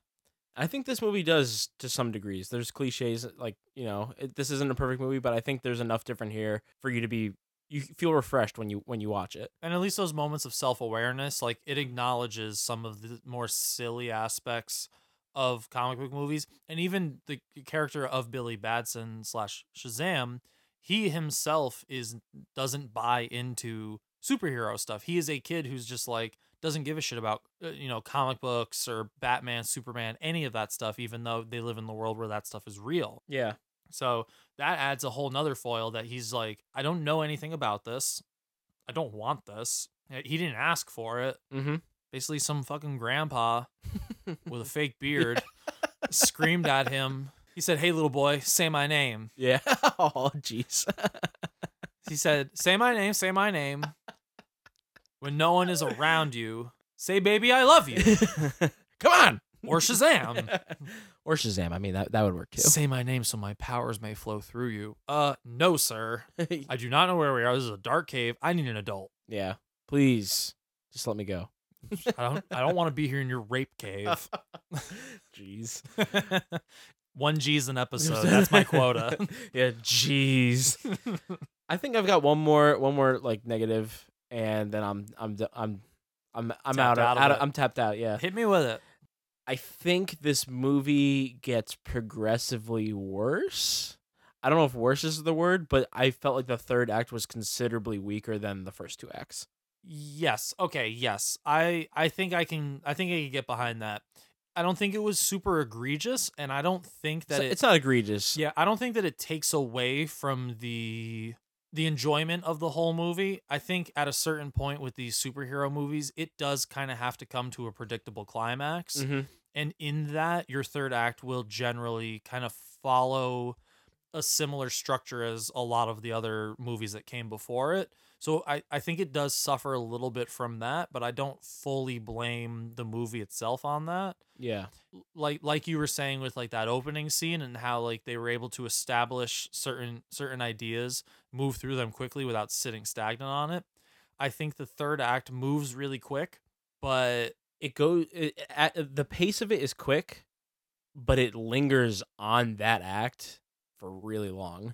[SPEAKER 8] I think this movie does to some degrees. There's cliches like, you know, it, this isn't a perfect movie, but I think there's enough different here for you to be you feel refreshed when you when you watch it.
[SPEAKER 7] And at least those moments of self awareness, like it acknowledges some of the more silly aspects of comic book movies. And even the character of Billy Batson slash Shazam, he himself is doesn't buy into superhero stuff. He is a kid who's just like doesn't give a shit about uh, you know comic books or Batman, Superman, any of that stuff, even though they live in the world where that stuff is real.
[SPEAKER 8] Yeah.
[SPEAKER 7] So that adds a whole nother foil that he's like, I don't know anything about this. I don't want this. He didn't ask for it.
[SPEAKER 8] Mhm.
[SPEAKER 7] Basically, some fucking grandpa with a fake beard screamed at him. He said, Hey, little boy, say my name.
[SPEAKER 8] Yeah. oh jeez.
[SPEAKER 7] He said, Say my name, say my name. When no one is around you, say, Baby, I love you.
[SPEAKER 8] Come on.
[SPEAKER 7] Or Shazam.
[SPEAKER 8] Or Shazam. I mean, that that would work too.
[SPEAKER 7] Say my name so my powers may flow through you. Uh, no, sir. I do not know where we are. This is a dark cave. I need an adult.
[SPEAKER 8] yeah. Please just let me go.
[SPEAKER 7] I don't I don't want to be here in your rape cave.
[SPEAKER 8] Jeez.
[SPEAKER 7] One G's an episode. That's my quota.
[SPEAKER 8] yeah, jeez. I think I've got one more one more like negative and then I'm I'm d- I'm I'm I'm out,
[SPEAKER 7] Tapped out
[SPEAKER 8] out,
[SPEAKER 7] of
[SPEAKER 8] out of,
[SPEAKER 7] it.
[SPEAKER 8] I'm tapped out, yeah.
[SPEAKER 7] Hit me with it.
[SPEAKER 8] I think this movie gets progressively worse. I don't know if worse is the word, but I felt like the third act was considerably weaker than the first two acts.
[SPEAKER 7] Yes. Okay, yes. I I think I can I think I can get behind that. I don't think it was super egregious, and I don't think that
[SPEAKER 8] So
[SPEAKER 7] it-
[SPEAKER 8] it's not egregious.
[SPEAKER 7] Yeah, I don't think that it takes away from the the enjoyment of the whole movie. I think at a certain point with these superhero movies, it does kind of have to come to a predictable climax,
[SPEAKER 8] Mhm.
[SPEAKER 7] and in that, your third act will generally kind of follow a similar structure as a lot of the other movies that came before it. So I, I think it does suffer a little bit from that, but I don't fully blame the movie itself on that
[SPEAKER 8] Yeah.
[SPEAKER 7] like like you were saying with like that opening scene and how like they were able to establish certain certain ideas move through them quickly without sitting stagnant on it i think the third act moves really quick but
[SPEAKER 8] it goes it, at, the pace of it is quick but it lingers on that act for really long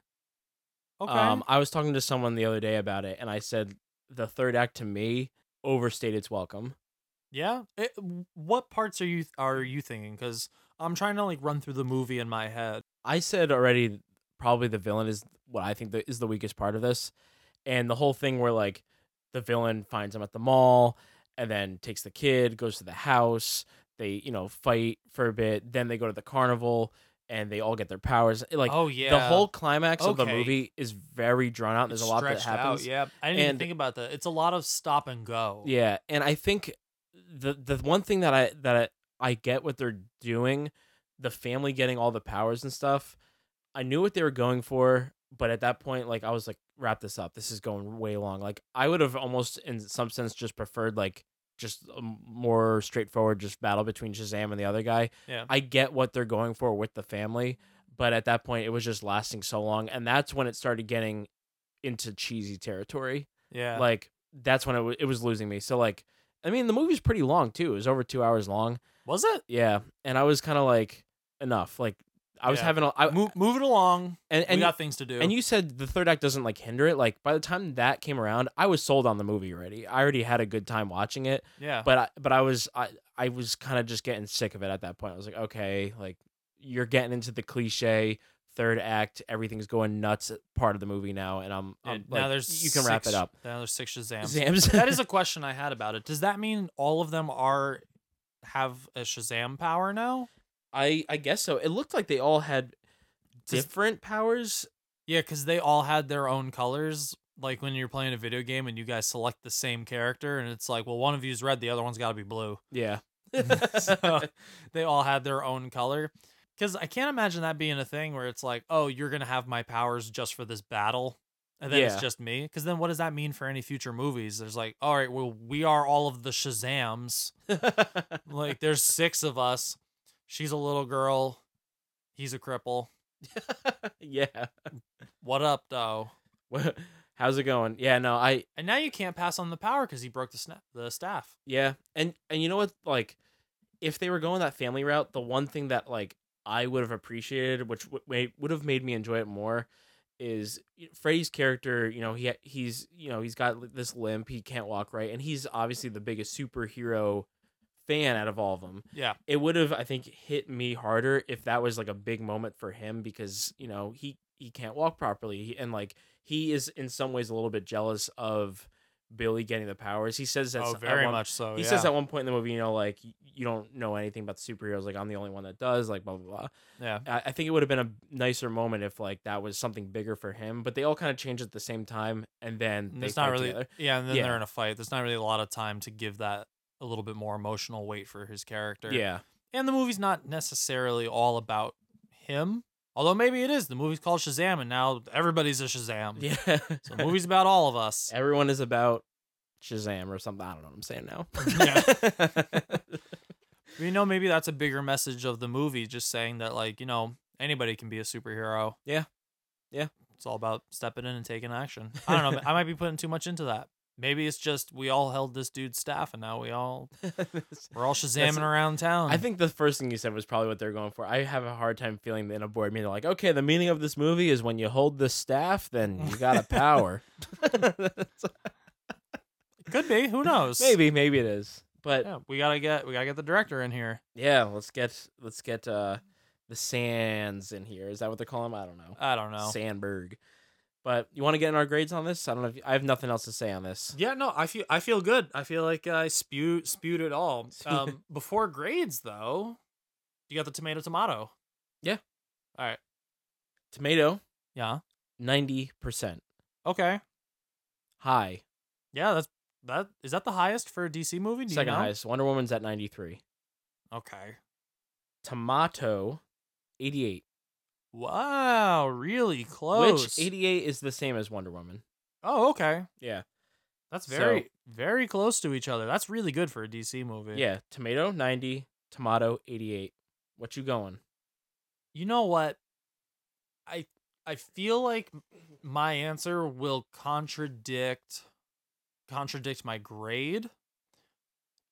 [SPEAKER 7] Okay.
[SPEAKER 8] um i was talking to someone the other day about it and i said the third act to me overstayed its welcome
[SPEAKER 7] yeah it, what parts are you are you thinking because i'm trying to like run through the movie in my head
[SPEAKER 8] i said already probably the villain is what i think the, is the weakest part of this and the whole thing where like the villain finds him at the mall and then takes the kid goes to the house they you know fight for a bit then they go to the carnival and they all get their powers like
[SPEAKER 7] Oh,
[SPEAKER 8] the
[SPEAKER 7] yeah.
[SPEAKER 8] whole climax of the
[SPEAKER 7] Okay.
[SPEAKER 8] movie is very drawn out and there's a lot that
[SPEAKER 7] Stretched out,
[SPEAKER 8] happens
[SPEAKER 7] yeah i didn't even
[SPEAKER 8] And-
[SPEAKER 7] think about that it's a lot of stop and go
[SPEAKER 8] yeah, and I think the the one thing that I that I, I get what they're doing, the family getting all the powers and stuff. I knew what they were going for, but at that point, like I was like, wrap this up. This is going way long. Like I would have almost, in some sense, just preferred like just a m- more straightforward, just battle between Shazam and the other guy.
[SPEAKER 7] Yeah.
[SPEAKER 8] I get what they're going for with the family, but at that point, it was just lasting so long, and that's when it started getting into cheesy territory
[SPEAKER 7] yeah
[SPEAKER 8] like that's when it, w- it was losing me so like i mean the movie's pretty long too it was over two hours long
[SPEAKER 7] was it
[SPEAKER 8] yeah and i was kind of like enough like i was
[SPEAKER 7] Yeah.
[SPEAKER 8] having a I,
[SPEAKER 7] move, move it along
[SPEAKER 8] and, and
[SPEAKER 7] we got things to do
[SPEAKER 8] and you said the third act doesn't like hinder it like by the time that came around i was sold on the movie already i already had a good time watching it
[SPEAKER 7] Yeah.
[SPEAKER 8] but i but i was i i was kind of just getting sick of it at that point i was like okay like you're getting into the cliche third act everything's going nuts part of the movie now and i'm,
[SPEAKER 7] Yeah,
[SPEAKER 8] I'm
[SPEAKER 7] now
[SPEAKER 8] um, like,
[SPEAKER 7] there's
[SPEAKER 8] you can wrap it
[SPEAKER 7] six-
[SPEAKER 8] up
[SPEAKER 7] Now there's six Shazams.
[SPEAKER 8] Zams.
[SPEAKER 7] that is a question I had about it. Does that mean all of them are have a Shazam power now?
[SPEAKER 8] I I guess so. It looked like they all had
[SPEAKER 7] Does-
[SPEAKER 8] different powers.
[SPEAKER 7] Yeah, because they all had their own colors. Like when you're playing a video game and you guys select the same character, and it's like, well, one of you's red, the other one's got to be blue.
[SPEAKER 8] Yeah.
[SPEAKER 7] so they all had their own color. Because I can't imagine that being a thing where it's like, oh, you're gonna have my powers just for this battle, and then
[SPEAKER 8] Yeah.
[SPEAKER 7] it's just me. Because then what does that mean for any future movies? There's like, all right, well, we are all of the Shazams. like there's six of us. She's a little girl. He's a cripple.
[SPEAKER 8] yeah.
[SPEAKER 7] What up, though?
[SPEAKER 8] What- How's it going? Yeah, no, I
[SPEAKER 7] And now you can't pass on the power because he broke the sna- the staff.
[SPEAKER 8] yeah. And and you know what like if they were going that family route, the one thing that like I would have appreciated, which w- would have made me enjoy it more, is Freddy's character. You know, he he's you know he's got this limp, he can't walk right, and he's obviously the biggest superhero fan out of all of them.
[SPEAKER 7] Yeah.
[SPEAKER 8] it would have i think hit me harder if that was like a big moment for him because you know he he can't walk properly and like he is in some ways a little bit jealous of billy getting the powers he says that
[SPEAKER 7] Oh,
[SPEAKER 8] s- at
[SPEAKER 7] very
[SPEAKER 8] one-
[SPEAKER 7] much so,
[SPEAKER 8] he says
[SPEAKER 7] yeah.
[SPEAKER 8] at one point in the movie you know like y- you don't know anything about the superheroes like i'm the only one that does like blah blah blah
[SPEAKER 7] Yeah.
[SPEAKER 8] I, I think it would have been a nicer moment if like that was something bigger for him but they all kind of change at the same time and then
[SPEAKER 7] And
[SPEAKER 8] they
[SPEAKER 7] There's not
[SPEAKER 8] fight
[SPEAKER 7] really
[SPEAKER 8] together.
[SPEAKER 7] yeah, and then they're in a fight. There's not really a lot of time to give that a little bit more emotional weight for his character.
[SPEAKER 8] yeah
[SPEAKER 7] and the movie's not necessarily all about him. Although maybe it is. The movie's called Shazam, and now everybody's a Shazam.
[SPEAKER 8] yeah
[SPEAKER 7] So the movie's about all of us.
[SPEAKER 8] everyone is about Shazam or something. I don't know what I'm saying now.
[SPEAKER 7] You know, maybe that's a bigger message of the movie, just saying that like you know anybody can be a superhero.
[SPEAKER 8] Yeah. Yeah.
[SPEAKER 7] it's all about stepping in and taking action. I don't know. I might be putting too much into that. Maybe it's just we all held this dude's staff, and now we all we're all Shazamming around town.
[SPEAKER 8] I think the first thing you said was probably what they're going for. I have a hard time feeling that in a board meeting, like, okay, the meaning of this movie is when you hold the staff, then you got a power.
[SPEAKER 7] could be. Who knows?
[SPEAKER 8] maybe, maybe it is. But yeah.
[SPEAKER 7] Yeah, we gotta get we gotta get the director in here.
[SPEAKER 8] let's get let's get uh the Sands in here. Is that what they call him? I don't know.
[SPEAKER 7] I don't know.
[SPEAKER 8] Sandberg. But you want to get in our grades on this? I don't know. If you, I have nothing else to say on this.
[SPEAKER 7] Yeah, no, I feel I feel good. I feel like I spew spewed it all. Um, before grades, though, you got the tomato tomato?
[SPEAKER 8] Yeah.
[SPEAKER 7] All right.
[SPEAKER 8] Tomato,
[SPEAKER 7] Yeah.
[SPEAKER 8] ninety percent.
[SPEAKER 7] Okay.
[SPEAKER 8] High.
[SPEAKER 7] Yeah, that's that is that the highest for a DC movie? Do you
[SPEAKER 8] Second
[SPEAKER 7] know?
[SPEAKER 8] highest. Wonder Woman's at ninety three.
[SPEAKER 7] Okay.
[SPEAKER 8] Tomato, eighty eight.
[SPEAKER 7] Wow, really close.
[SPEAKER 8] Which eighty eight is the same as Wonder Woman.
[SPEAKER 7] oh, okay.
[SPEAKER 8] Yeah.
[SPEAKER 7] That's
[SPEAKER 8] So-
[SPEAKER 7] very very close to each other. That's really good for a DC movie.
[SPEAKER 8] Yeah. Tomato ninety. Tomato eighty eight. What you going?
[SPEAKER 7] You know what? I I feel like my answer will contradict contradict my grade.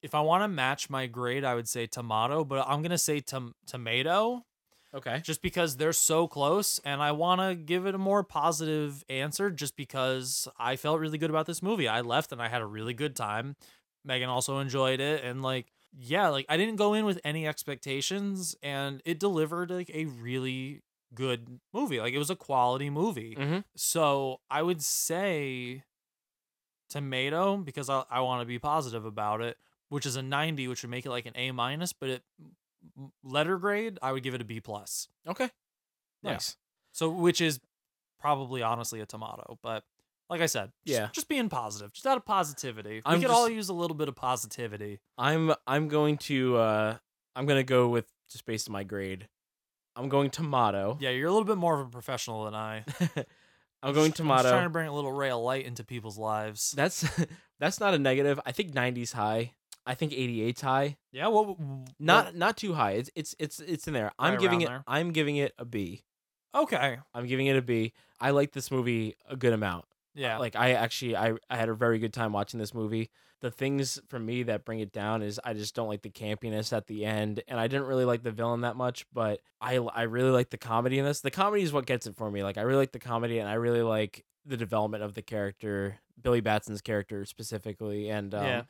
[SPEAKER 7] If I want to match my grade, I would say tomato, but I'm going to say tom- tomato
[SPEAKER 8] Okay.
[SPEAKER 7] just because they're so close and I want to give it a more positive answer just because I felt really good about this movie. I left and I had a really good time. Megan also enjoyed it and like yeah, like I didn't go in with any expectations and it delivered like a really good movie. Like it was a quality movie.
[SPEAKER 8] Mm-hmm.
[SPEAKER 7] So, I would say tomato because I I want to be positive about it, which is a 90 which would make it like an A minus, but it letter grade, I would give it a B plus.
[SPEAKER 8] Okay.
[SPEAKER 7] Yeah.
[SPEAKER 8] Nice.
[SPEAKER 7] So, which is probably honestly a tomato, but like I said, just,
[SPEAKER 8] Yeah.
[SPEAKER 7] just being positive, just out of positivity. we
[SPEAKER 8] I'm
[SPEAKER 7] could all
[SPEAKER 8] just-
[SPEAKER 7] use a little bit of positivity.
[SPEAKER 8] I'm I'm going to uh I'm gonna go with just based on my grade. I'm going tomato.
[SPEAKER 7] Yeah, you're a little bit more of a professional than I.
[SPEAKER 8] I'm going
[SPEAKER 7] just- just trying to
[SPEAKER 8] tomato.
[SPEAKER 7] bring a little ray of light into people's lives.
[SPEAKER 8] That's that's not a negative. I think 90's high. I think 88's high.
[SPEAKER 7] Yeah, well,
[SPEAKER 8] Not not too high. It's it's it's it's in there. I'm
[SPEAKER 7] Right
[SPEAKER 8] giving
[SPEAKER 7] around
[SPEAKER 8] it
[SPEAKER 7] there.
[SPEAKER 8] I'm giving it a B.
[SPEAKER 7] okay.
[SPEAKER 8] I'm giving it a B. I like this movie a good amount.
[SPEAKER 7] Yeah,
[SPEAKER 8] Like I actually I, I had a very good time watching this movie. The things for me that bring it down is I just don't like the campiness at the end and I didn't really like the villain that much, but I I really like the comedy in this. The comedy is what gets it for me. Like I really like the comedy and I really like the development of the character, Billy Batson's character specifically and um
[SPEAKER 7] Yeah.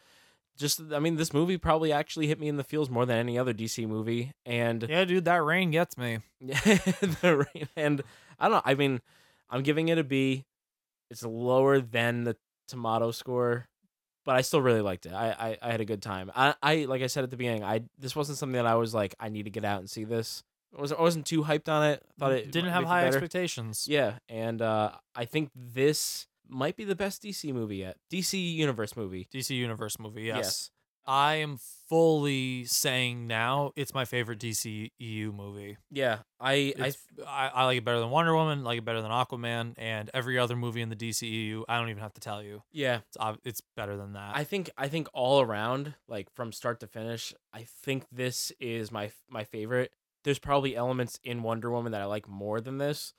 [SPEAKER 8] just I mean this movie probably actually hit me in the feels more than any other DC movie and
[SPEAKER 7] yeah, dude, that rain gets me.
[SPEAKER 8] yeah, the rain. And I don't know. I mean, I'm giving it a B. It's lower than the tomato score, but I still really liked it. I, I, I had a good time. I, I like I said at the beginning, I this wasn't something that I was like, I need to get out and see this. I wasn't, I wasn't too hyped on it. Thought it might
[SPEAKER 7] didn't have
[SPEAKER 8] make it
[SPEAKER 7] high
[SPEAKER 8] better.
[SPEAKER 7] expectations.
[SPEAKER 8] Yeah, and uh, I think this might be the best DC movie yet. DC Universe movie.
[SPEAKER 7] DC Universe movie, yes. I am fully saying now it's my favorite DC EU movie.
[SPEAKER 8] Yeah, I I
[SPEAKER 7] I, I I like it better than Wonder Woman, like it better than Aquaman, and every other movie in the DCEU. I don't even have to tell you.
[SPEAKER 8] yeah.
[SPEAKER 7] It's ob- it's better than that.
[SPEAKER 8] I think I think all around, like from start to finish, I think this is my my favorite. There's probably elements in Wonder Woman that I like more than this,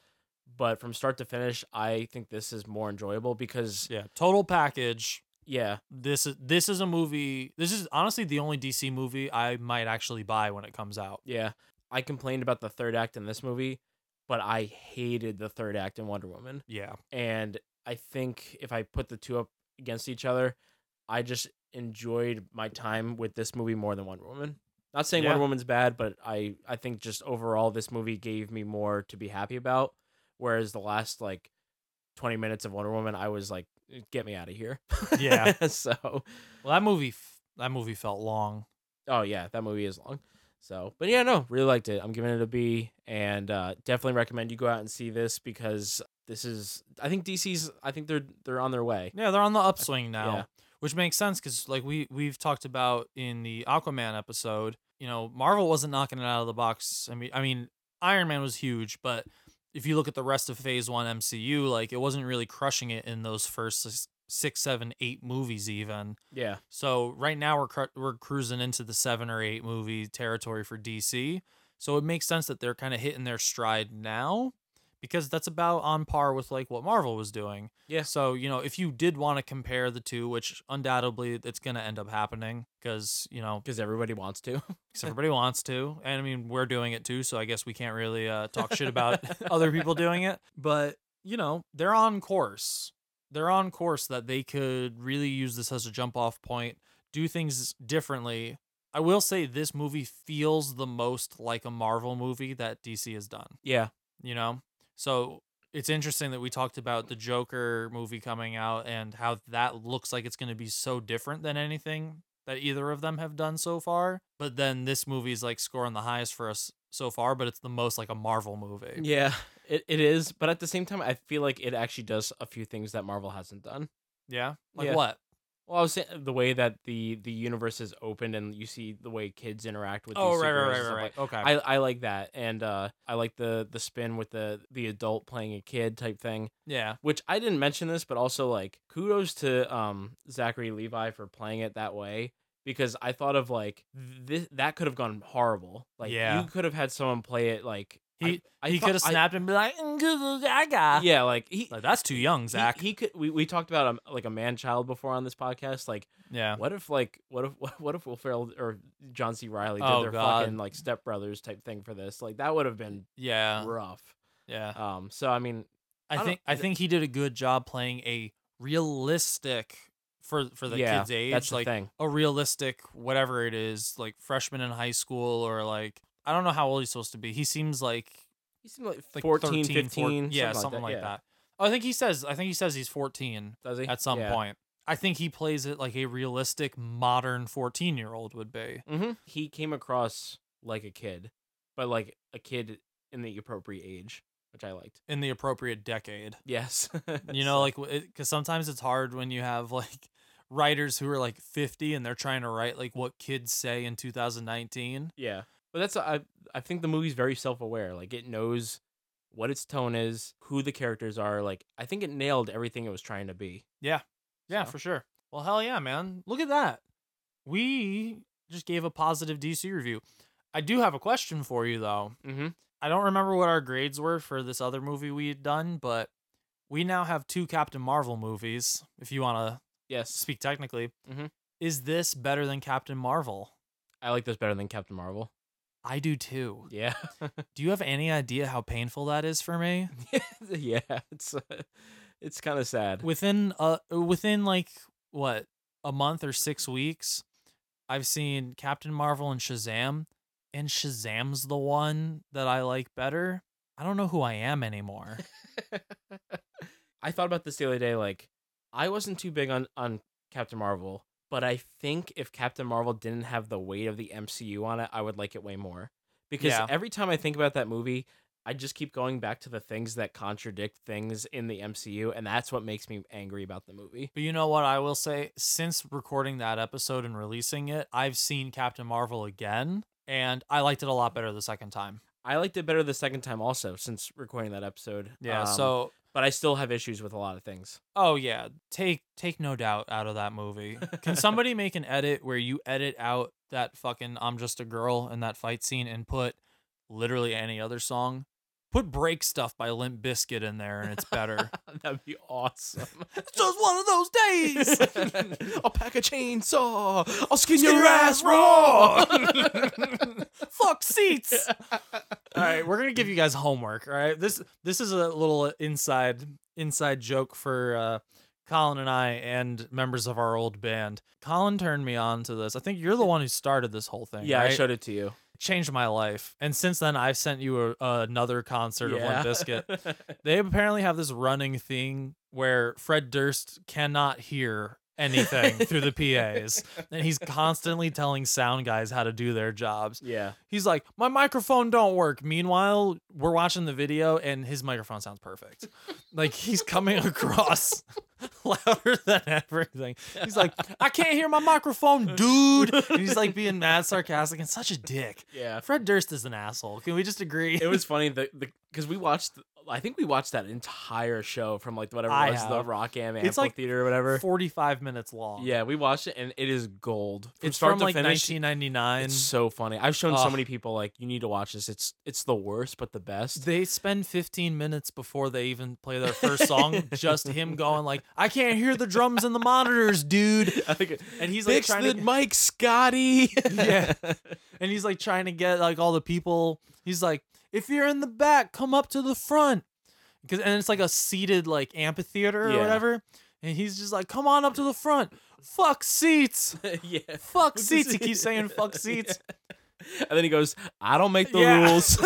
[SPEAKER 8] but from start to finish, I think this is more enjoyable because
[SPEAKER 7] yeah, total package.
[SPEAKER 8] yeah,
[SPEAKER 7] This is this is a movie. This is honestly the only DC movie I might actually buy when it comes out.
[SPEAKER 8] yeah. I complained about the third act in this movie, but I hated the third act in Wonder Woman.
[SPEAKER 7] Yeah,
[SPEAKER 8] and I think if I put the two up against each other, I just enjoyed my time with this movie more than Wonder Woman. Not saying
[SPEAKER 7] Yeah.
[SPEAKER 8] Wonder Woman's bad, but I I think just overall this movie gave me more to be happy about. Whereas the last like twenty minutes of Wonder Woman, I was like, "Eh, get me out of here.
[SPEAKER 7] Yeah.
[SPEAKER 8] so,
[SPEAKER 7] well, that movie f- that movie felt long.
[SPEAKER 8] oh yeah, that movie is long. So, but yeah, no, really liked it. I'm giving it a B, and uh, definitely recommend you go out and see this because this is I think DC's I think they're they're on their way.
[SPEAKER 7] Yeah, they're on the upswing now,
[SPEAKER 8] yeah.
[SPEAKER 7] which makes sense because like we we've talked about in the Aquaman episode, you know, Marvel wasn't knocking it out of the box. I mean, I mean, Iron Man was huge, but if you look at the rest of Phase One MCU, like it wasn't really crushing it in those first six, six seven, eight movies even.
[SPEAKER 8] Yeah.
[SPEAKER 7] So right now we're cru- we're cruising into the seven or eight movie territory for DC. So it makes sense that they're kind of hitting their stride now because that's about on par with like what Marvel was doing.
[SPEAKER 8] Yeah.
[SPEAKER 7] So, you know, if you did want to compare the two, which undoubtedly it's going to end up happening because, you know,
[SPEAKER 8] because everybody wants to.
[SPEAKER 7] 'cause everybody wants to. And I mean, we're doing it too. So I guess we can't really uh, talk shit about other people doing it. But, you know, they're on course. They're on course that they could really use this as a jump off point, do things differently. I will say this movie feels the most like a Marvel movie that DC has done
[SPEAKER 8] Yeah,
[SPEAKER 7] you know so it's interesting that we talked about the joker movie coming out and how that looks like it's going to be so different than anything that either of them have done so far. But then this movie's like scoring the highest for us so far, but it's the most like a Marvel movie.
[SPEAKER 8] Yeah, it, it is. But at the same time, I feel like it actually does a few things that Marvel hasn't done.
[SPEAKER 7] Yeah. Like
[SPEAKER 8] Yeah.
[SPEAKER 7] what?
[SPEAKER 8] Well, I was saying the way that the the universe is opened and you see the way kids interact with.
[SPEAKER 7] Oh
[SPEAKER 8] these
[SPEAKER 7] right, right,
[SPEAKER 8] superheroes and
[SPEAKER 7] right,
[SPEAKER 8] stuff
[SPEAKER 7] right,
[SPEAKER 8] like
[SPEAKER 7] right. Okay.
[SPEAKER 8] I, I like that, and uh, I like the the spin with the the adult playing a kid type thing.
[SPEAKER 7] yeah.
[SPEAKER 8] Which I didn't mention this, but also like kudos to um Zachary Levi for playing it that way because I thought of like this that could have gone horrible. Like
[SPEAKER 7] Yeah.
[SPEAKER 8] you could have had someone play it like I-
[SPEAKER 7] He
[SPEAKER 8] I
[SPEAKER 7] he
[SPEAKER 8] thought-
[SPEAKER 7] could have
[SPEAKER 8] I-
[SPEAKER 7] snapped and be like, "Mm, goo, goo, gaga.
[SPEAKER 8] yeah, like he.
[SPEAKER 7] Like, that's too young,
[SPEAKER 8] he-
[SPEAKER 7] Zach.
[SPEAKER 8] He, could. We, we talked about um, like a man child before on this podcast. Like,
[SPEAKER 7] yeah.
[SPEAKER 8] what if like what if what if Will Ferrell or John C. Riley did
[SPEAKER 7] Oh,
[SPEAKER 8] their
[SPEAKER 7] God.
[SPEAKER 8] fucking like stepbrothers type thing for this? Like that would have been
[SPEAKER 7] Yeah.
[SPEAKER 8] rough.
[SPEAKER 7] Yeah.
[SPEAKER 8] Um. So I mean, I
[SPEAKER 7] I
[SPEAKER 8] don't-
[SPEAKER 7] think I think he did a good job playing a realistic for for the
[SPEAKER 8] Yeah,
[SPEAKER 7] kids age
[SPEAKER 8] that's the
[SPEAKER 7] like
[SPEAKER 8] thing.
[SPEAKER 7] a realistic whatever it is like freshman in high school or like I don't know how old he's supposed to be. He seems like
[SPEAKER 8] you seem like,
[SPEAKER 7] like
[SPEAKER 8] 14,
[SPEAKER 7] 13,
[SPEAKER 8] 15,
[SPEAKER 7] 14 yeah,
[SPEAKER 8] something, like that. yeah.
[SPEAKER 7] Oh, I think he says I think he says he's 14
[SPEAKER 8] Does he
[SPEAKER 7] at some
[SPEAKER 8] Yeah.
[SPEAKER 7] point. I think he plays it like a realistic modern 14-year-old would be.
[SPEAKER 8] hmm He came across like a kid, but like a kid in the appropriate age, which I liked.
[SPEAKER 7] in the appropriate decade.
[SPEAKER 8] Yes.
[SPEAKER 7] You know, like because sometimes it's hard when you have like writers who are like 50 and they're trying to write like what kids say in 2019.
[SPEAKER 8] Yeah, but that's I. I think the movie's very self aware. Like it knows what its tone is, who the characters are. Like I think it nailed everything it was trying to be.
[SPEAKER 7] Yeah,
[SPEAKER 8] So.
[SPEAKER 7] for sure. Well, hell yeah, man. Look at that. We just gave a positive DC review. I do have a question for you though.
[SPEAKER 8] Mm-hmm.
[SPEAKER 7] I don't remember what our grades were for this other movie we had done, but we now have two Captain Marvel movies. If you want to
[SPEAKER 8] Yes,
[SPEAKER 7] speak technically,
[SPEAKER 8] Mhm.
[SPEAKER 7] is this better than Captain Marvel?
[SPEAKER 8] I like this better than Captain Marvel.
[SPEAKER 7] I do too.
[SPEAKER 8] Yeah,
[SPEAKER 7] Do you have any idea how painful that is for me?
[SPEAKER 8] yeah. It's uh, it's kind of sad.
[SPEAKER 7] Within uh within like what, a month or 6 weeks, I've seen Captain Marvel and Shazam, and Shazam's the one that I like better. I don't know who I am anymore.
[SPEAKER 8] I thought about this the other day. Like, I wasn't too big on on Captain Marvel, but I think if Captain Marvel didn't have the weight of the MCU on it, I would like it way more. Because
[SPEAKER 7] Yeah.
[SPEAKER 8] every time I think about that movie, I just keep going back to the things that contradict things in the MCU, and that's what makes me angry about the movie.
[SPEAKER 7] But you know what I will say? Since recording that episode and releasing it, I've seen Captain Marvel again, and I liked it a lot better the second time. Uh,
[SPEAKER 8] I liked it better the second time, also, since recording that episode. Um,
[SPEAKER 7] so
[SPEAKER 8] but I still have issues with a lot of things.
[SPEAKER 7] Oh yeah, take take no doubt out of that movie. Can somebody make an edit where you edit out that fucking "I'm just a girl" and that fight scene and put literally any other song? Put "Break Stuff" by Limp Bizkit in there, and it's better.
[SPEAKER 8] That'd be awesome.
[SPEAKER 7] it's just one of those days.
[SPEAKER 8] I'll pack a chainsaw. I'll skin,
[SPEAKER 7] Skin
[SPEAKER 8] your
[SPEAKER 7] your
[SPEAKER 8] ass
[SPEAKER 7] ass
[SPEAKER 8] raw.
[SPEAKER 7] Fuck seats. all right, we're gonna give you guys homework. All right, this this is a little inside inside joke for uh, Colin and I and members of our old band. Colin turned me on to this. I think you're the one who started this whole thing.
[SPEAKER 8] yeah,
[SPEAKER 7] right?
[SPEAKER 8] I showed it to you.
[SPEAKER 7] changed my life. And since then, I've sent you a, another concert
[SPEAKER 8] yeah.
[SPEAKER 7] of Limp Bizkit. They apparently have this running thing where Fred Durst cannot hear anything through the PAs, and he's constantly telling sound guys how to do their jobs.
[SPEAKER 8] yeah.
[SPEAKER 7] He's like, "My microphone don't work." Meanwhile, we're watching the video, and his microphone sounds perfect. like he's coming across louder than everything. He's like, "I can't hear my microphone, dude." And he's like being mad sarcastic and such a dick.
[SPEAKER 8] Yeah.
[SPEAKER 7] Fred Durst is an asshole. Can we just agree?
[SPEAKER 8] It was funny the the because we watched I think we watched that entire show from like whatever
[SPEAKER 7] I
[SPEAKER 8] it was the
[SPEAKER 7] have.
[SPEAKER 8] Rock Am
[SPEAKER 7] It's like
[SPEAKER 8] Theater or whatever.
[SPEAKER 7] forty-five minutes long.
[SPEAKER 8] yeah, we watched it and it is gold. From
[SPEAKER 7] it's
[SPEAKER 8] start
[SPEAKER 7] from
[SPEAKER 8] to
[SPEAKER 7] like
[SPEAKER 8] finish,
[SPEAKER 7] nineteen ninety-nine.
[SPEAKER 8] It's so funny. I've shown so
[SPEAKER 7] Ugh.
[SPEAKER 8] many people like you need to watch this. It's it's the worst but the best.
[SPEAKER 7] They spend 15 minutes before they even play their first song, just him going like, "I can't hear the drums and the monitors, dude." And he's like
[SPEAKER 8] Fix
[SPEAKER 7] trying
[SPEAKER 8] the
[SPEAKER 7] to
[SPEAKER 8] Mike Scotty.
[SPEAKER 7] yeah. And he's like trying to get like all the people. He's like, if you're in the back, come up to the front. Cause and it's like a seated like amphitheater or
[SPEAKER 8] Yeah.
[SPEAKER 7] whatever. And he's just like, come on up to the front. Fuck seats.
[SPEAKER 8] yeah.
[SPEAKER 7] Fuck seats. He keeps saying fuck seats.
[SPEAKER 8] And then he goes, I don't make the
[SPEAKER 7] Yeah.
[SPEAKER 8] rules.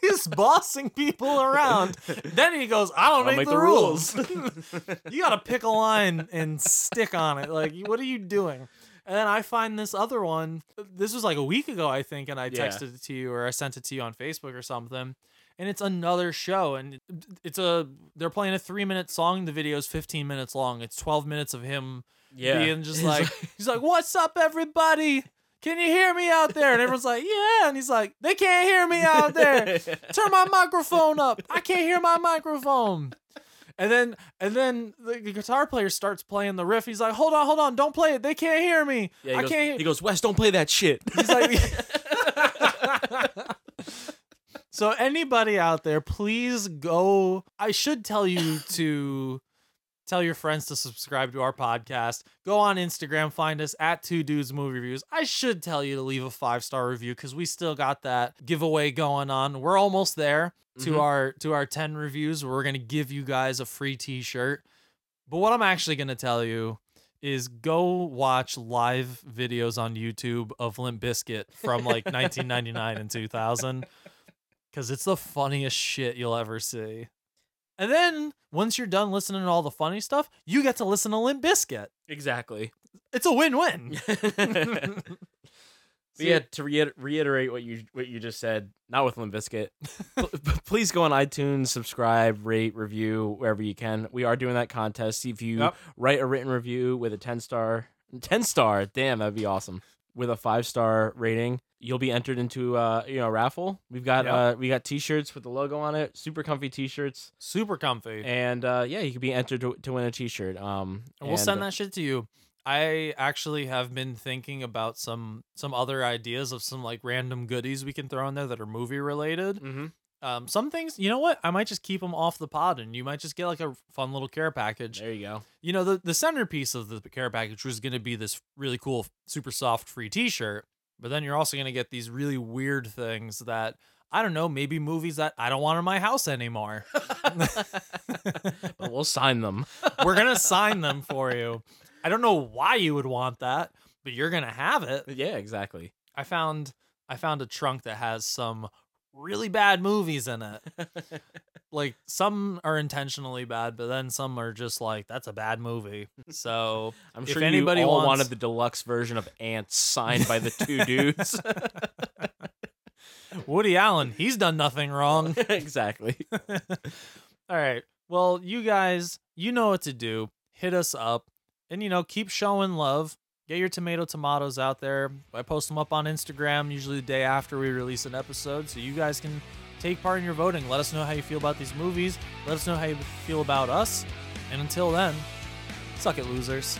[SPEAKER 7] He's bossing people around. Then he goes, "I don't
[SPEAKER 8] I'll
[SPEAKER 7] make, the, rules. you got to pick a line and stick on it. Like, what are you doing?" And then I find this other one. This was like a week ago, I think, and I
[SPEAKER 8] Yeah.
[SPEAKER 7] texted it to you or I sent it to you on Facebook or something. And it's another show, and it's a they're playing a three minute song. The video's fifteen minutes long. It's twelve minutes of him
[SPEAKER 8] Yeah.
[SPEAKER 7] being just
[SPEAKER 8] He's
[SPEAKER 7] like,
[SPEAKER 8] like-
[SPEAKER 7] he's like, "What's up, everybody? Can you hear me out there?" And everyone's like, "Yeah," and he's like, "They can't hear me out there. Turn my microphone up. I can't hear my microphone." And then, and then the, the guitar player starts playing the riff. He's like, "Hold on, hold on, don't play it. They can't hear me.
[SPEAKER 8] Yeah, he
[SPEAKER 7] I
[SPEAKER 8] goes,
[SPEAKER 7] can't." hear-"
[SPEAKER 8] He goes, Wes, don't play that shit.
[SPEAKER 7] He's like, so anybody out there, please go. I should tell you to tell your friends to subscribe to our podcast. Go on Instagram, find us at Two Dudes Movie Reviews. I should tell you to leave a five star review because we still got that giveaway going on. We're almost there to
[SPEAKER 8] Mhm.
[SPEAKER 7] our to our ten reviews. We're gonna give you guys a free T shirt. But what I'm actually gonna tell you is go watch live videos on YouTube of Limp Bizkit from like 1999 and 2000 because it's the funniest shit you'll ever see. And then once you're done listening to all the funny stuff, you get to listen to Limp Bizkit.
[SPEAKER 8] exactly.
[SPEAKER 7] It's a win-win.
[SPEAKER 8] but yeah, to reiter- reiterate what you what you just said, not with Limbiscuit. please go on iTunes, subscribe, rate, review wherever you can. We are doing that contest. If you
[SPEAKER 7] Yep.
[SPEAKER 8] write a written review with a ten star, ten star, damn, that'd be awesome. With a five star rating, you'll be entered into uh you know a raffle. We've got
[SPEAKER 7] Yep.
[SPEAKER 8] uh we got t shirts with the logo on it, super comfy t shirts,
[SPEAKER 7] Super comfy.
[SPEAKER 8] and
[SPEAKER 7] And,
[SPEAKER 8] uh yeah, you could be entered to, to win a t shirt. Um,
[SPEAKER 7] we'll send
[SPEAKER 8] uh,
[SPEAKER 7] that shit to you. I actually have been thinking about some some other ideas of some like random goodies we can throw in there that are movie related.
[SPEAKER 8] Mhm.
[SPEAKER 7] Um, some things, you know what? I might just keep them off the pod, and you might just get like a fun little care package.
[SPEAKER 8] There you go.
[SPEAKER 7] You know, the, the centerpiece of the care package was going to be this really cool, super soft free t shirt. But then you're also going to get these really weird things that, I don't know, maybe movies that I don't want in my house anymore.
[SPEAKER 8] But we'll sign them.
[SPEAKER 7] We're going to sign them for you. I don't know why you would want that, but you're going to have it.
[SPEAKER 8] yeah, exactly.
[SPEAKER 7] I found I found a trunk that has some really bad movies in it. like some are intentionally bad, but then some are just like that's a bad movie. So
[SPEAKER 8] I'm
[SPEAKER 7] If
[SPEAKER 8] sure
[SPEAKER 7] anybody
[SPEAKER 8] you all
[SPEAKER 7] wants-
[SPEAKER 8] wanted the deluxe version of Ants signed by the two dudes.
[SPEAKER 7] Woody Allen, he's done nothing wrong.
[SPEAKER 8] exactly.
[SPEAKER 7] All right. Well, you guys, you know what to do. Hit us up and, you know, keep showing love. Get your tomato tomatoes out there. I post them up on Instagram usually the day after we release an episode. So you guys can take part in your voting. Let us know how you feel about these movies. Let us know how you feel about us. And until then, suck it, losers.